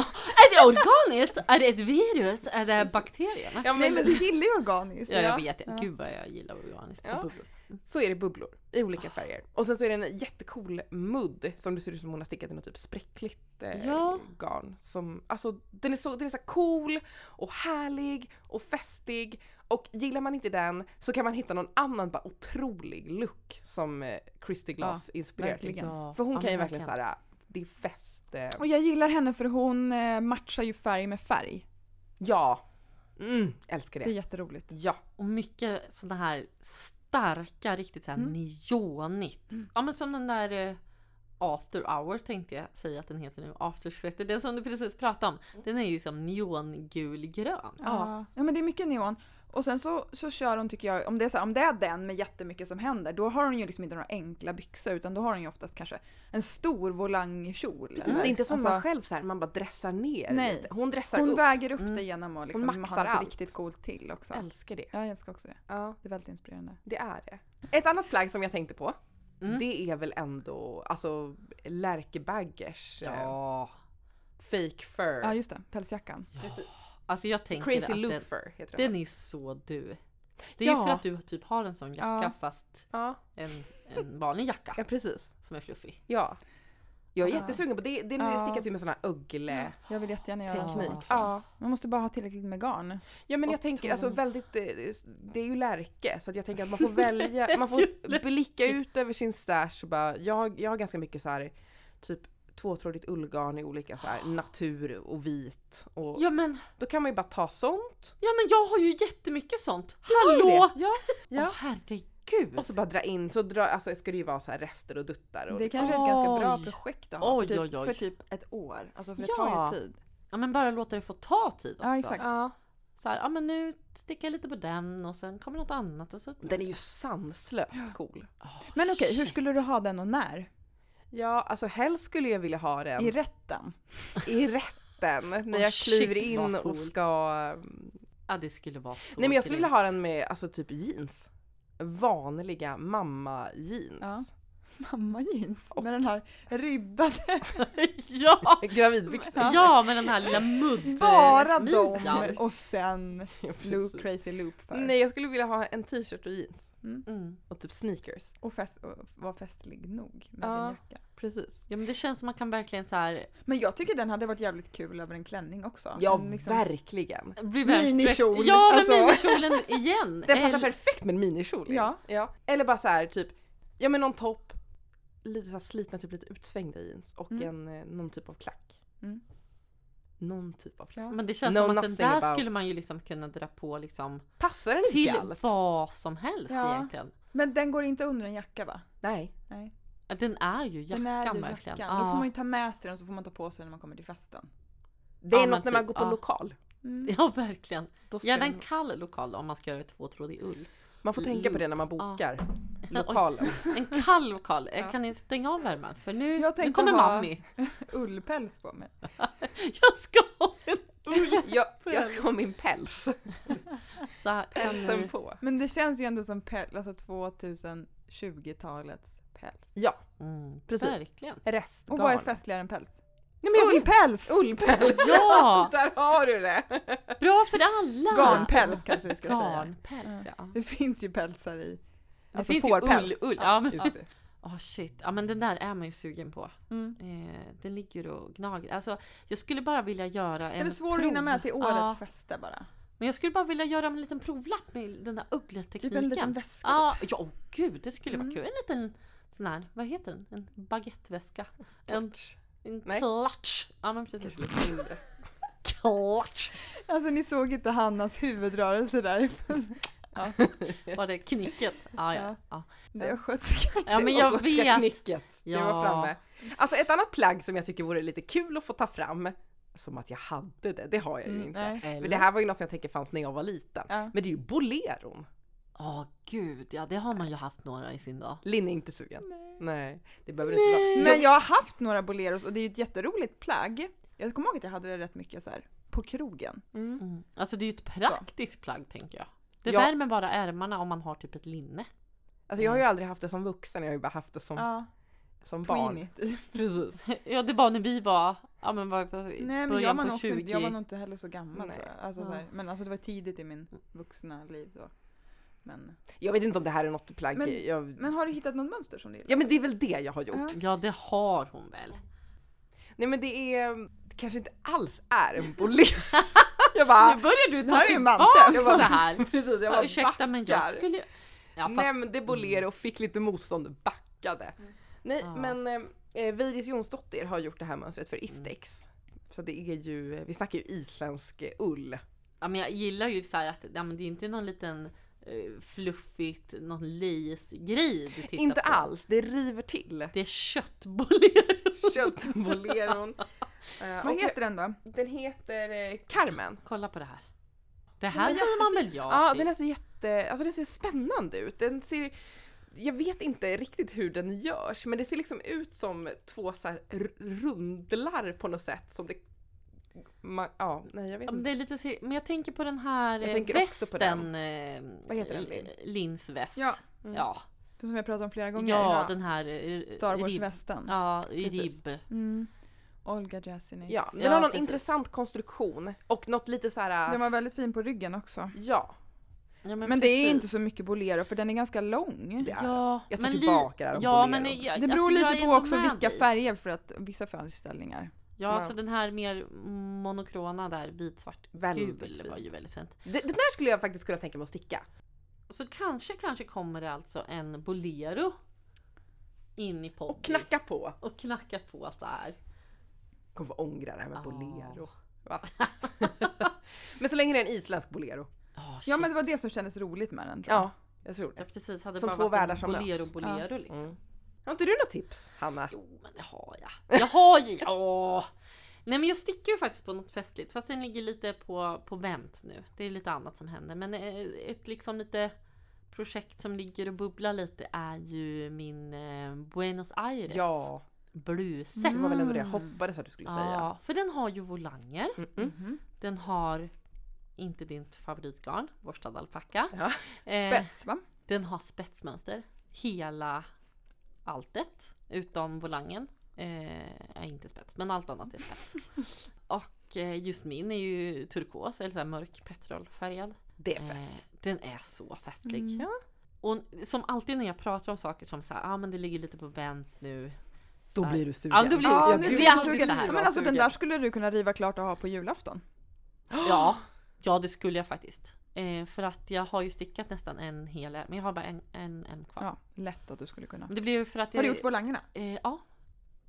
[SPEAKER 1] det organiskt? Är det ett virus? Är det bakterierna?
[SPEAKER 3] ja, men,
[SPEAKER 2] Nej men du gillar ju organiskt.
[SPEAKER 1] Ja, jag
[SPEAKER 3] Ja.
[SPEAKER 1] vet.
[SPEAKER 2] Ja.
[SPEAKER 1] Gud vad jag gillar organiskt och
[SPEAKER 3] Ja.
[SPEAKER 1] bubblor.
[SPEAKER 3] Så är det bubblor i
[SPEAKER 2] Ah.
[SPEAKER 3] olika färger. Och sen så är det en jättecool mudd som det ser ut som hon har stickat i något typ spräckligt eh,
[SPEAKER 1] Ja.
[SPEAKER 3] garn. Som, alltså, den är, så, den är så här cool och härlig och festig. Och gillar man inte den så kan man hitta någon annan bara otrolig look som eh, Christy Glass inspirerar till.
[SPEAKER 2] verkligen.
[SPEAKER 1] Ja.
[SPEAKER 3] För hon
[SPEAKER 1] Ja,
[SPEAKER 3] kan ju
[SPEAKER 1] men
[SPEAKER 3] verkligen såhär, det är fest. Eh,
[SPEAKER 2] Och jag gillar henne för hon eh, matchar ju färg med färg.
[SPEAKER 3] ja! Mm, älskar
[SPEAKER 2] Det är
[SPEAKER 3] det.
[SPEAKER 2] jätteroligt.
[SPEAKER 3] Ja.
[SPEAKER 1] Och mycket sådana här starka, riktigt såhär
[SPEAKER 2] Mm.
[SPEAKER 1] neonigt. Ja men som den där eh, After Hour tänkte jag säga att den heter nu, After Sweater. Den som du precis pratade om. Den är ju som neongulgrön.
[SPEAKER 2] Ja. ja men det är mycket neon. Och sen så, så kör hon tycker jag, om det, är så här, om det är den med jättemycket som händer, då har hon ju liksom inte några enkla byxor utan då har hon ju oftast kanske en stor volangkjol.
[SPEAKER 3] Precis,
[SPEAKER 2] eller-
[SPEAKER 3] det är inte som
[SPEAKER 2] alltså,
[SPEAKER 3] man själv såhär, man bara dressar ner
[SPEAKER 2] Nej.
[SPEAKER 3] lite. Hon dressar
[SPEAKER 2] Hon
[SPEAKER 3] upp.
[SPEAKER 2] väger upp
[SPEAKER 1] Mm.
[SPEAKER 2] det genom att liksom
[SPEAKER 3] maxar
[SPEAKER 2] ha något
[SPEAKER 3] allt.
[SPEAKER 2] riktigt coolt till också.
[SPEAKER 3] Älskar det.
[SPEAKER 2] Ja, jag älskar också det.
[SPEAKER 3] Ja.
[SPEAKER 2] Det är väldigt inspirerande.
[SPEAKER 3] Det är det. Ett annat plagg som jag tänkte på,
[SPEAKER 1] Mm.
[SPEAKER 3] det är väl ändå alltså Lärkebaggers eh,
[SPEAKER 1] Ja.
[SPEAKER 3] fake fur.
[SPEAKER 2] Ja, just det. Pälsjackan.
[SPEAKER 1] Alltså jag tänker
[SPEAKER 3] Crazy
[SPEAKER 1] att den,
[SPEAKER 3] loop fur heter den.
[SPEAKER 1] den är ju så du. Det är ju
[SPEAKER 3] Ja.
[SPEAKER 1] för att du typ har en sån jacka
[SPEAKER 2] Ja.
[SPEAKER 1] fast
[SPEAKER 3] Ja,
[SPEAKER 1] en, en vanlig jacka
[SPEAKER 3] ja precis.
[SPEAKER 1] som är fluffig.
[SPEAKER 3] Ja. Jag är
[SPEAKER 2] Ja.
[SPEAKER 3] jättesugen på det. Den är
[SPEAKER 2] Ja.
[SPEAKER 3] stickat ju med sån här ögle-teknik.
[SPEAKER 2] Jag vill jättegärna göra en sån
[SPEAKER 1] Teknik.
[SPEAKER 2] också.
[SPEAKER 3] Ja.
[SPEAKER 2] Man måste bara ha tillräckligt med garn.
[SPEAKER 3] ja men
[SPEAKER 1] Och
[SPEAKER 3] jag tänker alltså
[SPEAKER 1] ton.
[SPEAKER 3] väldigt, eh, det är ju lärke så att jag tänker att man får välja, man
[SPEAKER 1] Lärke.
[SPEAKER 3] får blicka ut över sin stash och bara, jag, jag har ganska mycket så här typ tvåtrådigt ullgarn i olika så här natur och vit och
[SPEAKER 1] Ja men,
[SPEAKER 3] då kan man ju bara ta sånt.
[SPEAKER 1] ja men jag har ju jättemycket sånt.
[SPEAKER 3] Har du
[SPEAKER 1] Hallå!
[SPEAKER 3] det? Ja.
[SPEAKER 1] Åh
[SPEAKER 3] Ja.
[SPEAKER 1] herregud!
[SPEAKER 3] Och så bara dra in, så dra, alltså ska det ju vara så här rester och duttar och
[SPEAKER 2] Det är
[SPEAKER 3] liksom.
[SPEAKER 2] kanske är ett ganska
[SPEAKER 1] Oj.
[SPEAKER 2] bra projekt att ha
[SPEAKER 1] Oj,
[SPEAKER 2] för typ,
[SPEAKER 1] oj, oj.
[SPEAKER 2] för typ ett år. Alltså för det
[SPEAKER 3] Ja.
[SPEAKER 2] tar ju tid.
[SPEAKER 1] Ja men bara låta det få ta tid också.
[SPEAKER 2] Ja, exakt.
[SPEAKER 3] Ja.
[SPEAKER 1] så här, ja men nu stickar jag lite på den och sen kommer något annat och så...
[SPEAKER 3] Den är ju sanslöst cool.
[SPEAKER 1] Åh,
[SPEAKER 2] Men okej, hur
[SPEAKER 1] shit.
[SPEAKER 2] skulle du ha den och när?
[SPEAKER 3] Ja, alltså helst skulle jag vilja ha den
[SPEAKER 2] I rätten?
[SPEAKER 3] i rätten när
[SPEAKER 1] Åh,
[SPEAKER 3] jag kliver
[SPEAKER 1] shit,
[SPEAKER 3] in
[SPEAKER 1] vad
[SPEAKER 3] och
[SPEAKER 1] coolt.
[SPEAKER 3] ska... mm,
[SPEAKER 1] Ja det skulle vara så
[SPEAKER 3] Nej men jag skulle vilja
[SPEAKER 1] grymt.
[SPEAKER 3] ha den med alltså typ jeans. Vanliga mamma jeans.
[SPEAKER 2] Ja. Mamma jeans med den här ribbade.
[SPEAKER 1] ja!
[SPEAKER 3] Gravidbyxor.
[SPEAKER 1] Ja med den här lilla mudd...
[SPEAKER 2] Bara
[SPEAKER 1] midjan.
[SPEAKER 2] dem och sen loop, crazy loop för.
[SPEAKER 3] Nej jag skulle vilja ha en t-shirt och jeans.
[SPEAKER 2] Mm.
[SPEAKER 1] Mm.
[SPEAKER 3] Och typ sneakers.
[SPEAKER 2] Och, fest, och vara festlig nog med
[SPEAKER 3] Ja.
[SPEAKER 2] din jacka.
[SPEAKER 3] Precis.
[SPEAKER 1] Ja men det känns som man kan verkligen så här
[SPEAKER 2] Men jag tycker den hade varit jävligt kul över en klänning också. liksom-
[SPEAKER 3] Ja
[SPEAKER 2] En
[SPEAKER 3] verkligen.
[SPEAKER 1] reverse
[SPEAKER 2] Minikjol,
[SPEAKER 1] dress- Ja men
[SPEAKER 2] alltså.
[SPEAKER 1] minikjolen igen!
[SPEAKER 3] Den passar
[SPEAKER 1] Eller-
[SPEAKER 3] perfekt med en minikjol. i.
[SPEAKER 2] Ja.
[SPEAKER 3] ja. Eller bara så här typ, ja men någon topp, lite så här slitna, typ lite utsvängda jeans och
[SPEAKER 2] Mm.
[SPEAKER 3] en, eh, någon typ av klack.
[SPEAKER 2] Mm.
[SPEAKER 3] Någon typ av klack.
[SPEAKER 2] Ja.
[SPEAKER 1] Men det känns
[SPEAKER 3] Know
[SPEAKER 1] som att den
[SPEAKER 3] nothing
[SPEAKER 1] där
[SPEAKER 3] about.
[SPEAKER 1] skulle man ju liksom kunna dra på liksom
[SPEAKER 3] Passar den inte i
[SPEAKER 1] till
[SPEAKER 3] allt?
[SPEAKER 1] vad som helst
[SPEAKER 2] Ja.
[SPEAKER 1] egentligen.
[SPEAKER 2] Men den går inte under en jacka va?
[SPEAKER 3] Nej.
[SPEAKER 2] Nej.
[SPEAKER 1] Den är ju jackan
[SPEAKER 2] den är ju
[SPEAKER 1] verkligen.
[SPEAKER 2] jackan. Då
[SPEAKER 1] Ja.
[SPEAKER 2] får man ju ta med sig den och så får man ta på sig den när man kommer till festen.
[SPEAKER 3] Det är
[SPEAKER 1] Ja, men
[SPEAKER 3] något när man
[SPEAKER 1] typ,
[SPEAKER 3] går på
[SPEAKER 1] ja.
[SPEAKER 3] lokal.
[SPEAKER 2] Mm.
[SPEAKER 1] Ja verkligen.
[SPEAKER 3] Då ska
[SPEAKER 1] Gärna en
[SPEAKER 3] den,
[SPEAKER 1] kall lokal då, om man ska göra tvåtrådig ull.
[SPEAKER 3] man får tänka på det när man
[SPEAKER 1] Ja.
[SPEAKER 3] bokar
[SPEAKER 1] Oj.
[SPEAKER 3] lokalen.
[SPEAKER 1] En kall lokal. Eh,
[SPEAKER 3] Ja.
[SPEAKER 1] Kan ni stänga av värmen? För nu,
[SPEAKER 2] Jag
[SPEAKER 1] nu
[SPEAKER 2] tänkte
[SPEAKER 1] kommer
[SPEAKER 2] ha-
[SPEAKER 1] mami.
[SPEAKER 2] Ullpäls på mig.
[SPEAKER 1] Jag ska ha en ull.
[SPEAKER 3] Jag, jag ska ha min päls.
[SPEAKER 1] Så här, kan
[SPEAKER 3] Pälsen
[SPEAKER 1] ni...
[SPEAKER 3] på.
[SPEAKER 2] Men det känns ju ändå som päls, alltså 2020-talets päls.
[SPEAKER 3] Ja,
[SPEAKER 1] mm,
[SPEAKER 3] Precis.
[SPEAKER 1] Verkligen.
[SPEAKER 3] restgarn.
[SPEAKER 2] Och vad är festligare än päls?
[SPEAKER 3] Nej, men jag,
[SPEAKER 2] Ullpäls!
[SPEAKER 3] ullpäls!
[SPEAKER 1] Ja!
[SPEAKER 3] Där har du det!
[SPEAKER 1] Bra för alla!
[SPEAKER 2] Garnpäls kanske vi ska säga.
[SPEAKER 1] Garnpäls ja.
[SPEAKER 2] Det finns ju pälsar i...
[SPEAKER 1] Det
[SPEAKER 2] alltså
[SPEAKER 1] finns ju
[SPEAKER 2] fårpäls.
[SPEAKER 1] ull, ull. Ja, men...
[SPEAKER 2] Just det.
[SPEAKER 1] Åh, shit. Ja men den där är man ju sugen på.
[SPEAKER 2] Mm.
[SPEAKER 1] Eh, den ligger och gnager. Alltså, jag skulle bara vilja göra en
[SPEAKER 2] Den är svår att
[SPEAKER 1] prov.
[SPEAKER 2] hinna med till årets
[SPEAKER 1] Ja,
[SPEAKER 2] fester bara.
[SPEAKER 1] men jag skulle bara vilja göra en liten provlapp med den där
[SPEAKER 2] Typ
[SPEAKER 1] uggletekniken.
[SPEAKER 2] en liten väska.
[SPEAKER 1] Ja, ja åh, gud det skulle
[SPEAKER 2] Mm.
[SPEAKER 1] vara kul. En liten sån här, vad heter den? En baguetteväska. En, en
[SPEAKER 3] Nej.
[SPEAKER 1] klatsch. Ja men precis. Klatsch!
[SPEAKER 2] Alltså ni såg inte Hannas huvudrörelse där.
[SPEAKER 1] Var det knicket? Ja, ja. ja.
[SPEAKER 2] Det har skötts
[SPEAKER 1] ja men jag vet.
[SPEAKER 3] Knicket. Det var framme. Alltså ett annat plagg som jag tycker vore lite kul att få ta fram, som att jag hade det, det har jag ju
[SPEAKER 2] Mm,
[SPEAKER 3] inte.
[SPEAKER 2] nej.
[SPEAKER 1] Eller?
[SPEAKER 3] För det här var ju något som jag tänker fanns när jag var liten.
[SPEAKER 2] Ja.
[SPEAKER 3] Men det är ju boleron.
[SPEAKER 1] Åh gud, ja det har man ju haft några i sin dag.
[SPEAKER 3] Linn är inte sugen. Nej. Det behöver du
[SPEAKER 1] Nej.
[SPEAKER 3] inte
[SPEAKER 2] Men jag har haft några boleros och det är ju ett jätteroligt plagg. Jag kommer ihåg att jag hade det rätt mycket så här på krogen.
[SPEAKER 3] vara. Mm.
[SPEAKER 1] Mm. Alltså det är ju ett praktiskt plagg tänker jag. Det
[SPEAKER 3] Ja.
[SPEAKER 1] värmer bara ärmarna om man har typ ett linne.
[SPEAKER 3] Alltså jag har ju aldrig haft det som vuxen, jag har ju bara haft det som,
[SPEAKER 2] Ja,
[SPEAKER 3] som barn.
[SPEAKER 2] tweenie typ.
[SPEAKER 3] Precis.
[SPEAKER 1] Ja det var när vi var, ja men var på
[SPEAKER 2] Nej men jag
[SPEAKER 1] början
[SPEAKER 2] var, nog
[SPEAKER 1] på
[SPEAKER 2] också,
[SPEAKER 1] 20.
[SPEAKER 2] jag var nog inte heller så gammal
[SPEAKER 3] Nej.
[SPEAKER 2] tror jag. Alltså, så här,
[SPEAKER 1] Ja.
[SPEAKER 2] men alltså det var tidigt i min vuxna liv då. Men,
[SPEAKER 3] Jag vet inte om det här är något plagg
[SPEAKER 2] Men-
[SPEAKER 3] jag...
[SPEAKER 2] men har du hittat något mönster som du gillar?
[SPEAKER 3] Ja men det är väl det jag har gjort.
[SPEAKER 2] Ja.
[SPEAKER 1] Ja det har hon väl.
[SPEAKER 3] Nej men det är... Det kanske inte alls är en bolero. jag bara...
[SPEAKER 1] Nu börjar du
[SPEAKER 2] det
[SPEAKER 1] ta
[SPEAKER 2] här är ju Mante.
[SPEAKER 1] tillbaka
[SPEAKER 3] Jag
[SPEAKER 1] det här.
[SPEAKER 3] Precis, jag
[SPEAKER 1] Ja,
[SPEAKER 3] bara
[SPEAKER 1] ursäkta men jag
[SPEAKER 3] backar.
[SPEAKER 1] skulle ju... Ja, fast, Mm.
[SPEAKER 3] Nämnde bolero, fick lite motstånd, backade. Nej
[SPEAKER 1] Ja. Mm.
[SPEAKER 3] men eh, Veidis Jonsdottir har gjort det här mönstret för Istex. Så det är ju, eh, vi snackar ju isländsk eh, ull.
[SPEAKER 1] ja, men jag gillar ju så här att ja, men det är inte någon liten eh, fluffigt, någon grej du tittar
[SPEAKER 3] inte
[SPEAKER 1] på.
[SPEAKER 3] alls, det river till.
[SPEAKER 1] Det är köttbolero.
[SPEAKER 3] Köttboleron. Eh,
[SPEAKER 2] Vad
[SPEAKER 3] och
[SPEAKER 2] heter den då?
[SPEAKER 3] Den heter eh, Carmen.
[SPEAKER 1] Kolla på det här. Det här
[SPEAKER 3] Den är
[SPEAKER 1] säger man väl ja
[SPEAKER 3] Ja,
[SPEAKER 1] till?
[SPEAKER 3] den här ser jätte, alltså den ser spännande ut. Den ser, jag vet inte riktigt hur den görs men det ser liksom ut som två så här r- rundlar på något sätt som det, man, ja nej jag vet
[SPEAKER 1] Ja, men
[SPEAKER 3] inte.
[SPEAKER 1] Det är lite se- men jag tänker på den här
[SPEAKER 3] Jag
[SPEAKER 1] eh,
[SPEAKER 3] tänker också
[SPEAKER 1] västen.
[SPEAKER 3] på den.
[SPEAKER 1] eh,
[SPEAKER 3] Vad heter den,
[SPEAKER 1] eh,
[SPEAKER 3] Linn?
[SPEAKER 1] Linns väst.
[SPEAKER 2] Ja,
[SPEAKER 1] Ja,
[SPEAKER 3] Mm.
[SPEAKER 1] ja,
[SPEAKER 2] som jag pratat om flera gånger.
[SPEAKER 1] den här eh,
[SPEAKER 2] Star
[SPEAKER 1] ribb-
[SPEAKER 2] Wars-västen.
[SPEAKER 1] Ja, i
[SPEAKER 3] Precis.
[SPEAKER 1] ribb.
[SPEAKER 2] Mm. Olga Jasinic.
[SPEAKER 3] Ja, den
[SPEAKER 1] Ja,
[SPEAKER 3] har någon
[SPEAKER 1] precis.
[SPEAKER 3] intressant konstruktion och något lite så här.
[SPEAKER 2] Den var väldigt fin på ryggen också.
[SPEAKER 3] ja.
[SPEAKER 1] Ja, men,
[SPEAKER 2] Men det är
[SPEAKER 1] precis.
[SPEAKER 2] inte så mycket bolero för den är ganska lång.
[SPEAKER 3] Det är
[SPEAKER 1] Ja,
[SPEAKER 3] Jag tar
[SPEAKER 1] men li-
[SPEAKER 3] tillbaka det här om
[SPEAKER 1] ja,
[SPEAKER 3] bolero.
[SPEAKER 1] men, eh, jag-
[SPEAKER 2] Det beror
[SPEAKER 1] alltså, jag är
[SPEAKER 2] lite på
[SPEAKER 1] ändå
[SPEAKER 2] också
[SPEAKER 1] med
[SPEAKER 2] vilka
[SPEAKER 1] dig.
[SPEAKER 2] färger för att vissa färgställningar.
[SPEAKER 1] Ja,
[SPEAKER 3] Ja.
[SPEAKER 1] så den här mer monokrona där, vit, svart,
[SPEAKER 3] Väldigt
[SPEAKER 1] gul var ju väldigt fint.
[SPEAKER 3] Det, det där skulle jag faktiskt kunna tänka mig att sticka.
[SPEAKER 1] Så kanske, kanske kommer det alltså en bolero in i podden.
[SPEAKER 3] Och knacka på.
[SPEAKER 1] och knacka på så här.
[SPEAKER 3] Kommer få ångra det här med
[SPEAKER 1] Ah.
[SPEAKER 3] bolero. Va? men så länge det är en isländsk bolero.
[SPEAKER 1] Ah, shit.
[SPEAKER 2] Ja men det var det som kändes roligt med den tror jag.
[SPEAKER 3] Ja, jag tror
[SPEAKER 1] Jag
[SPEAKER 3] det.
[SPEAKER 1] precis hade
[SPEAKER 3] Som
[SPEAKER 1] bara
[SPEAKER 3] två
[SPEAKER 1] varit
[SPEAKER 3] världar
[SPEAKER 1] en
[SPEAKER 3] som möts.
[SPEAKER 1] bolero, bolero
[SPEAKER 2] Ja.
[SPEAKER 1] liksom.
[SPEAKER 3] Mm. Har inte du några tips Hanna?
[SPEAKER 1] Jo, men det har jag. Jag har ju, ja. Nej men jag sticker ju faktiskt på något festligt fast den ligger lite på, på vänt nu. Det är lite annat som händer men eh, ett liksom lite projekt som ligger och bubblar lite är ju min eh, Buenos Aires
[SPEAKER 3] Ja,
[SPEAKER 1] bluse.
[SPEAKER 3] det var väl ändå det jag
[SPEAKER 2] Mm.
[SPEAKER 3] hoppades att du skulle säga.
[SPEAKER 1] Ja, för den har ju volanger.
[SPEAKER 3] Mm -mm.
[SPEAKER 2] Mhm.
[SPEAKER 1] Den har inte din favoritgarn, borstad alpacka.
[SPEAKER 3] Ja.
[SPEAKER 1] Eh,
[SPEAKER 2] Spets va?
[SPEAKER 1] den har spetsmönster. Hela alltet utom volangen. Eh, är inte spets, men allt annat är spets. Och eh, just min är ju turkos, eller så här mörk petrolfärgad.
[SPEAKER 3] Det är
[SPEAKER 1] Eh,
[SPEAKER 3] fest.
[SPEAKER 1] den är så festlig.
[SPEAKER 2] Mm.
[SPEAKER 3] Ja.
[SPEAKER 1] Och som alltid när jag pratar om saker som så här, ah, men det ligger lite på vänt nu.
[SPEAKER 3] Då
[SPEAKER 1] där.
[SPEAKER 3] blir du sugen.
[SPEAKER 1] Ja, då blir
[SPEAKER 2] Ja,
[SPEAKER 1] jag
[SPEAKER 2] nu
[SPEAKER 1] sugen.
[SPEAKER 2] blir
[SPEAKER 1] Det
[SPEAKER 2] jag
[SPEAKER 1] är alltid
[SPEAKER 2] sugen.
[SPEAKER 1] så här.
[SPEAKER 2] Ja, Men alltså den där skulle du kunna riva klart och ha på julafton.
[SPEAKER 1] Ja, ja det skulle jag faktiskt. Eh, för att jag har ju stickat nästan en hel ärm, men jag har bara en, en, en kvar.
[SPEAKER 2] Ja, lätt att du skulle kunna.
[SPEAKER 1] Men det blev ju för att
[SPEAKER 2] Har
[SPEAKER 1] jag,
[SPEAKER 2] du gjort volangerna?
[SPEAKER 1] Eh, ja.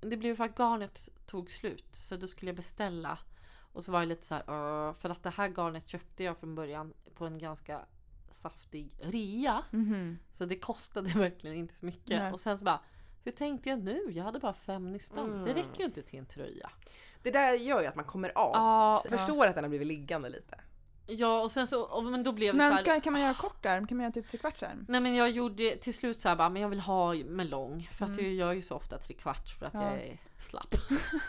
[SPEAKER 1] Det blev för att garnet tog slut så då skulle jag beställa. Och så var jag lite så här, "Åh", för att det här garnet köpte jag från början på en ganska saftig rea.
[SPEAKER 2] Mhm.
[SPEAKER 1] Så det kostade verkligen inte så mycket.
[SPEAKER 2] Nej.
[SPEAKER 1] Och sen så bara, hur tänkte jag nu? Jag hade bara fem nystan. Det
[SPEAKER 3] Mm.
[SPEAKER 1] räcker ju inte till en tröja.
[SPEAKER 3] Det där gör ju att man kommer av.
[SPEAKER 1] Ja,
[SPEAKER 3] Jag förstår att den har blivit liggande lite.
[SPEAKER 1] ja och sen så, och, men då blev det så
[SPEAKER 2] Men
[SPEAKER 1] här,
[SPEAKER 2] ska, kan man göra kort ärm? Kan man göra typ till kvartsärm?
[SPEAKER 1] Nej men jag gjorde till slut så här bara, men jag vill ha med lång. För att
[SPEAKER 2] Mm.
[SPEAKER 1] jag gör ju så ofta trekvarts för att
[SPEAKER 2] Ja.
[SPEAKER 1] jag är slapp.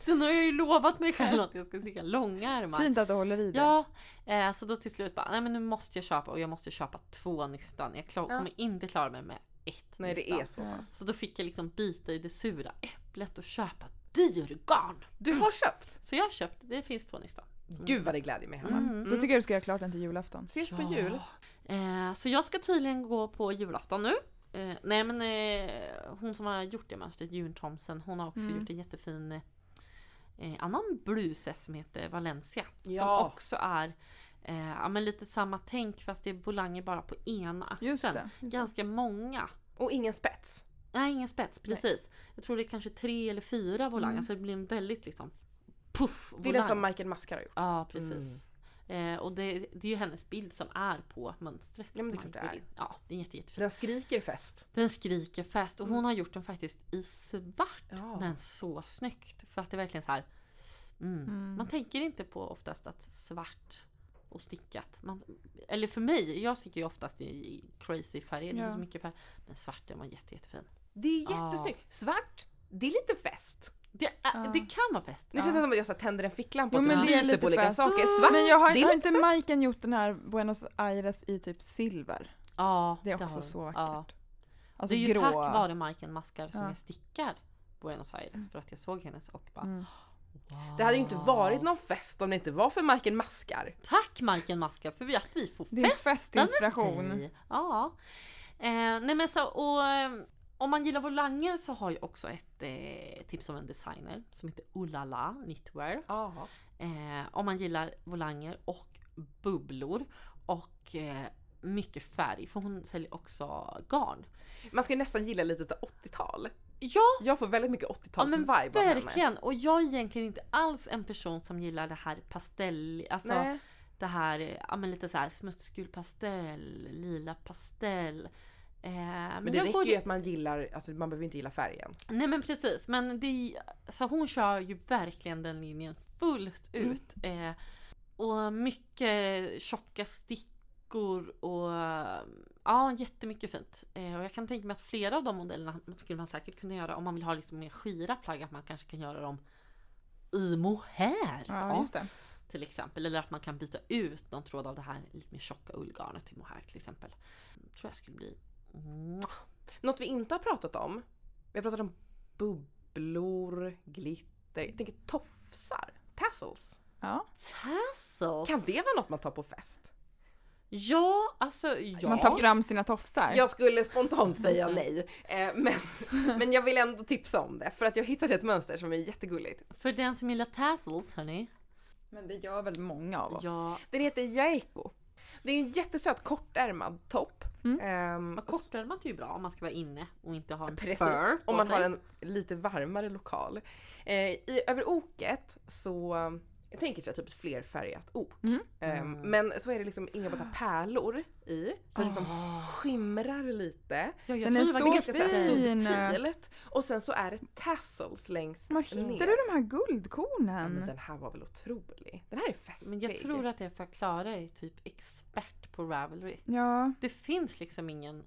[SPEAKER 1] Sen har jag ju lovat mig själv att jag ska sticka långa ärmar.
[SPEAKER 2] Fint att du håller i det.
[SPEAKER 1] Ja, eh, så då till slut bara, nej men nu måste jag köpa och jag måste köpa två nystan. Jag klar,
[SPEAKER 3] Ja.
[SPEAKER 1] kommer inte klara mig med ett
[SPEAKER 3] Nej det
[SPEAKER 1] nystan.
[SPEAKER 3] är så
[SPEAKER 2] Ja.
[SPEAKER 3] pass.
[SPEAKER 1] Så då fick jag liksom bita i det sura äpplet och köpa dyrgarn.
[SPEAKER 3] Du har köpt!
[SPEAKER 1] Så jag har köpt, det finns två nystan.
[SPEAKER 3] Gud vad det gläder mig Hanna.
[SPEAKER 1] Mm.
[SPEAKER 2] Då tycker jag du ska göra klart den till julafton.
[SPEAKER 3] Ses på jul.
[SPEAKER 1] Eh, så jag ska tydligen gå på julafton nu. Eh, nej men eh, hon som har gjort det mönstret, June Thomsen, hon har också
[SPEAKER 2] Mm.
[SPEAKER 1] gjort en jättefin eh, annan bluse som heter Valencia.
[SPEAKER 3] Ja.
[SPEAKER 1] Som också är eh, ja, men lite samma tänk fast det är volanger bara på ena axeln.
[SPEAKER 2] Just det.
[SPEAKER 1] Ganska många.
[SPEAKER 3] Och ingen spets.
[SPEAKER 1] Nej ingen spets, precis. Jag tror det är kanske tre eller fyra volanger
[SPEAKER 2] Mm.
[SPEAKER 1] så det blir en väldigt liksom puff
[SPEAKER 3] Det är den som Michael Maskar har gjort.
[SPEAKER 1] Ja, precis. Eh, och det, det är ju hennes bild som är på mönstret.
[SPEAKER 3] Ja, men det är
[SPEAKER 1] Man
[SPEAKER 3] klart
[SPEAKER 1] går
[SPEAKER 3] det är.
[SPEAKER 1] in. Ja, det är jätte, jättefint.
[SPEAKER 3] Den skriker fest.
[SPEAKER 1] Den skriker fest och hon har gjort den faktiskt i svart.
[SPEAKER 3] Ja.
[SPEAKER 1] Men så snyggt. För att det är verkligen så här. Mm.
[SPEAKER 2] Mm.
[SPEAKER 1] Man tänker inte på oftast att svart och stickat. Man, eller för mig, jag sticker ju oftast i crazy färger. Det är
[SPEAKER 2] Ja.
[SPEAKER 1] så mycket färg. Men svart den var jätte, jättefin.
[SPEAKER 3] Det är
[SPEAKER 1] Ja.
[SPEAKER 3] jättesnyggt. Svart, det är lite fest.
[SPEAKER 1] Det, är,
[SPEAKER 2] Ja.
[SPEAKER 1] det kan vara fest.
[SPEAKER 3] Nu känns det som att jag så här tänder en ficklampa och
[SPEAKER 2] Jo, men
[SPEAKER 3] typ
[SPEAKER 2] det är
[SPEAKER 3] lyser
[SPEAKER 2] lite
[SPEAKER 3] på olika
[SPEAKER 2] fest.
[SPEAKER 3] saker. Svart,
[SPEAKER 2] Men jag har,
[SPEAKER 3] det
[SPEAKER 2] har
[SPEAKER 3] är
[SPEAKER 2] inte Majken gjort den här Buenos Aires i typ silver?
[SPEAKER 1] Ja,
[SPEAKER 2] Det är också
[SPEAKER 1] har
[SPEAKER 2] så
[SPEAKER 1] hon.
[SPEAKER 2] vackert.
[SPEAKER 1] Ja.
[SPEAKER 2] Alltså
[SPEAKER 1] det är ju
[SPEAKER 2] grå.
[SPEAKER 1] tack vare Majken Maskar som
[SPEAKER 2] Ja.
[SPEAKER 1] jag stickar Buenos Aires. För att jag såg hennes och bara
[SPEAKER 2] Mm.
[SPEAKER 1] wow.
[SPEAKER 3] Det hade ju inte varit någon fest om det inte var för Michael Maskar.
[SPEAKER 1] Tack Majken Maskar för att vi får
[SPEAKER 2] Det är
[SPEAKER 1] festa med
[SPEAKER 2] festinspiration.
[SPEAKER 1] dig. Ja. Eh, nej men så, och, eh, om man gillar volanger så har jag också ett eh, tips av en designer som heter Ulala Knitwear.
[SPEAKER 3] Aha.
[SPEAKER 1] Eh, om man gillar volanger och bubblor och eh, mycket färg för hon säljer också garn.
[SPEAKER 3] Man ska ju nästan gilla lite utav 80-tal.
[SPEAKER 1] Ja
[SPEAKER 3] Jag får väldigt mycket 80-tals
[SPEAKER 1] men
[SPEAKER 3] vibe av henne.
[SPEAKER 1] Verkligen! Och jag är egentligen inte alls en person som gillar det här pastell, alltså
[SPEAKER 3] Nej.
[SPEAKER 1] det här, eh, ja men lite så här smutsgul pastell, lila pastell. Eh, men
[SPEAKER 3] Men det
[SPEAKER 1] jag
[SPEAKER 3] räcker
[SPEAKER 1] går-
[SPEAKER 3] ju att man gillar, alltså man behöver inte gilla färgen.
[SPEAKER 1] Nej men precis, men det, så hon kör ju verkligen den linjen fullt
[SPEAKER 3] Mm.
[SPEAKER 1] ut. Eh, och mycket tjocka stickor och eh, ja, jättemycket fint. Eh, och jag kan tänka mig att flera av de modellerna skulle man säkert kunna göra om man vill ha liksom mer skira plagg, att man kanske kan göra dem i mohair.
[SPEAKER 2] Ja, just det.
[SPEAKER 1] till exempel. Eller att man kan byta ut någon tråd av det här lite mer tjocka ullgarnet till mohair till exempel. Tror jag skulle bli... Mwah.
[SPEAKER 3] Något vi inte har pratat om, vi har pratat om bubblor, glitter, jag tänker tofsar, tassels.
[SPEAKER 2] Ja.
[SPEAKER 1] Tassels!
[SPEAKER 3] Kan det vara något man tar på fest?
[SPEAKER 1] Ja, alltså ja.
[SPEAKER 2] Man tar fram sina tofsar.
[SPEAKER 3] Jag skulle spontant
[SPEAKER 2] Mm.
[SPEAKER 3] säga nej, eh, men, men jag vill ändå tipsa om det för att jag hittade ett mönster som är jättegulligt.
[SPEAKER 1] För den som gillar tassels hörni.
[SPEAKER 2] Men det gör väl många av oss?
[SPEAKER 1] Ja,
[SPEAKER 3] Den heter Jaeko. Det är en jättesöt kortärmad topp.
[SPEAKER 2] Mm.
[SPEAKER 3] Ehm,
[SPEAKER 1] men kortärmat är ju bra om man ska vara inne och inte ha en
[SPEAKER 3] Precis.
[SPEAKER 1] fur på
[SPEAKER 3] Om man
[SPEAKER 1] sig.
[SPEAKER 3] har en lite varmare lokal. Eh, i, över oket så jag tänker så här, typ flerfärgat ok.
[SPEAKER 2] Mhm.
[SPEAKER 3] Ehm,
[SPEAKER 1] Mm.
[SPEAKER 3] Men så är det liksom inga bara så här pärlor i. Precis som skimrar lite.
[SPEAKER 1] Ah. Ja, jag
[SPEAKER 2] Den är
[SPEAKER 1] tror det
[SPEAKER 2] så
[SPEAKER 1] var
[SPEAKER 3] det är ganska så här
[SPEAKER 2] fin.
[SPEAKER 3] subtilt. Och sen så är det tassels längst
[SPEAKER 2] Var
[SPEAKER 3] ner.
[SPEAKER 2] hittar du de här
[SPEAKER 3] Ja, men
[SPEAKER 2] guldkornen?
[SPEAKER 3] den här var väl otrolig. Den här är festlig.
[SPEAKER 1] Men jag tror att det är för att Klara är typ expert på Ravelry.
[SPEAKER 2] Ja.
[SPEAKER 1] Det finns liksom ingen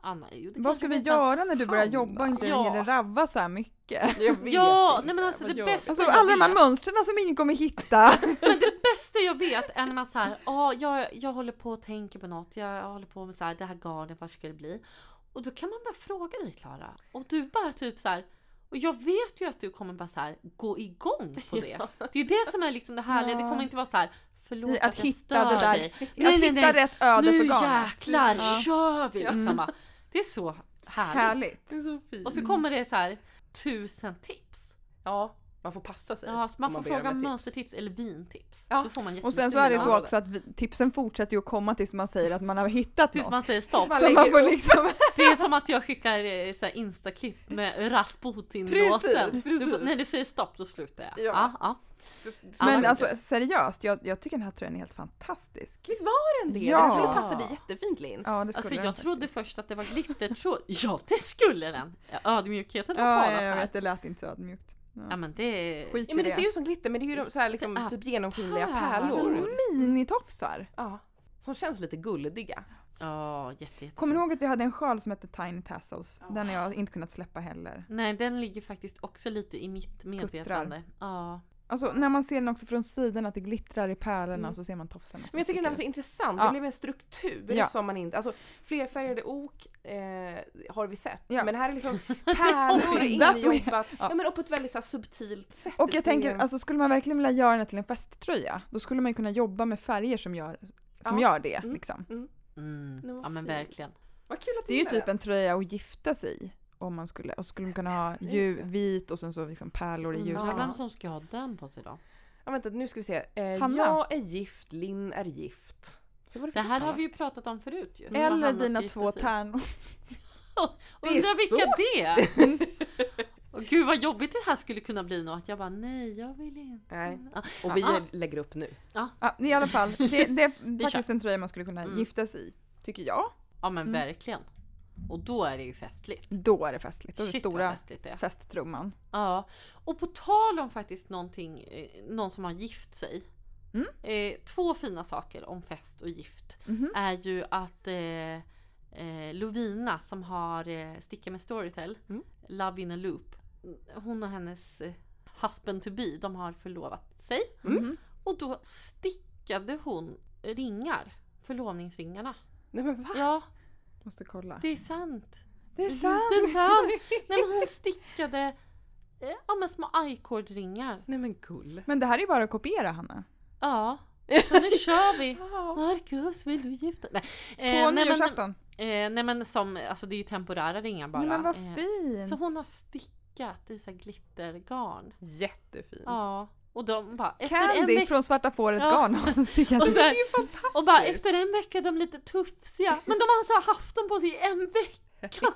[SPEAKER 1] annan. Jo, det
[SPEAKER 2] Vad
[SPEAKER 1] kanske
[SPEAKER 2] ska vi
[SPEAKER 1] finns
[SPEAKER 2] göra när du börjar
[SPEAKER 3] Hanna.
[SPEAKER 2] jobba och inte
[SPEAKER 1] Ja.
[SPEAKER 2] längre rabba så här mycket?
[SPEAKER 3] Jag
[SPEAKER 1] någon-
[SPEAKER 3] vet
[SPEAKER 1] Ja,
[SPEAKER 3] inte.
[SPEAKER 1] nej men alltså
[SPEAKER 3] Vad
[SPEAKER 1] det
[SPEAKER 3] gör
[SPEAKER 1] bästa,
[SPEAKER 2] Alltså
[SPEAKER 1] jag
[SPEAKER 2] alla de här
[SPEAKER 1] vet,
[SPEAKER 2] mönstren som ingen kommer hitta!
[SPEAKER 1] men det bästa jag vet är när man såhär, ja jag, jag håller på och tänker på något, jag håller på med så här, det här garnet, vad ska det bli? Och då kan man bara fråga dig Klara, och du bara typ så här. och jag vet ju att du kommer bara så här gå igång på det. Det är ju det som är liksom det härliga, det
[SPEAKER 2] Ja.
[SPEAKER 1] kommer inte vara så här. förlåt
[SPEAKER 2] I
[SPEAKER 1] att,
[SPEAKER 2] att
[SPEAKER 1] jag
[SPEAKER 2] hitta
[SPEAKER 1] stör
[SPEAKER 2] det där-
[SPEAKER 1] dig.
[SPEAKER 2] att
[SPEAKER 1] nej,
[SPEAKER 2] hitta
[SPEAKER 1] nej.
[SPEAKER 2] rätt öde
[SPEAKER 1] Nu
[SPEAKER 2] för garnet.
[SPEAKER 1] jäklar
[SPEAKER 2] Ja.
[SPEAKER 1] kör vi!
[SPEAKER 3] Ja.
[SPEAKER 1] Liksom. bara. Det är så härligt.
[SPEAKER 2] Härligt!
[SPEAKER 3] Det är så fint.
[SPEAKER 1] Och så kommer det så här tusen tips.
[SPEAKER 3] Ja, man får passa sig.
[SPEAKER 1] Ja, så man
[SPEAKER 3] om
[SPEAKER 1] får
[SPEAKER 3] ber om
[SPEAKER 1] fråga
[SPEAKER 3] ett tips.
[SPEAKER 1] mönstertips eller vintips.
[SPEAKER 3] Ja.
[SPEAKER 1] Då får man
[SPEAKER 2] Och sen så är det så
[SPEAKER 1] jättemycket
[SPEAKER 2] också att vi, tipsen fortsätter ju att komma tills man säger att man har hittat
[SPEAKER 1] Tills
[SPEAKER 2] något.
[SPEAKER 1] man säger stopp.
[SPEAKER 3] man
[SPEAKER 2] så man
[SPEAKER 3] lägger
[SPEAKER 2] får
[SPEAKER 3] upp.
[SPEAKER 2] liksom...
[SPEAKER 1] Det är som att jag skickar eh, så här instaklipp med Rasputin-låten.
[SPEAKER 3] Precis,
[SPEAKER 1] Du får-
[SPEAKER 3] precis.
[SPEAKER 1] När du säger stopp då slutar jag.
[SPEAKER 3] Ja.
[SPEAKER 1] Ja, ja.
[SPEAKER 3] Det- det-
[SPEAKER 2] Men
[SPEAKER 1] Alla-
[SPEAKER 2] alltså seriöst, jag, jag tycker den här tröjan är helt fantastisk.
[SPEAKER 3] Visst var den det?
[SPEAKER 2] Ja.
[SPEAKER 3] Den skulle passa dig jättefint Linn.
[SPEAKER 2] Ja, det skulle
[SPEAKER 1] Alltså
[SPEAKER 2] den
[SPEAKER 1] jag
[SPEAKER 2] faktiskt.
[SPEAKER 1] trodde först att det var glittertråd. Ja det skulle den! Ödmjukheten har
[SPEAKER 2] Ja,
[SPEAKER 1] talat
[SPEAKER 2] ja, jag
[SPEAKER 1] här.
[SPEAKER 2] vet, det lät inte så mjukt.
[SPEAKER 1] Ja men det är...
[SPEAKER 2] Skit
[SPEAKER 3] Ja,
[SPEAKER 2] i
[SPEAKER 3] men det
[SPEAKER 2] det.
[SPEAKER 3] ser ju ut som glitter men det är ju de- så här,
[SPEAKER 1] Det
[SPEAKER 3] liksom,
[SPEAKER 1] är
[SPEAKER 3] typ genomskinliga
[SPEAKER 1] pärlor.
[SPEAKER 2] Mm.
[SPEAKER 3] pärlor.
[SPEAKER 2] Minitofsar!
[SPEAKER 3] Ja. Som känns lite guldiga.
[SPEAKER 1] Ja, jätte, jätte
[SPEAKER 2] Kommer ni ihåg att vi hade en sjal som hette Tiny Tassels?
[SPEAKER 3] Ja.
[SPEAKER 2] Den har jag inte kunnat släppa heller.
[SPEAKER 1] Nej, den ligger faktiskt också lite i mitt medvetande. Ja.
[SPEAKER 2] Alltså när man ser den också från sidan att det glittrar i pärlorna
[SPEAKER 3] Mm.
[SPEAKER 2] så ser man tofsarna som
[SPEAKER 3] Men jag tycker
[SPEAKER 2] sticker
[SPEAKER 3] den var så
[SPEAKER 2] ut.
[SPEAKER 3] intressant.
[SPEAKER 2] Ja.
[SPEAKER 3] Det blev en struktur
[SPEAKER 2] Ja.
[SPEAKER 3] som man inte... Alltså flerfärgade ok eh, har vi sett.
[SPEAKER 2] Ja.
[SPEAKER 3] Men här är liksom
[SPEAKER 2] har
[SPEAKER 3] pärlor
[SPEAKER 2] vi hittat.
[SPEAKER 3] injobbat. Ja.
[SPEAKER 2] Ja.
[SPEAKER 3] men och på ett väldigt så här, subtilt sätt.
[SPEAKER 2] Och jag
[SPEAKER 3] Det är
[SPEAKER 2] tänker,
[SPEAKER 3] en-
[SPEAKER 2] alltså skulle man verkligen vilja göra den här till en festtröja, då skulle man ju kunna jobba med färger som gör, som
[SPEAKER 3] Ja.
[SPEAKER 2] gör det.
[SPEAKER 3] Mm.
[SPEAKER 2] Liksom.
[SPEAKER 3] Den
[SPEAKER 1] Mm.
[SPEAKER 3] var
[SPEAKER 1] Ja men
[SPEAKER 3] fin.
[SPEAKER 1] verkligen.
[SPEAKER 3] Vad kul att
[SPEAKER 2] Det
[SPEAKER 3] du
[SPEAKER 2] är ju
[SPEAKER 3] gillar
[SPEAKER 2] typ en tröja att gifta sig i, om man skulle, och så skulle man kunna ha ljus, vit och sen så liksom pärlor i
[SPEAKER 1] Undrar
[SPEAKER 2] ljusgrönt.
[SPEAKER 1] Mm. vem som ska ha den på sig då?
[SPEAKER 3] Ja, vänta, nu ska vi se. Eh,
[SPEAKER 2] Hanna.
[SPEAKER 3] jag är gift, Linn är gift. Hur var
[SPEAKER 1] Det här
[SPEAKER 3] för
[SPEAKER 1] har vi ju pratat om förut ju. Vad
[SPEAKER 2] Eller
[SPEAKER 1] Hanna
[SPEAKER 2] dina
[SPEAKER 1] ska gifta
[SPEAKER 2] två
[SPEAKER 1] sig.
[SPEAKER 2] tärnor.
[SPEAKER 3] Det är
[SPEAKER 1] Undrar vilka
[SPEAKER 3] så.
[SPEAKER 1] det är? Och gud vad jobbigt det här skulle kunna bli nu. Att jag bara nej, jag vill inte.
[SPEAKER 3] Nej.
[SPEAKER 1] Ja.
[SPEAKER 3] Och vi
[SPEAKER 1] Ah.
[SPEAKER 3] lägger upp nu.
[SPEAKER 2] Ja, i alla fall, det, det är faktiskt
[SPEAKER 1] kör.
[SPEAKER 2] en tröja man skulle kunna
[SPEAKER 1] Mm.
[SPEAKER 2] gifta sig i, tycker jag.
[SPEAKER 1] Ja men
[SPEAKER 2] Mm.
[SPEAKER 1] verkligen. Och då är det ju festligt.
[SPEAKER 2] Då är det festligt, då är det
[SPEAKER 1] Shit vad
[SPEAKER 2] stora
[SPEAKER 1] festligt det är.
[SPEAKER 2] festtrumman.
[SPEAKER 1] Ja, och på tal om faktiskt någonting, eh, någon som har gift sig.
[SPEAKER 2] Mm.
[SPEAKER 1] Eh, två fina saker om fest och gift
[SPEAKER 2] Mhm.
[SPEAKER 1] är ju att eh, eh, Lovina som har eh, Sticka med Storytel,
[SPEAKER 3] Mm.
[SPEAKER 1] Love in a loop. Hon och hennes eh, husband to be, de har förlovat sig.
[SPEAKER 2] Mhm.
[SPEAKER 1] Och då stickade hon ringar, förlovningsringarna.
[SPEAKER 3] Nej men
[SPEAKER 2] Ah.
[SPEAKER 3] va?
[SPEAKER 1] Ja,
[SPEAKER 2] Måste kolla.
[SPEAKER 1] det är sant.
[SPEAKER 2] Det är
[SPEAKER 1] Det är
[SPEAKER 2] sant!
[SPEAKER 1] sant. Nej men hon stickade eh, ja, men små i-cord-ringar.
[SPEAKER 3] Nej men gull.
[SPEAKER 2] Men det här är ju bara att kopiera Hanna.
[SPEAKER 1] Ja, så nu kör vi!
[SPEAKER 3] Ja.
[SPEAKER 1] Marcus, vill du gifta dig?
[SPEAKER 2] På
[SPEAKER 1] Nej. Eh, nej, men,
[SPEAKER 2] nyårsafton.
[SPEAKER 1] eh, nej men som, alltså det är ju temporära ringar bara.
[SPEAKER 2] Nej, men vad
[SPEAKER 1] Eh,
[SPEAKER 2] fint!
[SPEAKER 1] Så hon har stickat i så här glittergarn.
[SPEAKER 3] Jättefint.
[SPEAKER 1] Ja, och de bara efter en
[SPEAKER 2] Candy
[SPEAKER 1] vecka
[SPEAKER 2] från Svarta Fåret
[SPEAKER 1] Ja.
[SPEAKER 2] Garn har hon stickat
[SPEAKER 1] och, så
[SPEAKER 2] ut.
[SPEAKER 1] här,
[SPEAKER 3] fantastiskt.
[SPEAKER 1] och bara efter en vecka är de lite tufsiga. Men de har alltså haft dem på sig i en vecka.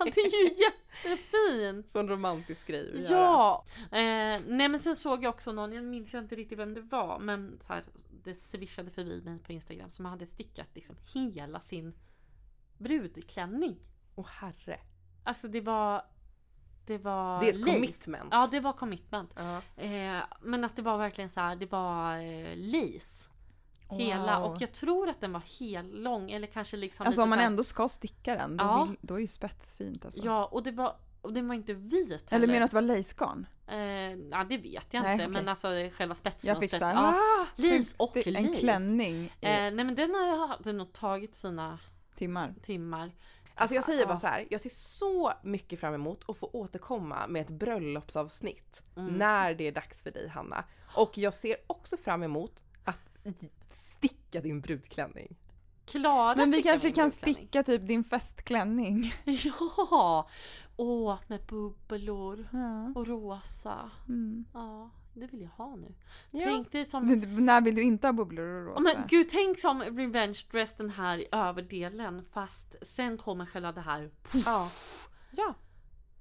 [SPEAKER 1] Det är ju jättefint!
[SPEAKER 3] Sån romantisk grej vi gör.
[SPEAKER 1] Ja! Eh, nej men sen såg jag också någon, jag minns inte riktigt vem det var, men så här, det swishade förbi mig på Instagram som hade stickat liksom hela sin brudklänning.
[SPEAKER 3] Åh herre.
[SPEAKER 1] Alltså det var... Det var...
[SPEAKER 3] Det är ett
[SPEAKER 1] lace.
[SPEAKER 3] commitment.
[SPEAKER 1] Ja det var commitment.
[SPEAKER 3] Ja.
[SPEAKER 1] Eh, men att det var verkligen så här, det var eh, lace. Hela
[SPEAKER 2] Wow.
[SPEAKER 1] och jag tror att den var hel lång eller kanske liksom
[SPEAKER 2] Alltså
[SPEAKER 1] lite
[SPEAKER 2] om man
[SPEAKER 1] så här-
[SPEAKER 2] ändå ska sticka den, då,
[SPEAKER 1] Ja.
[SPEAKER 2] vill, då är ju spets fint alltså.
[SPEAKER 1] Ja och det var, och den var inte vit
[SPEAKER 2] Eller
[SPEAKER 1] heller.
[SPEAKER 2] menar du att det var lacegarn?
[SPEAKER 1] eh, ja det vet jag
[SPEAKER 2] Nej,
[SPEAKER 1] inte
[SPEAKER 2] okej.
[SPEAKER 1] men alltså själva spetsmönstret.
[SPEAKER 2] Jag fick såhär,
[SPEAKER 1] ja.
[SPEAKER 2] ah,
[SPEAKER 1] Lace och
[SPEAKER 2] det- en
[SPEAKER 1] lace.
[SPEAKER 2] klänning i
[SPEAKER 1] Eh, nej men den har- hade nog tagit sina
[SPEAKER 2] timmar.
[SPEAKER 1] timmar.
[SPEAKER 3] Alltså jag säger
[SPEAKER 1] Ja.
[SPEAKER 3] bara så här. jag ser så mycket fram emot att få återkomma med ett bröllopsavsnitt
[SPEAKER 1] Mm.
[SPEAKER 3] när det är dags för dig Hanna. Och jag ser också fram emot att i- sticka din brudklänning.
[SPEAKER 1] Klara
[SPEAKER 2] Men vi
[SPEAKER 1] stickar
[SPEAKER 2] kanske
[SPEAKER 1] min
[SPEAKER 2] kan
[SPEAKER 1] brudklänning.
[SPEAKER 2] sticka typ din festklänning.
[SPEAKER 1] Ja! Åh, med bubblor
[SPEAKER 2] Ja.
[SPEAKER 1] och rosa.
[SPEAKER 2] Mm.
[SPEAKER 1] Ja, det vill jag ha nu.
[SPEAKER 3] Ja.
[SPEAKER 1] Tänk dig som
[SPEAKER 2] Men d- När vill du inte ha bubblor och rosa?
[SPEAKER 1] Ja, men gud, tänk som Revenge Dress den här i överdelen fast sen kommer själva det här.
[SPEAKER 3] Ja. Ja.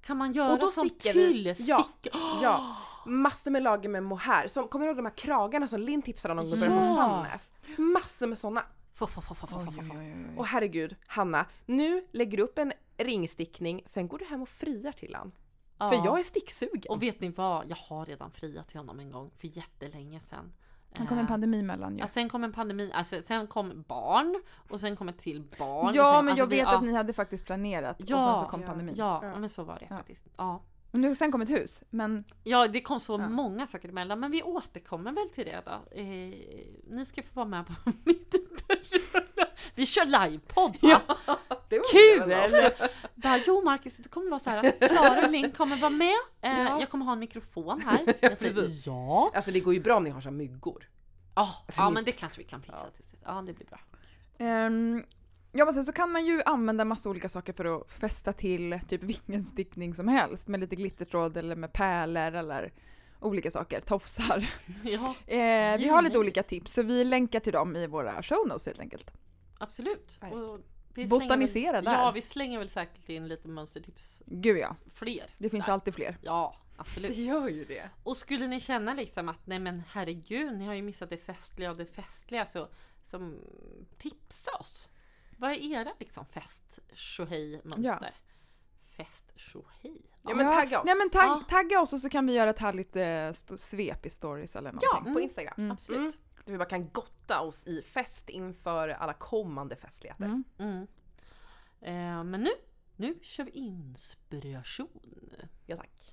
[SPEAKER 1] Kan man göra
[SPEAKER 3] då
[SPEAKER 1] som
[SPEAKER 3] stickar vi.
[SPEAKER 1] tyllstick?
[SPEAKER 3] Ja. ja. Massor med lager med mohair. Som, kommer du ihåg de här kragarna som Linn tipsade om någon gång i början på
[SPEAKER 2] Ja.
[SPEAKER 3] Sannäs? Massor med sådana.
[SPEAKER 1] Få, få, få, få, få,
[SPEAKER 2] Oj,
[SPEAKER 1] få, få.
[SPEAKER 2] oj, oj, oj.
[SPEAKER 3] Och herregud, Hanna, nu lägger du upp en ringstickning, sen går du hem och friar till han.
[SPEAKER 1] Ja.
[SPEAKER 3] För jag är sticksugen.
[SPEAKER 1] Och vet ni vad? Jag har redan friat till honom en gång för jättelänge sedan.
[SPEAKER 2] Sen kom en
[SPEAKER 1] Eh,
[SPEAKER 2] pandemi mellan ju.
[SPEAKER 1] Ja, sen kom en pandemi, alltså, sen kom barn och sen kom ett till barn. och
[SPEAKER 2] Ja
[SPEAKER 1] sen,
[SPEAKER 2] men
[SPEAKER 1] alltså,
[SPEAKER 2] jag
[SPEAKER 1] vi-
[SPEAKER 2] vet
[SPEAKER 1] ja,
[SPEAKER 2] att ni hade faktiskt planerat och
[SPEAKER 1] Ja.
[SPEAKER 2] sen så kom
[SPEAKER 3] Ja.
[SPEAKER 2] pandemin.
[SPEAKER 1] Ja,
[SPEAKER 3] Ja.
[SPEAKER 1] ja. men så var det
[SPEAKER 2] Ja.
[SPEAKER 1] faktiskt. Ja.
[SPEAKER 2] Men nu, sen kom ett hus. Men
[SPEAKER 1] ja, det kom så
[SPEAKER 2] Ja.
[SPEAKER 1] många saker emellan men vi återkommer väl till det då. Eh, ni ska få vara med på mitt bröllop. Vi kör livepodd va?
[SPEAKER 3] det var
[SPEAKER 1] Kul!
[SPEAKER 3] det väl.
[SPEAKER 1] Bara, jo Marcus, du kommer vara så här. Klara och Linn kommer vara med. Eh,
[SPEAKER 3] Ja.
[SPEAKER 1] Jag kommer ha en mikrofon här. Jag säger
[SPEAKER 3] precis.
[SPEAKER 1] ja.
[SPEAKER 3] Alltså det går ju bra om ni har så här myggor.
[SPEAKER 1] Ja,
[SPEAKER 3] Alltså,
[SPEAKER 1] ja
[SPEAKER 3] ni-
[SPEAKER 1] men det kanske vi kan fixa
[SPEAKER 3] Ja.
[SPEAKER 1] till sist. Ja, det blir bra.
[SPEAKER 2] Ehm, ja men sen så kan man ju använda massa olika saker för att fästa till typ vilken stickning som helst med lite glittertråd eller med pärlor eller olika saker, tofsar.
[SPEAKER 1] Ja,
[SPEAKER 2] Eh, vi har lite
[SPEAKER 1] Jajamän.
[SPEAKER 2] olika tips så vi länkar till dem i våra show notes helt enkelt.
[SPEAKER 1] absolut.
[SPEAKER 3] Verkligen.
[SPEAKER 1] Och vi
[SPEAKER 2] Botanisera
[SPEAKER 1] slänger väl,
[SPEAKER 2] där.
[SPEAKER 1] Ja, vi slänger väl säkert in lite mönstertips
[SPEAKER 2] Gud ja,
[SPEAKER 1] fler.
[SPEAKER 2] det finns
[SPEAKER 1] där.
[SPEAKER 2] alltid fler.
[SPEAKER 1] Ja, absolut.
[SPEAKER 3] gör ju det.
[SPEAKER 1] Och skulle ni känna liksom att nej men herregud, ni har ju missat det festliga och det festliga så som, tipsa oss. Vad är era liksom fest tjohej mönster? Fest tjohej?
[SPEAKER 3] Ja men tagga oss.
[SPEAKER 2] Nej men tagg,
[SPEAKER 1] Ja.
[SPEAKER 2] tagga oss och så kan vi göra ett härligt eh, st- svep i stories eller
[SPEAKER 3] Ja,
[SPEAKER 2] någonting.
[SPEAKER 3] på Instagram.
[SPEAKER 2] Mm.
[SPEAKER 1] Absolut.
[SPEAKER 3] Mm. Där vi bara kan gotta oss i fest inför alla kommande festligheter.
[SPEAKER 2] Mm.
[SPEAKER 1] Mm. Eh, men nu, nu kör vi inspiration.
[SPEAKER 3] Ja tack.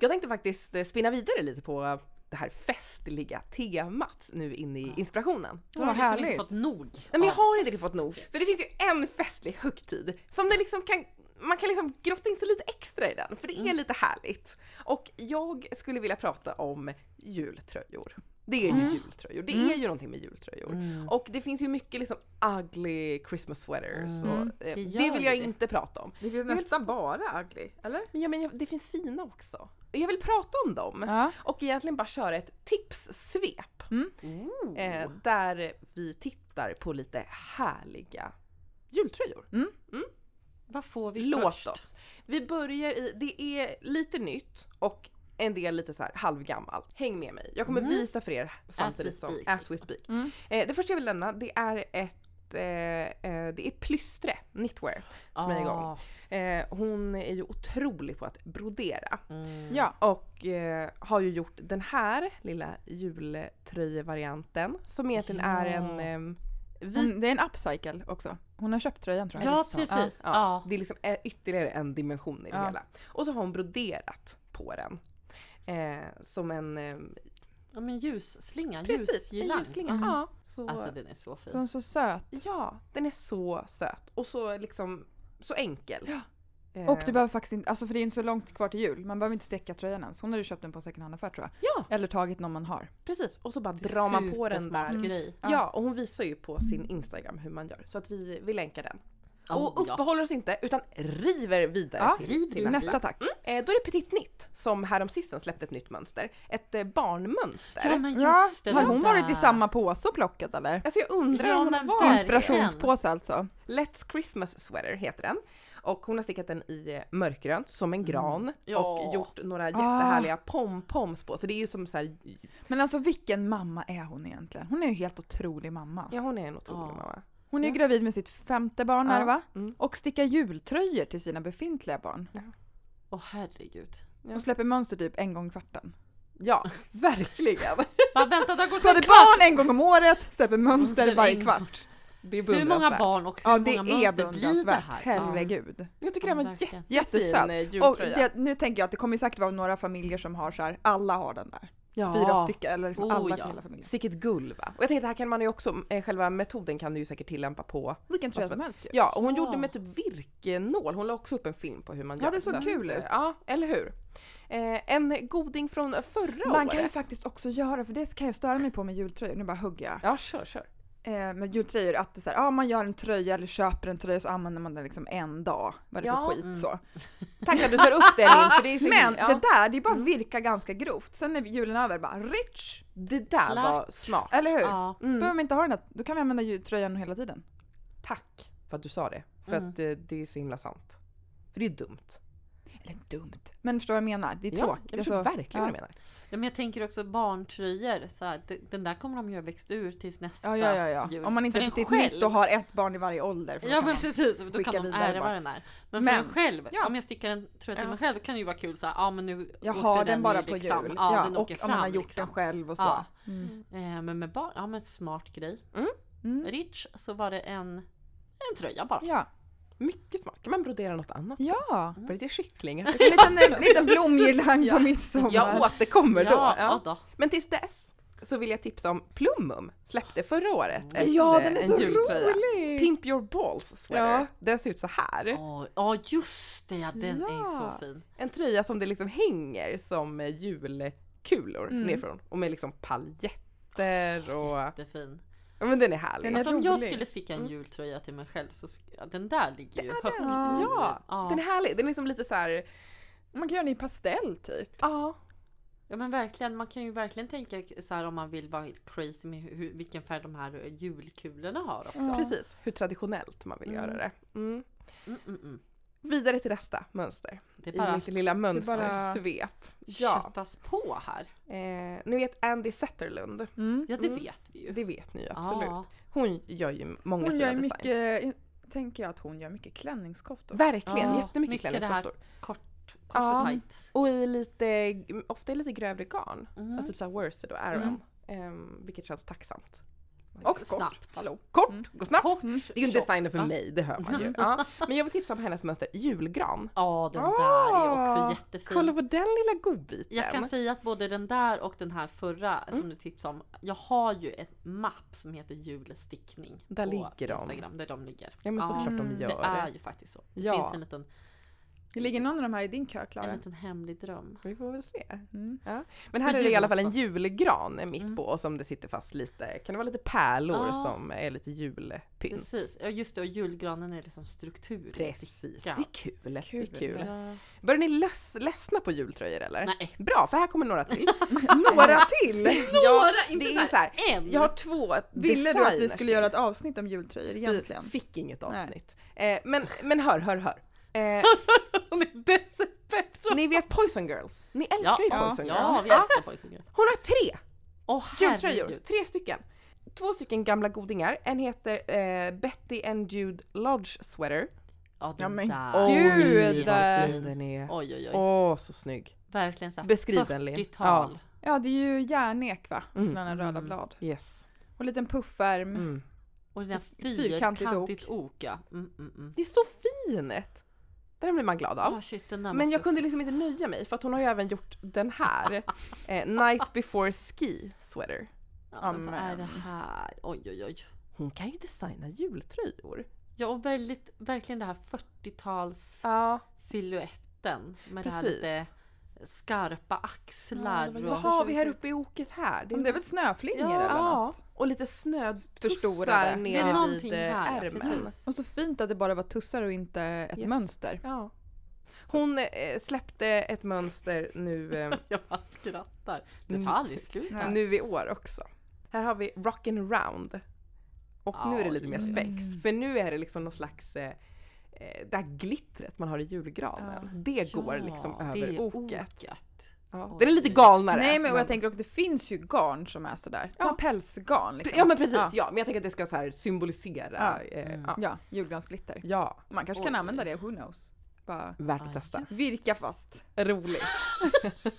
[SPEAKER 3] Jag tänkte faktiskt eh, spinna vidare lite på det här festliga temat nu inne i inspirationen.
[SPEAKER 1] Du
[SPEAKER 2] Vad
[SPEAKER 1] har liksom
[SPEAKER 2] härligt.
[SPEAKER 1] inte fått nog.
[SPEAKER 3] Nej men jag
[SPEAKER 1] av-
[SPEAKER 3] har inte riktigt fått nog. För det finns ju en festlig högtid som det liksom kan, man kan liksom grotta in sig lite extra i den. För det är
[SPEAKER 1] Mm.
[SPEAKER 3] lite härligt. Och jag skulle vilja prata om jultröjor. Det är ju jultröjor. Det är ju någonting med jultröjor.
[SPEAKER 1] Mm.
[SPEAKER 3] Och det finns ju mycket liksom ugly Christmas sweaters.
[SPEAKER 2] Mm.
[SPEAKER 3] Och, eh,
[SPEAKER 1] Det gör
[SPEAKER 3] det vill jag
[SPEAKER 1] ju det.
[SPEAKER 3] inte prata om.
[SPEAKER 2] Det finns nästan bara ugly, eller?
[SPEAKER 3] Men, ja, men jag, det finns fina också. Jag vill prata om dem.
[SPEAKER 2] Ja.
[SPEAKER 3] Och egentligen bara köra ett tipssvep.
[SPEAKER 1] Ooh.
[SPEAKER 3] Eh, där vi tittar på lite härliga jultröjor.
[SPEAKER 1] Vad får vi
[SPEAKER 3] Låt
[SPEAKER 1] först?
[SPEAKER 3] oss. Vi börjar i, det är lite nytt och en del lite så här halvgammalt. Häng med mig. Jag kommer
[SPEAKER 1] Mm.
[SPEAKER 3] visa för er samtidigt som
[SPEAKER 1] speak,
[SPEAKER 3] as we
[SPEAKER 1] liksom.
[SPEAKER 3] speak.
[SPEAKER 2] Mm.
[SPEAKER 3] Eh, det första jag vill nämna det är ett eh, eh, det är Plystre Knitwear som är igång.
[SPEAKER 1] Ah,
[SPEAKER 3] Eh, hon är ju otrolig på att brodera.
[SPEAKER 1] Mm.
[SPEAKER 2] Ja.
[SPEAKER 3] Och eh, har ju gjort den här lilla jultröjevarianten som egentligen är en
[SPEAKER 1] Ja.
[SPEAKER 3] ehm, vit
[SPEAKER 2] Hon, det är en upcycle också. Hon har köpt tröjan tror jag.
[SPEAKER 1] Ja,
[SPEAKER 3] sant?
[SPEAKER 1] precis.
[SPEAKER 3] Ja.
[SPEAKER 1] Ja.
[SPEAKER 3] Det är liksom eh, ytterligare en dimension i det
[SPEAKER 2] Ja.
[SPEAKER 3] hela. Och så har hon broderat på den. Eh, som en... Eh,
[SPEAKER 1] ja, men ljusslinga,
[SPEAKER 3] precis, en
[SPEAKER 1] ljusgillang.
[SPEAKER 3] ljusslinga.
[SPEAKER 2] Mm.
[SPEAKER 3] Ja, så,
[SPEAKER 1] Alltså den är så fin.
[SPEAKER 2] Så hon är så söt.
[SPEAKER 3] ja, den är så söt. Och så liksom, så enkel.
[SPEAKER 2] Ja.
[SPEAKER 3] Eh,
[SPEAKER 2] Och du behöver faktiskt inte, alltså för det är inte så långt kvar till jul. Man behöver inte steka tröjan ens. Hon hade ju köpt den på en second hand-affär tror jag.
[SPEAKER 3] Ja,
[SPEAKER 2] Eller tagit någon man har.
[SPEAKER 3] precis. Och så bara
[SPEAKER 1] Det är
[SPEAKER 3] drar man på den
[SPEAKER 1] supersmart
[SPEAKER 3] där.
[SPEAKER 1] grej.
[SPEAKER 2] Ja.
[SPEAKER 3] Ja, och hon visar ju på sin Instagram hur man gör. Så att vi, vi länkar den. Mm. och
[SPEAKER 1] Oh, ja.
[SPEAKER 3] uppehåller oss inte, utan river vidare
[SPEAKER 2] Ja,
[SPEAKER 3] till,
[SPEAKER 1] riv,
[SPEAKER 3] till
[SPEAKER 1] riv.
[SPEAKER 3] nästa.
[SPEAKER 2] Nästa tack.
[SPEAKER 3] Eh, då är det Petit Knit som häromsistens släppte ett nytt mönster. Ett eh, barnmönster.
[SPEAKER 1] Ja men
[SPEAKER 2] Ja,
[SPEAKER 1] just det.
[SPEAKER 2] har
[SPEAKER 1] den
[SPEAKER 2] hon varit i
[SPEAKER 1] där.
[SPEAKER 2] samma påse och plockat eller?
[SPEAKER 3] Alltså jag undrar
[SPEAKER 1] Ja,
[SPEAKER 3] om hon har
[SPEAKER 1] men
[SPEAKER 3] varit
[SPEAKER 1] verkligen.
[SPEAKER 2] Inspirationspåse alltså.
[SPEAKER 3] Let's Christmas Sweater heter den. Och hon har stickat den i eh, mörkgrönt som en gran
[SPEAKER 1] Mm. Ja. Ah.
[SPEAKER 3] och gjort några jättehärliga pompoms på. Så det är ju som så här,
[SPEAKER 2] Men alltså vilken mamma är hon egentligen? Hon är ju helt otrolig mamma.
[SPEAKER 3] ja hon är en otrolig
[SPEAKER 1] Ja.
[SPEAKER 3] mamma.
[SPEAKER 2] Hon är ju
[SPEAKER 3] Ja.
[SPEAKER 2] gravid med sitt femte barn här
[SPEAKER 3] Ja.
[SPEAKER 2] va?
[SPEAKER 3] Mm.
[SPEAKER 2] Och stickar jultröjor till sina befintliga barn.
[SPEAKER 1] Åh herregud.
[SPEAKER 3] Ja.
[SPEAKER 2] Och släpper mönster typ en gång i kvarten.
[SPEAKER 3] Ja, verkligen.
[SPEAKER 1] Bara vänta, det har gått
[SPEAKER 2] Så
[SPEAKER 1] en
[SPEAKER 2] det är
[SPEAKER 1] kvart.
[SPEAKER 2] barn en gång om året, släpper mönster
[SPEAKER 1] Mönster
[SPEAKER 2] varje
[SPEAKER 1] en-
[SPEAKER 2] kvart.
[SPEAKER 3] Det är
[SPEAKER 1] Hur många
[SPEAKER 3] beundransvärt.
[SPEAKER 1] barn och hur
[SPEAKER 2] Ja det
[SPEAKER 1] många
[SPEAKER 2] är
[SPEAKER 1] mönster blir det
[SPEAKER 2] beundransvärt,
[SPEAKER 1] här?
[SPEAKER 2] herregud.
[SPEAKER 3] Jag tycker
[SPEAKER 1] Ja,
[SPEAKER 3] det var en
[SPEAKER 1] verkligen.
[SPEAKER 3] jättefin
[SPEAKER 2] Jättesöt.
[SPEAKER 3] eh,
[SPEAKER 2] Och
[SPEAKER 3] jultröja.
[SPEAKER 2] det, nu tänker jag att det kommer säkert vara några familjer som har så här, alla har den där.
[SPEAKER 3] ja.
[SPEAKER 2] Fyra stycken, eller liksom
[SPEAKER 1] Oh,
[SPEAKER 2] alla
[SPEAKER 1] ja.
[SPEAKER 2] i hela familjen.
[SPEAKER 3] Sicket guld va? Och jag tänker att det här kan man ju också, eh, själva metoden kan du ju säkert tillämpa på.
[SPEAKER 2] Vilken tröja
[SPEAKER 3] Vad som
[SPEAKER 2] som helst ju.
[SPEAKER 3] Ja, och hon
[SPEAKER 1] Ja.
[SPEAKER 3] gjorde med typ virkenål. Hon la också upp en film på hur man
[SPEAKER 2] Ja,
[SPEAKER 3] gör.
[SPEAKER 2] det såg
[SPEAKER 3] att,
[SPEAKER 2] kul
[SPEAKER 3] eh,
[SPEAKER 2] ut.
[SPEAKER 3] Ja, eller hur? Eh, en goding från förra
[SPEAKER 2] Man
[SPEAKER 3] året.
[SPEAKER 2] kan ju faktiskt också göra, för det kan jag störa mig på med jultröjor, nu bara hugger jag.
[SPEAKER 3] Ja, kör, kör.
[SPEAKER 2] eh, med jultröjor att det är så här, ah, man gör en tröja eller köper en tröja så använder man den liksom en dag. Vad är det
[SPEAKER 3] Ja,
[SPEAKER 2] för skit
[SPEAKER 1] mm.
[SPEAKER 2] så.
[SPEAKER 3] Tack att du tar upp det Linn, för det är så
[SPEAKER 2] Men
[SPEAKER 3] ja.
[SPEAKER 2] det där, det är
[SPEAKER 1] Mm.
[SPEAKER 2] bara virka ganska grovt. Sen är julen över, bara rich!
[SPEAKER 3] det där
[SPEAKER 1] Klart.
[SPEAKER 3] var smart.
[SPEAKER 2] Eller hur?
[SPEAKER 1] Ja.
[SPEAKER 2] Då
[SPEAKER 3] Mm.
[SPEAKER 2] behöver man inte ha den där, då kan vi använda jultröjan hela tiden.
[SPEAKER 3] Tack för att du sa det, för
[SPEAKER 1] Mm.
[SPEAKER 3] att eh, det är så himla sant. För det är dumt.
[SPEAKER 2] Eller dumt. Men förstår vad jag menar? Det är
[SPEAKER 3] Ja,
[SPEAKER 2] tråkigt.
[SPEAKER 3] jag förstår
[SPEAKER 2] Alltså,
[SPEAKER 3] verkligen vad du menar.
[SPEAKER 1] Ja, men jag tänker också barntröjor. Så här, d- den där kommer de göra växt ur tills nästa
[SPEAKER 2] ja, ja, ja,
[SPEAKER 1] jul.
[SPEAKER 2] ja. Om man inte
[SPEAKER 1] För
[SPEAKER 2] är
[SPEAKER 1] en
[SPEAKER 2] riktigt
[SPEAKER 1] själv-
[SPEAKER 2] nytt och har ett barn i varje ålder. för då
[SPEAKER 1] Ja
[SPEAKER 2] kan
[SPEAKER 1] men
[SPEAKER 2] man-
[SPEAKER 1] precis, då
[SPEAKER 2] skicka
[SPEAKER 1] kan de
[SPEAKER 2] vidare
[SPEAKER 1] ärva
[SPEAKER 2] bara.
[SPEAKER 1] den där. Men,
[SPEAKER 2] Men-
[SPEAKER 1] för en själv,
[SPEAKER 2] ja.
[SPEAKER 1] om jag stickar en tröja till
[SPEAKER 2] Ja.
[SPEAKER 1] mig själv kan det ju vara kul såhär, ja ah, men nu
[SPEAKER 2] Jag
[SPEAKER 1] åkte
[SPEAKER 2] har den bara
[SPEAKER 1] i
[SPEAKER 2] på jul.
[SPEAKER 1] liksom. Ja, den
[SPEAKER 2] och
[SPEAKER 1] åker
[SPEAKER 2] om
[SPEAKER 1] fram
[SPEAKER 2] man har gjort
[SPEAKER 1] liksom.
[SPEAKER 2] den själv och så.
[SPEAKER 1] Ja.
[SPEAKER 2] Mm.
[SPEAKER 1] Eh, men med barn, ja men smart grej.
[SPEAKER 2] Mm.
[SPEAKER 1] Rich så var det en, en tröja bara.
[SPEAKER 2] Ja.
[SPEAKER 3] Mycket smart. Kan man brodera något annat?
[SPEAKER 2] ja.
[SPEAKER 3] Bara Lite kycklingar.
[SPEAKER 2] En liten, liten blomgirlang på midsommar.
[SPEAKER 3] Jag återkommer då.
[SPEAKER 1] Ja,
[SPEAKER 3] Ja.
[SPEAKER 1] ja. då.
[SPEAKER 3] Men tills dess så vill jag tipsa om Plumum. Släppte förra året ett,
[SPEAKER 2] ja,
[SPEAKER 3] eh,
[SPEAKER 2] den är
[SPEAKER 3] en
[SPEAKER 2] så
[SPEAKER 3] jultröja.
[SPEAKER 2] rolig!
[SPEAKER 3] Pimp your balls sweater.
[SPEAKER 2] Mm. Ja.
[SPEAKER 3] Den ser ut så här.
[SPEAKER 1] Åh, Ja just det, ja, den är ju
[SPEAKER 3] Ja.
[SPEAKER 1] så fin.
[SPEAKER 3] En tröja som det liksom hänger som eh, julkulor
[SPEAKER 2] Mm.
[SPEAKER 3] nerifrån. Och med liksom paljetter och...
[SPEAKER 1] Jättefin.
[SPEAKER 3] Ja men den är härlig.
[SPEAKER 2] Den är
[SPEAKER 1] Alltså om jag
[SPEAKER 2] rolig.
[SPEAKER 1] skulle sticka en jultröja till mig själv så sk- ja, den där ligger ju högt.
[SPEAKER 2] Mm. den.
[SPEAKER 1] i-
[SPEAKER 3] Alltså, Ja,
[SPEAKER 1] ja.
[SPEAKER 3] den är härlig. Den är liksom lite så här...
[SPEAKER 2] Man kan göra den i pastell typ.
[SPEAKER 3] Ja.
[SPEAKER 1] Ja men verkligen, man kan ju verkligen tänka så här om man vill vara crazy med hur, vilken färg de här julkulorna har också.
[SPEAKER 2] Ja.
[SPEAKER 3] Alltså, Precis, hur traditionellt man vill
[SPEAKER 2] Mm.
[SPEAKER 3] göra det. Mm.
[SPEAKER 1] Mm, mm, mm.
[SPEAKER 3] Vidare till nästa mönster.
[SPEAKER 1] Det är
[SPEAKER 3] I
[SPEAKER 1] bara
[SPEAKER 3] mitt lilla
[SPEAKER 2] bara-
[SPEAKER 3] mönstersvep. Ja.
[SPEAKER 1] köttas på här.
[SPEAKER 3] Eh, ni vet Andy Setterlund?
[SPEAKER 2] Mm.
[SPEAKER 1] Ja det
[SPEAKER 3] Mm.
[SPEAKER 1] vet vi ju.
[SPEAKER 3] Det vet ni ju absolut.
[SPEAKER 1] Ja.
[SPEAKER 3] Hon gör ju många
[SPEAKER 2] Hon
[SPEAKER 3] fina
[SPEAKER 2] gör ju
[SPEAKER 3] designs.
[SPEAKER 2] mycket, tänker jag att hon gör mycket klänningskoftor.
[SPEAKER 3] Verkligen,
[SPEAKER 1] Ja,
[SPEAKER 3] jättemycket
[SPEAKER 1] mycket det här.
[SPEAKER 3] klänningskoftor.
[SPEAKER 1] Kort, kort
[SPEAKER 3] Ja.
[SPEAKER 1] och tight.
[SPEAKER 3] Och i lite, ofta i lite grövre garn.
[SPEAKER 1] Mm.
[SPEAKER 3] Alltså typ såhär worsted och aran.
[SPEAKER 1] Mm.
[SPEAKER 3] Ehm, vilket känns tacksamt.
[SPEAKER 2] och kort.
[SPEAKER 1] Snabbt.
[SPEAKER 3] Hallå. Kort,
[SPEAKER 2] Mm.
[SPEAKER 3] gå snabbt.
[SPEAKER 1] Kort,
[SPEAKER 2] Mm.
[SPEAKER 3] Det är ju en
[SPEAKER 1] tjockt.
[SPEAKER 3] designer för
[SPEAKER 1] Ja.
[SPEAKER 3] mig, det hör man ju. Ja. Men jag vill tipsa om hennes mönster, julgran.
[SPEAKER 1] Ja den
[SPEAKER 2] Ah,
[SPEAKER 1] där är också jättefin.
[SPEAKER 3] Kolla på den lilla godbiten.
[SPEAKER 1] Jag kan säga att både den där och den här förra
[SPEAKER 3] Mm.
[SPEAKER 1] som du tipsade om. Jag har ju ett mapp som heter julestickning.
[SPEAKER 3] Där
[SPEAKER 1] på
[SPEAKER 3] ligger de.
[SPEAKER 1] Instagram, där de ligger.
[SPEAKER 3] Ja men såklart
[SPEAKER 2] Mm,
[SPEAKER 3] de gör
[SPEAKER 1] det är
[SPEAKER 3] det.
[SPEAKER 1] ju faktiskt så. Det
[SPEAKER 3] Ja.
[SPEAKER 1] finns en liten,
[SPEAKER 2] Det ligger någon av de här i din kö
[SPEAKER 1] en
[SPEAKER 2] Klara.
[SPEAKER 1] liten hemlig dröm.
[SPEAKER 3] Vi får väl se.
[SPEAKER 2] Mm.
[SPEAKER 3] Men här
[SPEAKER 1] På
[SPEAKER 3] är det i alla fall en
[SPEAKER 1] julafton.
[SPEAKER 3] julgran mitt
[SPEAKER 1] Mm.
[SPEAKER 3] på som det sitter fast lite, kan det vara lite pärlor
[SPEAKER 1] Ja.
[SPEAKER 3] som är lite julpynt?
[SPEAKER 1] Precis, ja just det och julgranen är liksom struktur.
[SPEAKER 3] Precis, det
[SPEAKER 1] Sticka.
[SPEAKER 3] är kul. Det
[SPEAKER 2] Kul.
[SPEAKER 3] är kul.
[SPEAKER 1] Ja.
[SPEAKER 3] Börjar ni lös- ledsna på jultröjor eller?
[SPEAKER 1] Nej.
[SPEAKER 3] Bra, för här kommer några till.
[SPEAKER 2] Några till!
[SPEAKER 1] Några,
[SPEAKER 3] Jag,
[SPEAKER 1] inte
[SPEAKER 3] det är
[SPEAKER 1] så här,
[SPEAKER 3] ju så här,
[SPEAKER 1] en!
[SPEAKER 3] jag har två
[SPEAKER 2] Ville du att vi
[SPEAKER 3] designers
[SPEAKER 2] skulle göra ett avsnitt om jultröjor
[SPEAKER 3] till.
[SPEAKER 2] egentligen?
[SPEAKER 3] Vi fick inget
[SPEAKER 2] Nej.
[SPEAKER 3] avsnitt. Eh, men, men hör, hör, hör. Eh,
[SPEAKER 1] Hon är desperat.
[SPEAKER 3] ni vet Poison Girls? Ni älskar
[SPEAKER 1] Ja,
[SPEAKER 3] ju
[SPEAKER 2] ja,
[SPEAKER 3] Poison
[SPEAKER 1] Ja,
[SPEAKER 3] Girls.
[SPEAKER 1] vi älskar Poison Girl.
[SPEAKER 3] Hon har tre
[SPEAKER 1] Åh
[SPEAKER 3] jultröjor,
[SPEAKER 1] herregud.
[SPEAKER 3] tre stycken. Två stycken gamla godingar. En heter eh, Betty and Jude Lodge Sweater.
[SPEAKER 1] Ja, den
[SPEAKER 2] Ja, men
[SPEAKER 1] där.
[SPEAKER 2] gud.
[SPEAKER 1] Ah. Oj,
[SPEAKER 2] Där.
[SPEAKER 1] vad
[SPEAKER 3] fin
[SPEAKER 1] fin.
[SPEAKER 3] den är.
[SPEAKER 1] Oj, oj, oj.
[SPEAKER 3] Åh, så snygg.
[SPEAKER 1] Verkligen såhär
[SPEAKER 3] Beskriv den, Linn.
[SPEAKER 1] 40-tal.
[SPEAKER 2] Ja, det är ju järnek va? Och
[SPEAKER 3] Mm.
[SPEAKER 2] sådana här röda
[SPEAKER 1] Mm.
[SPEAKER 2] blad.
[SPEAKER 3] Yes.
[SPEAKER 2] Och en liten puffärm.
[SPEAKER 3] Mm.
[SPEAKER 1] Och den där
[SPEAKER 2] Fyrkantigt ok.
[SPEAKER 1] fyrkantigt ok. ja. Mm, mm, mm.
[SPEAKER 3] Det är så fint! Den blir man glad av.
[SPEAKER 1] Ah, shit, den där
[SPEAKER 3] Men
[SPEAKER 1] måste
[SPEAKER 3] jag kunde
[SPEAKER 1] också-
[SPEAKER 3] liksom inte nöja mig för att hon har ju även gjort den här. Eh, Night before ski sweater.
[SPEAKER 1] Ja, men vad är
[SPEAKER 2] Amen.
[SPEAKER 3] eh,
[SPEAKER 1] det här? Oj, oj, oj.
[SPEAKER 3] Hon kan ju designa jultröjor.
[SPEAKER 1] Ja, och väldigt, verkligen det här 40-tals
[SPEAKER 3] Ja.
[SPEAKER 1] siluetten med
[SPEAKER 3] Precis.
[SPEAKER 1] det här lite skarpa axlar.
[SPEAKER 2] Ja, det var
[SPEAKER 1] och-
[SPEAKER 3] Vad har vi här uppe i oket här? Det
[SPEAKER 2] Om det är väl snöflingor
[SPEAKER 1] Ja.
[SPEAKER 2] eller
[SPEAKER 3] ja.
[SPEAKER 2] något?
[SPEAKER 3] Och lite snötussar
[SPEAKER 2] Förstorade.
[SPEAKER 1] det är
[SPEAKER 3] nere
[SPEAKER 1] någonting
[SPEAKER 3] vid eh,
[SPEAKER 1] här, ja,
[SPEAKER 3] ärmen.
[SPEAKER 1] precis.
[SPEAKER 2] Och så fint att det bara var tussar och inte ett
[SPEAKER 3] Yes.
[SPEAKER 2] mönster.
[SPEAKER 3] Ja. Hon eh, släppte ett mönster nu, eh,
[SPEAKER 1] Jag bara skrattar. Det
[SPEAKER 3] Mm.
[SPEAKER 1] tar aldrig slut.
[SPEAKER 2] Nej.
[SPEAKER 3] nu i år också. Här har vi Rockin' Round. Och nu är det lite mer
[SPEAKER 1] Oj.
[SPEAKER 3] spex.
[SPEAKER 2] Mm.
[SPEAKER 3] För nu är det liksom någon slags eh, eh, det här glittret man har i julgranen.
[SPEAKER 2] Ja.
[SPEAKER 3] Det går liksom
[SPEAKER 1] Ja, det
[SPEAKER 3] över
[SPEAKER 1] är
[SPEAKER 3] oket.
[SPEAKER 1] oket.
[SPEAKER 3] Ja.
[SPEAKER 1] Oj.
[SPEAKER 3] Den är lite galnare.
[SPEAKER 2] Nej men och jag tänker också det finns ju garn som är sådär.
[SPEAKER 3] Ja.
[SPEAKER 2] Ja. Pälsgarn liksom.
[SPEAKER 3] Ja men precis, ja. men jag tänker att det ska så här symbolisera.
[SPEAKER 2] Ja.
[SPEAKER 3] Eh,
[SPEAKER 1] Mm.
[SPEAKER 3] ja.
[SPEAKER 2] Ja, julgransglitter.
[SPEAKER 3] ja,
[SPEAKER 2] Man kanske
[SPEAKER 1] Oj.
[SPEAKER 2] kan använda det, who knows? Bara
[SPEAKER 3] värt
[SPEAKER 1] Ja,
[SPEAKER 3] att testa.
[SPEAKER 1] just
[SPEAKER 2] virka fast
[SPEAKER 3] Roligt.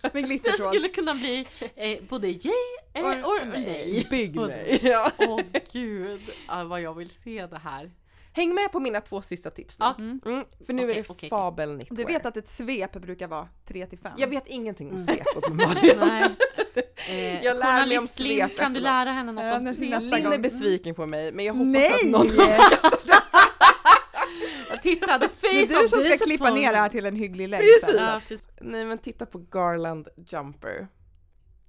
[SPEAKER 2] med
[SPEAKER 1] Det
[SPEAKER 2] glittertråd.
[SPEAKER 1] skulle kunna bli eh, både yay eh,
[SPEAKER 2] Or-
[SPEAKER 1] och nej.
[SPEAKER 3] Big
[SPEAKER 1] Och-
[SPEAKER 3] nej. Ja.
[SPEAKER 1] Åh gud, ah, vad jag vill se det här.
[SPEAKER 3] Häng med på mina två sista tips nu.
[SPEAKER 1] Ja.
[SPEAKER 2] Mm.
[SPEAKER 3] Mm, för nu
[SPEAKER 1] Okej,
[SPEAKER 3] är det
[SPEAKER 1] okej, okej.
[SPEAKER 3] Fabel Knitwear.
[SPEAKER 2] Du vet att ett svep brukar vara 3 till 5?
[SPEAKER 3] Jag vet ingenting om
[SPEAKER 1] Mm.
[SPEAKER 3] svep uppenbarligen.
[SPEAKER 1] Nej. Eh,
[SPEAKER 3] Jag lär mig om
[SPEAKER 1] journalist Lind,
[SPEAKER 3] svep
[SPEAKER 1] Kan du
[SPEAKER 3] efteråt.
[SPEAKER 1] lära henne något
[SPEAKER 2] Ja,
[SPEAKER 1] om
[SPEAKER 2] när-
[SPEAKER 1] svep?
[SPEAKER 2] nästa
[SPEAKER 3] Linn är
[SPEAKER 2] gång.
[SPEAKER 3] besviken på mig men jag hoppas att
[SPEAKER 2] Nej!
[SPEAKER 3] någon...
[SPEAKER 1] Titta, the face
[SPEAKER 2] Det är du
[SPEAKER 1] of
[SPEAKER 2] som ska
[SPEAKER 1] disappointment.
[SPEAKER 2] klippa ner det här till en hygglig lägg
[SPEAKER 3] Precis.
[SPEAKER 2] sen.
[SPEAKER 1] Ja, precis.
[SPEAKER 3] Nej men titta på Garland Jumper.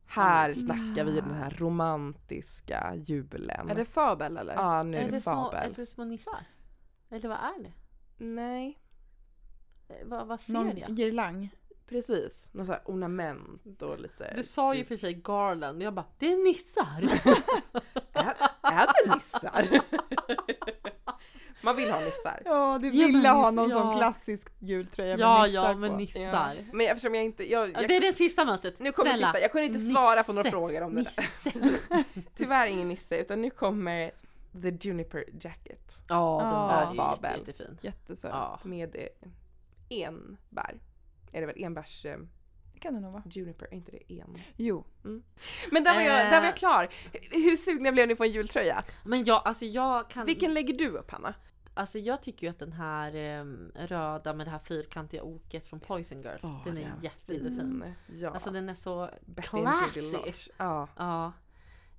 [SPEAKER 3] Här snackar vi ju den här romantiska julen.
[SPEAKER 2] Är det fabel eller?
[SPEAKER 3] Ja nu
[SPEAKER 1] Är
[SPEAKER 3] är det
[SPEAKER 1] det små,
[SPEAKER 3] Fabel.
[SPEAKER 1] är det små nissar? Eller vad är det?
[SPEAKER 3] Nej
[SPEAKER 1] Eh, Vad, vad ser
[SPEAKER 2] Någon
[SPEAKER 1] jag?
[SPEAKER 2] girlang?
[SPEAKER 3] precis, något sånt här ornament och lite... typ-
[SPEAKER 1] Du sa ju för sig Garland och jag bara det är nissar!
[SPEAKER 3] Är, är det nissar? Man vill ha nissar.
[SPEAKER 2] Ja, du
[SPEAKER 1] Ja,
[SPEAKER 2] ville
[SPEAKER 1] men
[SPEAKER 2] ha
[SPEAKER 1] niss-
[SPEAKER 2] någon sån
[SPEAKER 1] ja.
[SPEAKER 2] klassisk gul tröja
[SPEAKER 1] Ja,
[SPEAKER 2] med nissar
[SPEAKER 1] ja,
[SPEAKER 2] på.
[SPEAKER 1] men nissar.
[SPEAKER 3] Men eftersom jag inte, jag,
[SPEAKER 1] Ja,
[SPEAKER 3] jag,
[SPEAKER 1] det är det sista mönstret.
[SPEAKER 3] nu kommer
[SPEAKER 1] Snälla.
[SPEAKER 3] sista, jag kunde inte svara på några
[SPEAKER 1] Nisse.
[SPEAKER 3] frågor om det där. Tyvärr ingen nisse utan nu kommer the juniper jacket
[SPEAKER 1] Ja,
[SPEAKER 2] Ja.
[SPEAKER 1] den där är ju
[SPEAKER 3] Fabel.
[SPEAKER 1] jätte, jättefin.
[SPEAKER 2] Jättesöt.
[SPEAKER 1] Ja.
[SPEAKER 3] med eh, enbär. Är det väl enbärs eh,
[SPEAKER 2] Det kan det nog vara.
[SPEAKER 3] juniper, är inte det en?
[SPEAKER 2] Jo.
[SPEAKER 3] Men där var jag, där var
[SPEAKER 1] Eh.
[SPEAKER 3] jag klar. Hur sugna blev ni på en jultröja?
[SPEAKER 1] Men jag, alltså jag kan...
[SPEAKER 3] Vilken lägger du upp Hanna?
[SPEAKER 1] Alltså jag tycker ju att den här em, röda med det här fyrkantiga oket från Poison Girls,
[SPEAKER 3] Ja,
[SPEAKER 1] den är
[SPEAKER 3] den.
[SPEAKER 1] jätte, jättefin.
[SPEAKER 3] Mm, Ja.
[SPEAKER 1] Alltså den är så...
[SPEAKER 3] Betty and Judy
[SPEAKER 1] classy.
[SPEAKER 3] Lodge. Ja.
[SPEAKER 1] Ja.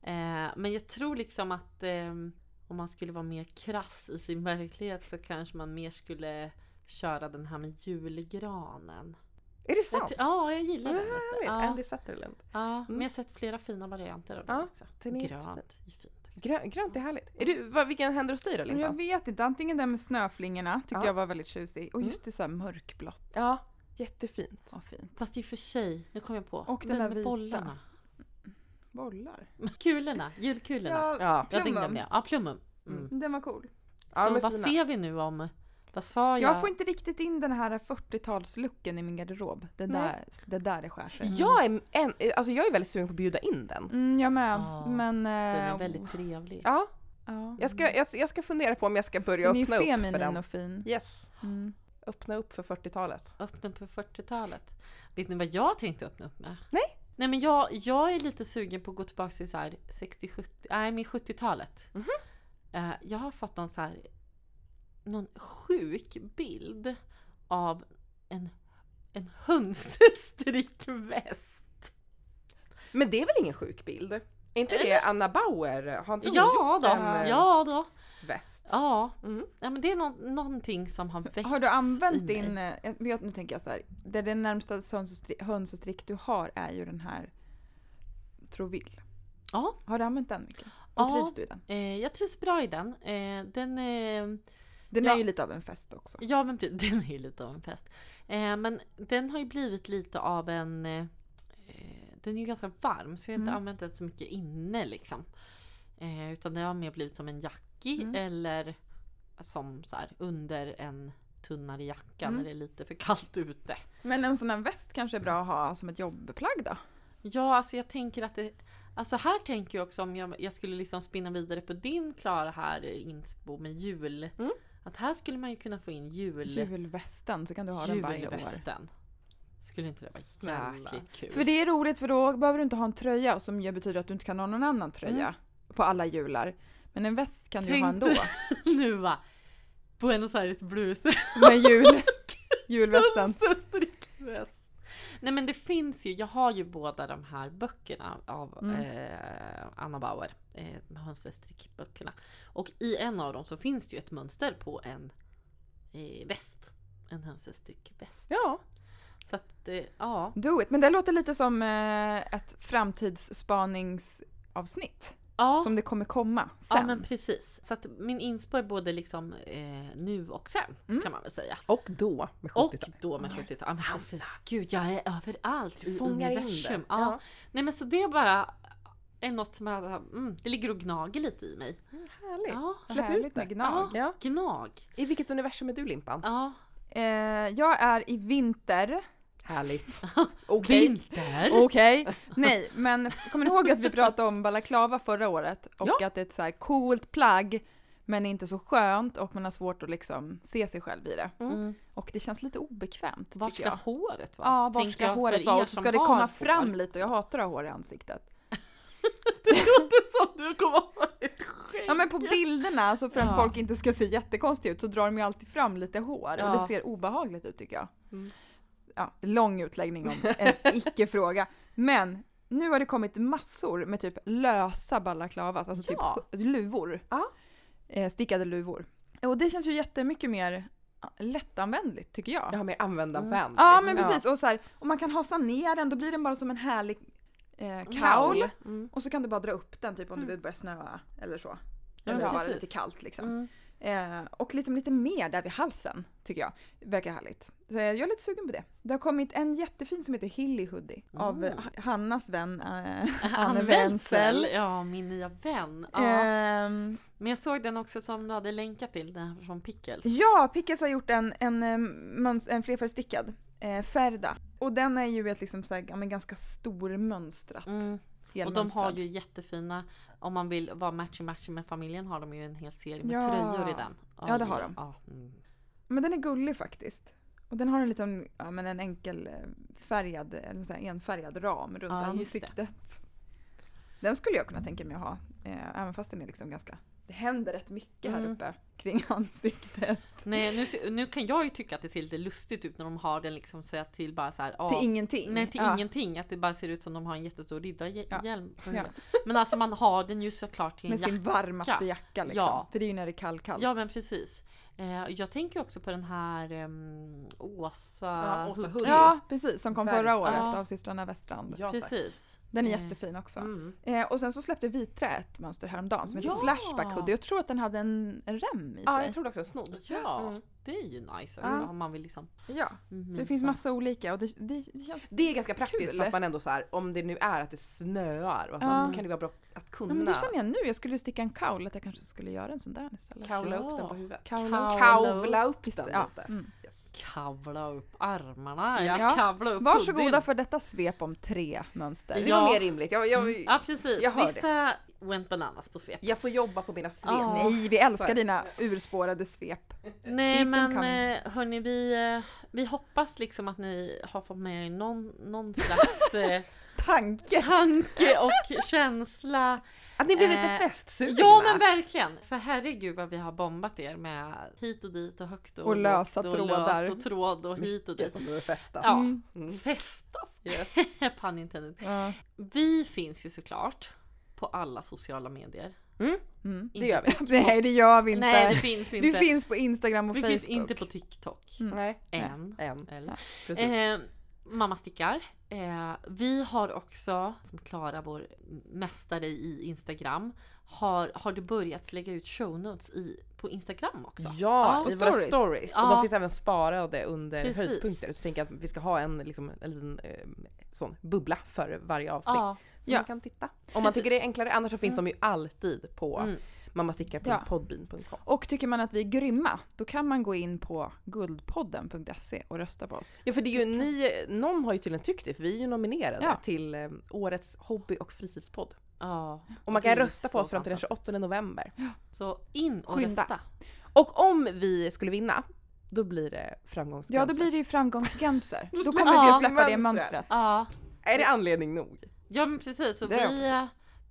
[SPEAKER 1] Eh, men jag tror liksom att em, om man skulle vara mer krass i sin verklighet så kanske man mer skulle köra den här med julgranen.
[SPEAKER 3] Är det
[SPEAKER 1] Jag
[SPEAKER 3] sant?
[SPEAKER 1] ty- Ja, jag gillar
[SPEAKER 3] Vad
[SPEAKER 1] den. vet du.
[SPEAKER 3] härligt!
[SPEAKER 1] Ja.
[SPEAKER 3] Andy Sutherland.
[SPEAKER 1] Ja, men
[SPEAKER 3] Mm.
[SPEAKER 1] jag har sett flera fina varianter av
[SPEAKER 3] Ja,
[SPEAKER 1] den också.
[SPEAKER 3] den är
[SPEAKER 1] Grönt är ju fint.
[SPEAKER 3] Grön, grönt är härligt. Är du, vad, vilken händer hos dig då
[SPEAKER 2] Men jag
[SPEAKER 3] Limpan?
[SPEAKER 2] vet inte, antingen den med snöflingorna tyckte
[SPEAKER 3] Ja.
[SPEAKER 2] jag var väldigt tjusig. Och
[SPEAKER 3] Mm.
[SPEAKER 2] just det så här mörkblått.
[SPEAKER 3] Ja, jättefint.
[SPEAKER 2] Vad fint.
[SPEAKER 1] Fast i och för sig, nu kom jag på.
[SPEAKER 2] Och den
[SPEAKER 1] den
[SPEAKER 2] där
[SPEAKER 1] med
[SPEAKER 2] vita.
[SPEAKER 1] bollarna.
[SPEAKER 2] Bollar.
[SPEAKER 1] Kulorna, julkulorna.
[SPEAKER 3] Ja,
[SPEAKER 1] Jag tänkte
[SPEAKER 2] Plummum.
[SPEAKER 1] nämligen, ja plummum. Mm.
[SPEAKER 3] Mm.
[SPEAKER 2] Den var cool.
[SPEAKER 3] ja
[SPEAKER 1] så
[SPEAKER 3] men
[SPEAKER 1] vad
[SPEAKER 3] fina.
[SPEAKER 1] ser vi nu om, vad sa jag?
[SPEAKER 2] Jag får inte riktigt in den här 40-talslooken i min garderob. Det
[SPEAKER 3] Nej.
[SPEAKER 2] där, det där det skär sig.
[SPEAKER 3] Jag är, en, alltså jag är väldigt sugen på att bjuda in den.
[SPEAKER 2] Mm, jag med.
[SPEAKER 1] Ja,
[SPEAKER 2] men...
[SPEAKER 1] Den
[SPEAKER 2] eh,
[SPEAKER 1] är väldigt trevlig.
[SPEAKER 3] Ja,
[SPEAKER 2] ja.
[SPEAKER 3] jag ska, jag, jag ska fundera på om jag ska börja
[SPEAKER 2] Ni är
[SPEAKER 3] öppna upp
[SPEAKER 2] feminin
[SPEAKER 3] för den.
[SPEAKER 2] och fin.
[SPEAKER 3] Yes,
[SPEAKER 2] Mm.
[SPEAKER 3] öppna upp för 40-talet.
[SPEAKER 1] Öppna på 40-talet. Vet ni vad jag tänkte öppna upp med?
[SPEAKER 3] Nej.
[SPEAKER 1] Nej men jag, jag är lite sugen på att gå tillbaka till så här 60-70, nej men 70-talet.
[SPEAKER 3] Mhm.
[SPEAKER 1] Eh, jag har fått någon så här, någon sjuk bild av en, en hönsestrickväst.
[SPEAKER 3] Men det är väl ingen sjuk bild? Är inte det Anna Bauer? Har inte hon
[SPEAKER 1] Ja
[SPEAKER 3] gjort
[SPEAKER 1] då,
[SPEAKER 3] en ja.
[SPEAKER 1] ja då.
[SPEAKER 3] väst?
[SPEAKER 1] Ja,
[SPEAKER 3] Mm.
[SPEAKER 1] ja men det är nå- någonting som har väckts
[SPEAKER 2] Har du
[SPEAKER 1] i mig.
[SPEAKER 2] använt din... eh, Jag vet, nu tänker jag så här. Det, det närmsta hönsestri- hönsestrick du har är ju den här Trovill.
[SPEAKER 1] Ja.
[SPEAKER 2] Har du använt den mycket? Och
[SPEAKER 1] Ja.
[SPEAKER 2] trivs du i den?
[SPEAKER 1] Eh, jag trivs bra i den. Eh, den, eh,
[SPEAKER 2] Den
[SPEAKER 1] Ja.
[SPEAKER 2] är ju lite av en fest också.
[SPEAKER 1] ja, men ty- den är ju lite av en fest. Eh, men den har ju blivit lite av en... Eh, den är ju ganska varm så jag har inte
[SPEAKER 2] Mm.
[SPEAKER 1] använt den så mycket inne liksom. Eh, utan det har mer blivit som en jacki
[SPEAKER 2] Mm.
[SPEAKER 1] eller som så här under en tunnare jacka
[SPEAKER 2] Mm.
[SPEAKER 1] när det är lite för kallt ute.
[SPEAKER 2] Men en sån här väst kanske är bra att ha som ett jobbplagg då?
[SPEAKER 1] Ja, alltså jag tänker att det... Alltså här tänker jag också om jag, jag skulle liksom spinna vidare på din Klara här inspo med jul.
[SPEAKER 3] Mm.
[SPEAKER 1] Att här skulle man ju kunna få in jul,
[SPEAKER 2] Julvästen så kan du ha den varje år.
[SPEAKER 1] julvästen. Skulle inte det vara
[SPEAKER 3] Snälla.
[SPEAKER 1] jäkligt kul?
[SPEAKER 2] För det är roligt för då behöver du inte ha en tröja som ju betyder att du inte kan ha någon annan tröja på alla jular. Men en väst kan du
[SPEAKER 1] Mm. Tänk
[SPEAKER 2] ha ändå.
[SPEAKER 1] dig. nu va! Buenos Aires blues.
[SPEAKER 2] Med jul. Julvästen.
[SPEAKER 1] Sösterikväst. Nej men det finns ju, jag har ju båda de här böckerna av
[SPEAKER 2] Mm.
[SPEAKER 1] eh, Anna Bauer. Eh, de här hönsestrickböckerna. Och i en av dem så finns det ju ett mönster på en eh, väst. En hönsestrickväst.
[SPEAKER 3] Ja,
[SPEAKER 1] Så att, eh, ja.
[SPEAKER 2] Do it. Men det låter lite som eh, ett framtidsspaningsavsnitt.
[SPEAKER 1] Ja,
[SPEAKER 2] Som det kommer komma sen.
[SPEAKER 1] ja men precis. Så att min inspo är både liksom eh, nu och sen
[SPEAKER 2] Mm.
[SPEAKER 1] kan man väl säga.
[SPEAKER 3] och då med
[SPEAKER 1] Och
[SPEAKER 3] 70-talet.
[SPEAKER 1] då med 70-talet.
[SPEAKER 2] Ah,
[SPEAKER 1] Ja, men precis. Alltså, Gud, jag är överallt i
[SPEAKER 3] Fångar in
[SPEAKER 1] universum.
[SPEAKER 3] det.
[SPEAKER 1] Ja. Nej men så det är bara är något som jag, mm, det ligger och gnager lite i mig.
[SPEAKER 3] Mm, Härligt.
[SPEAKER 1] Ja,
[SPEAKER 2] Släpp ut med gnag.
[SPEAKER 3] Ja.
[SPEAKER 1] gnag.
[SPEAKER 3] I vilket universum är du Limpan?
[SPEAKER 1] Ja,
[SPEAKER 2] Eh, jag är i vinter.
[SPEAKER 3] Härligt.
[SPEAKER 1] vinter.
[SPEAKER 2] Okej. Nej, men kommer ni ihåg att vi pratade om balaklava förra året? Och att det är ett så här coolt plagg men inte så skönt och man har svårt att liksom se sig själv i det.
[SPEAKER 1] Mm.
[SPEAKER 2] Och det känns lite obekvämt
[SPEAKER 1] Vart
[SPEAKER 2] tycker
[SPEAKER 1] ska
[SPEAKER 2] jag.
[SPEAKER 1] håret vara?
[SPEAKER 2] Ja, var
[SPEAKER 1] Tänker
[SPEAKER 2] ska
[SPEAKER 1] jag för
[SPEAKER 2] håret
[SPEAKER 1] er
[SPEAKER 2] vara? Och så
[SPEAKER 1] som
[SPEAKER 2] ska det
[SPEAKER 1] har
[SPEAKER 2] komma
[SPEAKER 1] hår.
[SPEAKER 2] fram lite och jag hatar att ha hår i ansiktet.
[SPEAKER 1] Så du kommer ha ett skägg.
[SPEAKER 2] Ja men på bilderna, så för att
[SPEAKER 1] Ja.
[SPEAKER 2] folk inte ska se jättekonstiga ut, så drar de ju alltid fram lite hår och det
[SPEAKER 1] Ja.
[SPEAKER 2] ser obehagligt ut tycker jag.
[SPEAKER 3] Mm.
[SPEAKER 2] Ja, lång utläggning om en icke-fråga. Men nu har det kommit massor med typ lösa balaklavas, alltså
[SPEAKER 3] Ja.
[SPEAKER 2] typ luvor.
[SPEAKER 3] Ja.
[SPEAKER 2] Eh, stickade luvor. Och det känns ju jättemycket mer ja, lättanvändligt tycker jag.
[SPEAKER 3] Jag har mer användarvänlig.
[SPEAKER 2] Ja men precis, och, så här, och man kan hasa ner den, då blir den bara som en härlig eh, kaul.
[SPEAKER 1] Kaul.
[SPEAKER 3] Mm.
[SPEAKER 2] Och så kan du bara dra upp den typ om
[SPEAKER 1] Mm.
[SPEAKER 2] det börjar snöa eller så.
[SPEAKER 1] Ja,
[SPEAKER 2] Eller bara
[SPEAKER 1] precis.
[SPEAKER 2] lite kallt liksom.
[SPEAKER 1] Mm.
[SPEAKER 2] Eh, och lite, lite mer där vid halsen tycker jag. Verkar härligt. Så eh, jag är lite sugen på det. Det har kommit en jättefin som heter Hilly Hoodie av
[SPEAKER 1] Mm.
[SPEAKER 2] eh, Hannas vän eh,
[SPEAKER 1] Anne
[SPEAKER 2] Anne Wenzel.
[SPEAKER 1] Wenzel. Ja, min nya vän. Ja.
[SPEAKER 2] Ehm,
[SPEAKER 1] Men jag såg den också som du hade länkat till, den här från Pickles.
[SPEAKER 2] Ja, Pickles har gjort en, en, eh, möns- en flerfärgstickad eh, Ferda. Och den är ju ett liksom så här, ja, men ganska stormönstrat.
[SPEAKER 1] Mm. Och de
[SPEAKER 2] helmönstrad.
[SPEAKER 1] har ju jättefina, om man vill vara matchy matchy med familjen har de ju en hel serie med
[SPEAKER 2] Ja.
[SPEAKER 1] tröjor i den.
[SPEAKER 2] Ja, det har de.
[SPEAKER 1] Ja, mm.
[SPEAKER 2] Men den är gullig faktiskt. Och den har en liten, ja men en enkel eh, färgad, eller vad säger jag, enfärgad ram runt
[SPEAKER 1] Ja, just det.
[SPEAKER 2] ansiktet. Den skulle jag kunna tänka mig att ha, eh, även fast den är liksom ganska... Det händer rätt mycket här
[SPEAKER 1] Mm.
[SPEAKER 2] uppe kring ansiktet.
[SPEAKER 1] Nej, nu, se- nu kan jag ju tycka att det ser lite lustigt ut när de har den liksom så att till bara så här, ja,
[SPEAKER 2] Till ingenting.
[SPEAKER 1] Nej till
[SPEAKER 2] ja.
[SPEAKER 1] ingenting, att det bara ser ut som de har en jättestor
[SPEAKER 2] Ja.
[SPEAKER 1] riddarhjälm. på
[SPEAKER 2] Ja.
[SPEAKER 1] huvudet. Men alltså man har den ju såklart till en
[SPEAKER 2] Med sin varmaste jacka liksom.
[SPEAKER 1] Ja.
[SPEAKER 2] För det är ju när det är kallkallt.
[SPEAKER 1] Ja men precis. Eh, jag tänker också på den här ehm, Åsa...
[SPEAKER 3] Ja, Åsa Hull.
[SPEAKER 2] Ja, precis. Som kom förra
[SPEAKER 3] Verkligen.
[SPEAKER 2] året
[SPEAKER 1] Ja.
[SPEAKER 2] av systrarna Westrand.
[SPEAKER 3] Ja, tack.
[SPEAKER 1] precis.
[SPEAKER 2] Den är
[SPEAKER 1] Eh,
[SPEAKER 2] jättefin också.
[SPEAKER 3] Mm.
[SPEAKER 2] Eh, och sen så släppte Vitra ett mönster häromdagen som heter
[SPEAKER 3] Ja!
[SPEAKER 2] Flashback Hoodie. Jag tror att den hade en rem i
[SPEAKER 3] Ja,
[SPEAKER 2] sig.
[SPEAKER 3] jag tror det också. Snodd.
[SPEAKER 1] Ja,
[SPEAKER 3] Mm.
[SPEAKER 1] det är ju nice också
[SPEAKER 2] Ja.
[SPEAKER 1] om man vill liksom...
[SPEAKER 2] Ja,
[SPEAKER 1] Mm,
[SPEAKER 2] så det finns
[SPEAKER 1] mysa.
[SPEAKER 2] massa olika och det, det känns...
[SPEAKER 3] Det är ganska praktiskt
[SPEAKER 2] Kul.
[SPEAKER 3] för att man ändå så här, om det nu är att det snöar och att
[SPEAKER 2] Ja.
[SPEAKER 3] man, då kan det vara bra att
[SPEAKER 2] Ja, men
[SPEAKER 3] kunna
[SPEAKER 2] det känner jag nu. Jag skulle sticka en kaul att jag kanske skulle göra en sån där istället.
[SPEAKER 3] kavla
[SPEAKER 1] Ja.
[SPEAKER 3] upp den på huvudet.
[SPEAKER 2] Kaula.
[SPEAKER 1] Kaula.
[SPEAKER 3] Kavla upp den
[SPEAKER 2] Ja.
[SPEAKER 3] lite.
[SPEAKER 2] Mm.
[SPEAKER 3] Yes.
[SPEAKER 1] Kavla upp armarna
[SPEAKER 2] Ja.
[SPEAKER 1] eller kavla upp
[SPEAKER 2] Varsågoda
[SPEAKER 1] hoodien.
[SPEAKER 2] för detta svep om tre mönster.
[SPEAKER 3] Det
[SPEAKER 1] Ja. Mm,
[SPEAKER 3] var mer rimligt. Jag, jag,
[SPEAKER 1] Ja precis,
[SPEAKER 3] Jag hör det.
[SPEAKER 1] vissa went bananas på svep.
[SPEAKER 3] jag får jobba på mina svep.
[SPEAKER 1] Ja.
[SPEAKER 2] Nej, vi älskar
[SPEAKER 3] Så.
[SPEAKER 2] dina urspårade svep.
[SPEAKER 1] Nej
[SPEAKER 2] Keep 'em
[SPEAKER 1] men
[SPEAKER 2] coming.
[SPEAKER 1] eh, hörni, vi, eh, vi hoppas liksom att ni har fått med er någon, någon slags eh,
[SPEAKER 2] Tanke!
[SPEAKER 1] tanke och känsla.
[SPEAKER 3] Att ni blir
[SPEAKER 1] Eh,
[SPEAKER 3] lite festsugna.
[SPEAKER 1] Ja men verkligen! För herregud vad vi har bombat er med hit och dit och högt och,
[SPEAKER 2] Och lösa
[SPEAKER 1] lågt och
[SPEAKER 2] trådar.
[SPEAKER 1] löst och tråd och hit och
[SPEAKER 3] Mycket
[SPEAKER 1] dit.
[SPEAKER 3] som behöver festas.
[SPEAKER 1] Ja.
[SPEAKER 2] Mm.
[SPEAKER 3] Mm.
[SPEAKER 1] Festas!
[SPEAKER 3] Yes.
[SPEAKER 1] Pun intended.
[SPEAKER 2] Ja.
[SPEAKER 1] Vi finns ju såklart på alla sociala medier.
[SPEAKER 2] Mm.
[SPEAKER 3] Det gör vi.
[SPEAKER 2] Nej, det gör vi inte.
[SPEAKER 1] Nej det finns
[SPEAKER 2] det
[SPEAKER 1] inte.
[SPEAKER 2] finns på Instagram och
[SPEAKER 1] vi
[SPEAKER 2] Facebook.
[SPEAKER 1] finns inte på TikTok.
[SPEAKER 2] Mm.
[SPEAKER 3] Nej.
[SPEAKER 1] Än.
[SPEAKER 3] Än.
[SPEAKER 1] Eller?
[SPEAKER 3] Precis.
[SPEAKER 1] Eh, mamma stickar. Eh, vi har också, som Klara vår mästare i Instagram, har, har du börjat lägga ut show notes i, på Instagram också?
[SPEAKER 3] Ja,
[SPEAKER 2] Ja.
[SPEAKER 3] i
[SPEAKER 2] På
[SPEAKER 3] våra
[SPEAKER 2] stories.
[SPEAKER 3] stories.
[SPEAKER 1] Ja.
[SPEAKER 3] Och de finns även sparade under
[SPEAKER 1] Precis.
[SPEAKER 3] höjdpunkter. Så tänker jag att vi ska ha en, liksom, en liten eh, sån bubbla för varje avsnitt.
[SPEAKER 1] Ja,
[SPEAKER 3] Så
[SPEAKER 2] Ja.
[SPEAKER 3] man kan titta. Om man
[SPEAKER 1] Precis.
[SPEAKER 3] tycker det är enklare. Annars så finns de ju alltid på
[SPEAKER 1] Mm.
[SPEAKER 3] mammastickar.podbean.com.
[SPEAKER 2] Och tycker man att vi är grymma, då kan man gå in på guldpodden.se och rösta på oss.
[SPEAKER 3] Ja för det är ju ni, någon har ju tydligen tyckt det för vi är ju nominerade
[SPEAKER 2] Ja.
[SPEAKER 3] till eh, årets hobby och fritidspodd.
[SPEAKER 1] ja.
[SPEAKER 3] Och man
[SPEAKER 1] Det är
[SPEAKER 3] kan
[SPEAKER 1] ju
[SPEAKER 3] rösta på
[SPEAKER 1] så
[SPEAKER 3] oss fram till den 28 november.
[SPEAKER 1] Så in och
[SPEAKER 2] Skynda.
[SPEAKER 1] rösta.
[SPEAKER 3] Och om vi skulle vinna, då blir det framgångsgränser.
[SPEAKER 2] Ja, då blir det ju framgångsgränser. då
[SPEAKER 3] släpper
[SPEAKER 2] kommer vi att
[SPEAKER 1] vi
[SPEAKER 2] släppa det mönstret.
[SPEAKER 3] mönstret.
[SPEAKER 1] Ja,
[SPEAKER 3] Är det anledning nog?
[SPEAKER 1] ja men precis. Så
[SPEAKER 2] Det har jag
[SPEAKER 1] vi, eh,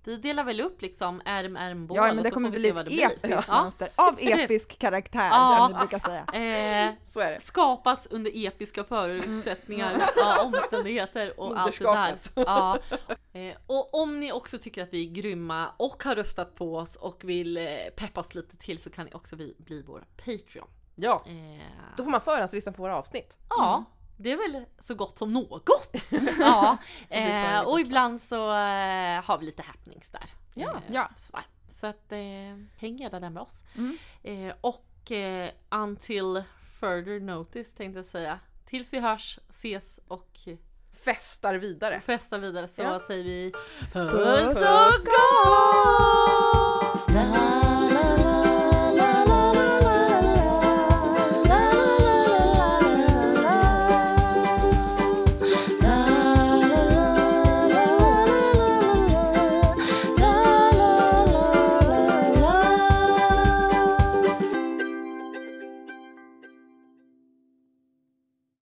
[SPEAKER 1] vi delar väl upp liksom ärm, ärm, bål
[SPEAKER 2] Ja, men
[SPEAKER 1] och
[SPEAKER 2] det
[SPEAKER 1] så
[SPEAKER 2] kommer
[SPEAKER 1] får vi
[SPEAKER 2] bli
[SPEAKER 1] se vad
[SPEAKER 2] ett
[SPEAKER 1] det blir.
[SPEAKER 2] episkt
[SPEAKER 1] Ja.
[SPEAKER 2] mönster av
[SPEAKER 1] Absolut.
[SPEAKER 2] episk karaktär
[SPEAKER 1] Ja.
[SPEAKER 2] som vi brukar säga.
[SPEAKER 1] Eh,
[SPEAKER 3] Så är det.
[SPEAKER 1] skapats under episka förutsättningar, Mm. ja, omständigheter och allt det där.
[SPEAKER 3] Moderskapet.
[SPEAKER 1] Ja. Eh, Och om ni också tycker att vi är grymma och har röstat på oss och vill eh, peppas lite till så kan ni också vi- bli vår Patreon.
[SPEAKER 3] Ja.
[SPEAKER 1] Eh,
[SPEAKER 3] Då får man förhandslyssna på våra avsnitt.
[SPEAKER 1] Ja, Mm. det är väl så gott som något. ja, eh, och ibland så eh, har vi lite happenings där.
[SPEAKER 3] Ja,
[SPEAKER 1] Eh,
[SPEAKER 2] ja.
[SPEAKER 1] sådär. Så att eh, häng gärna där med oss.
[SPEAKER 2] Mm.
[SPEAKER 1] Eh, och eh, until further notice tänkte jag säga. Tills vi hörs, ses och
[SPEAKER 3] Festar vidare.
[SPEAKER 1] festar vidare så
[SPEAKER 3] Ja.
[SPEAKER 1] säger vi
[SPEAKER 2] Puss och
[SPEAKER 1] och kram!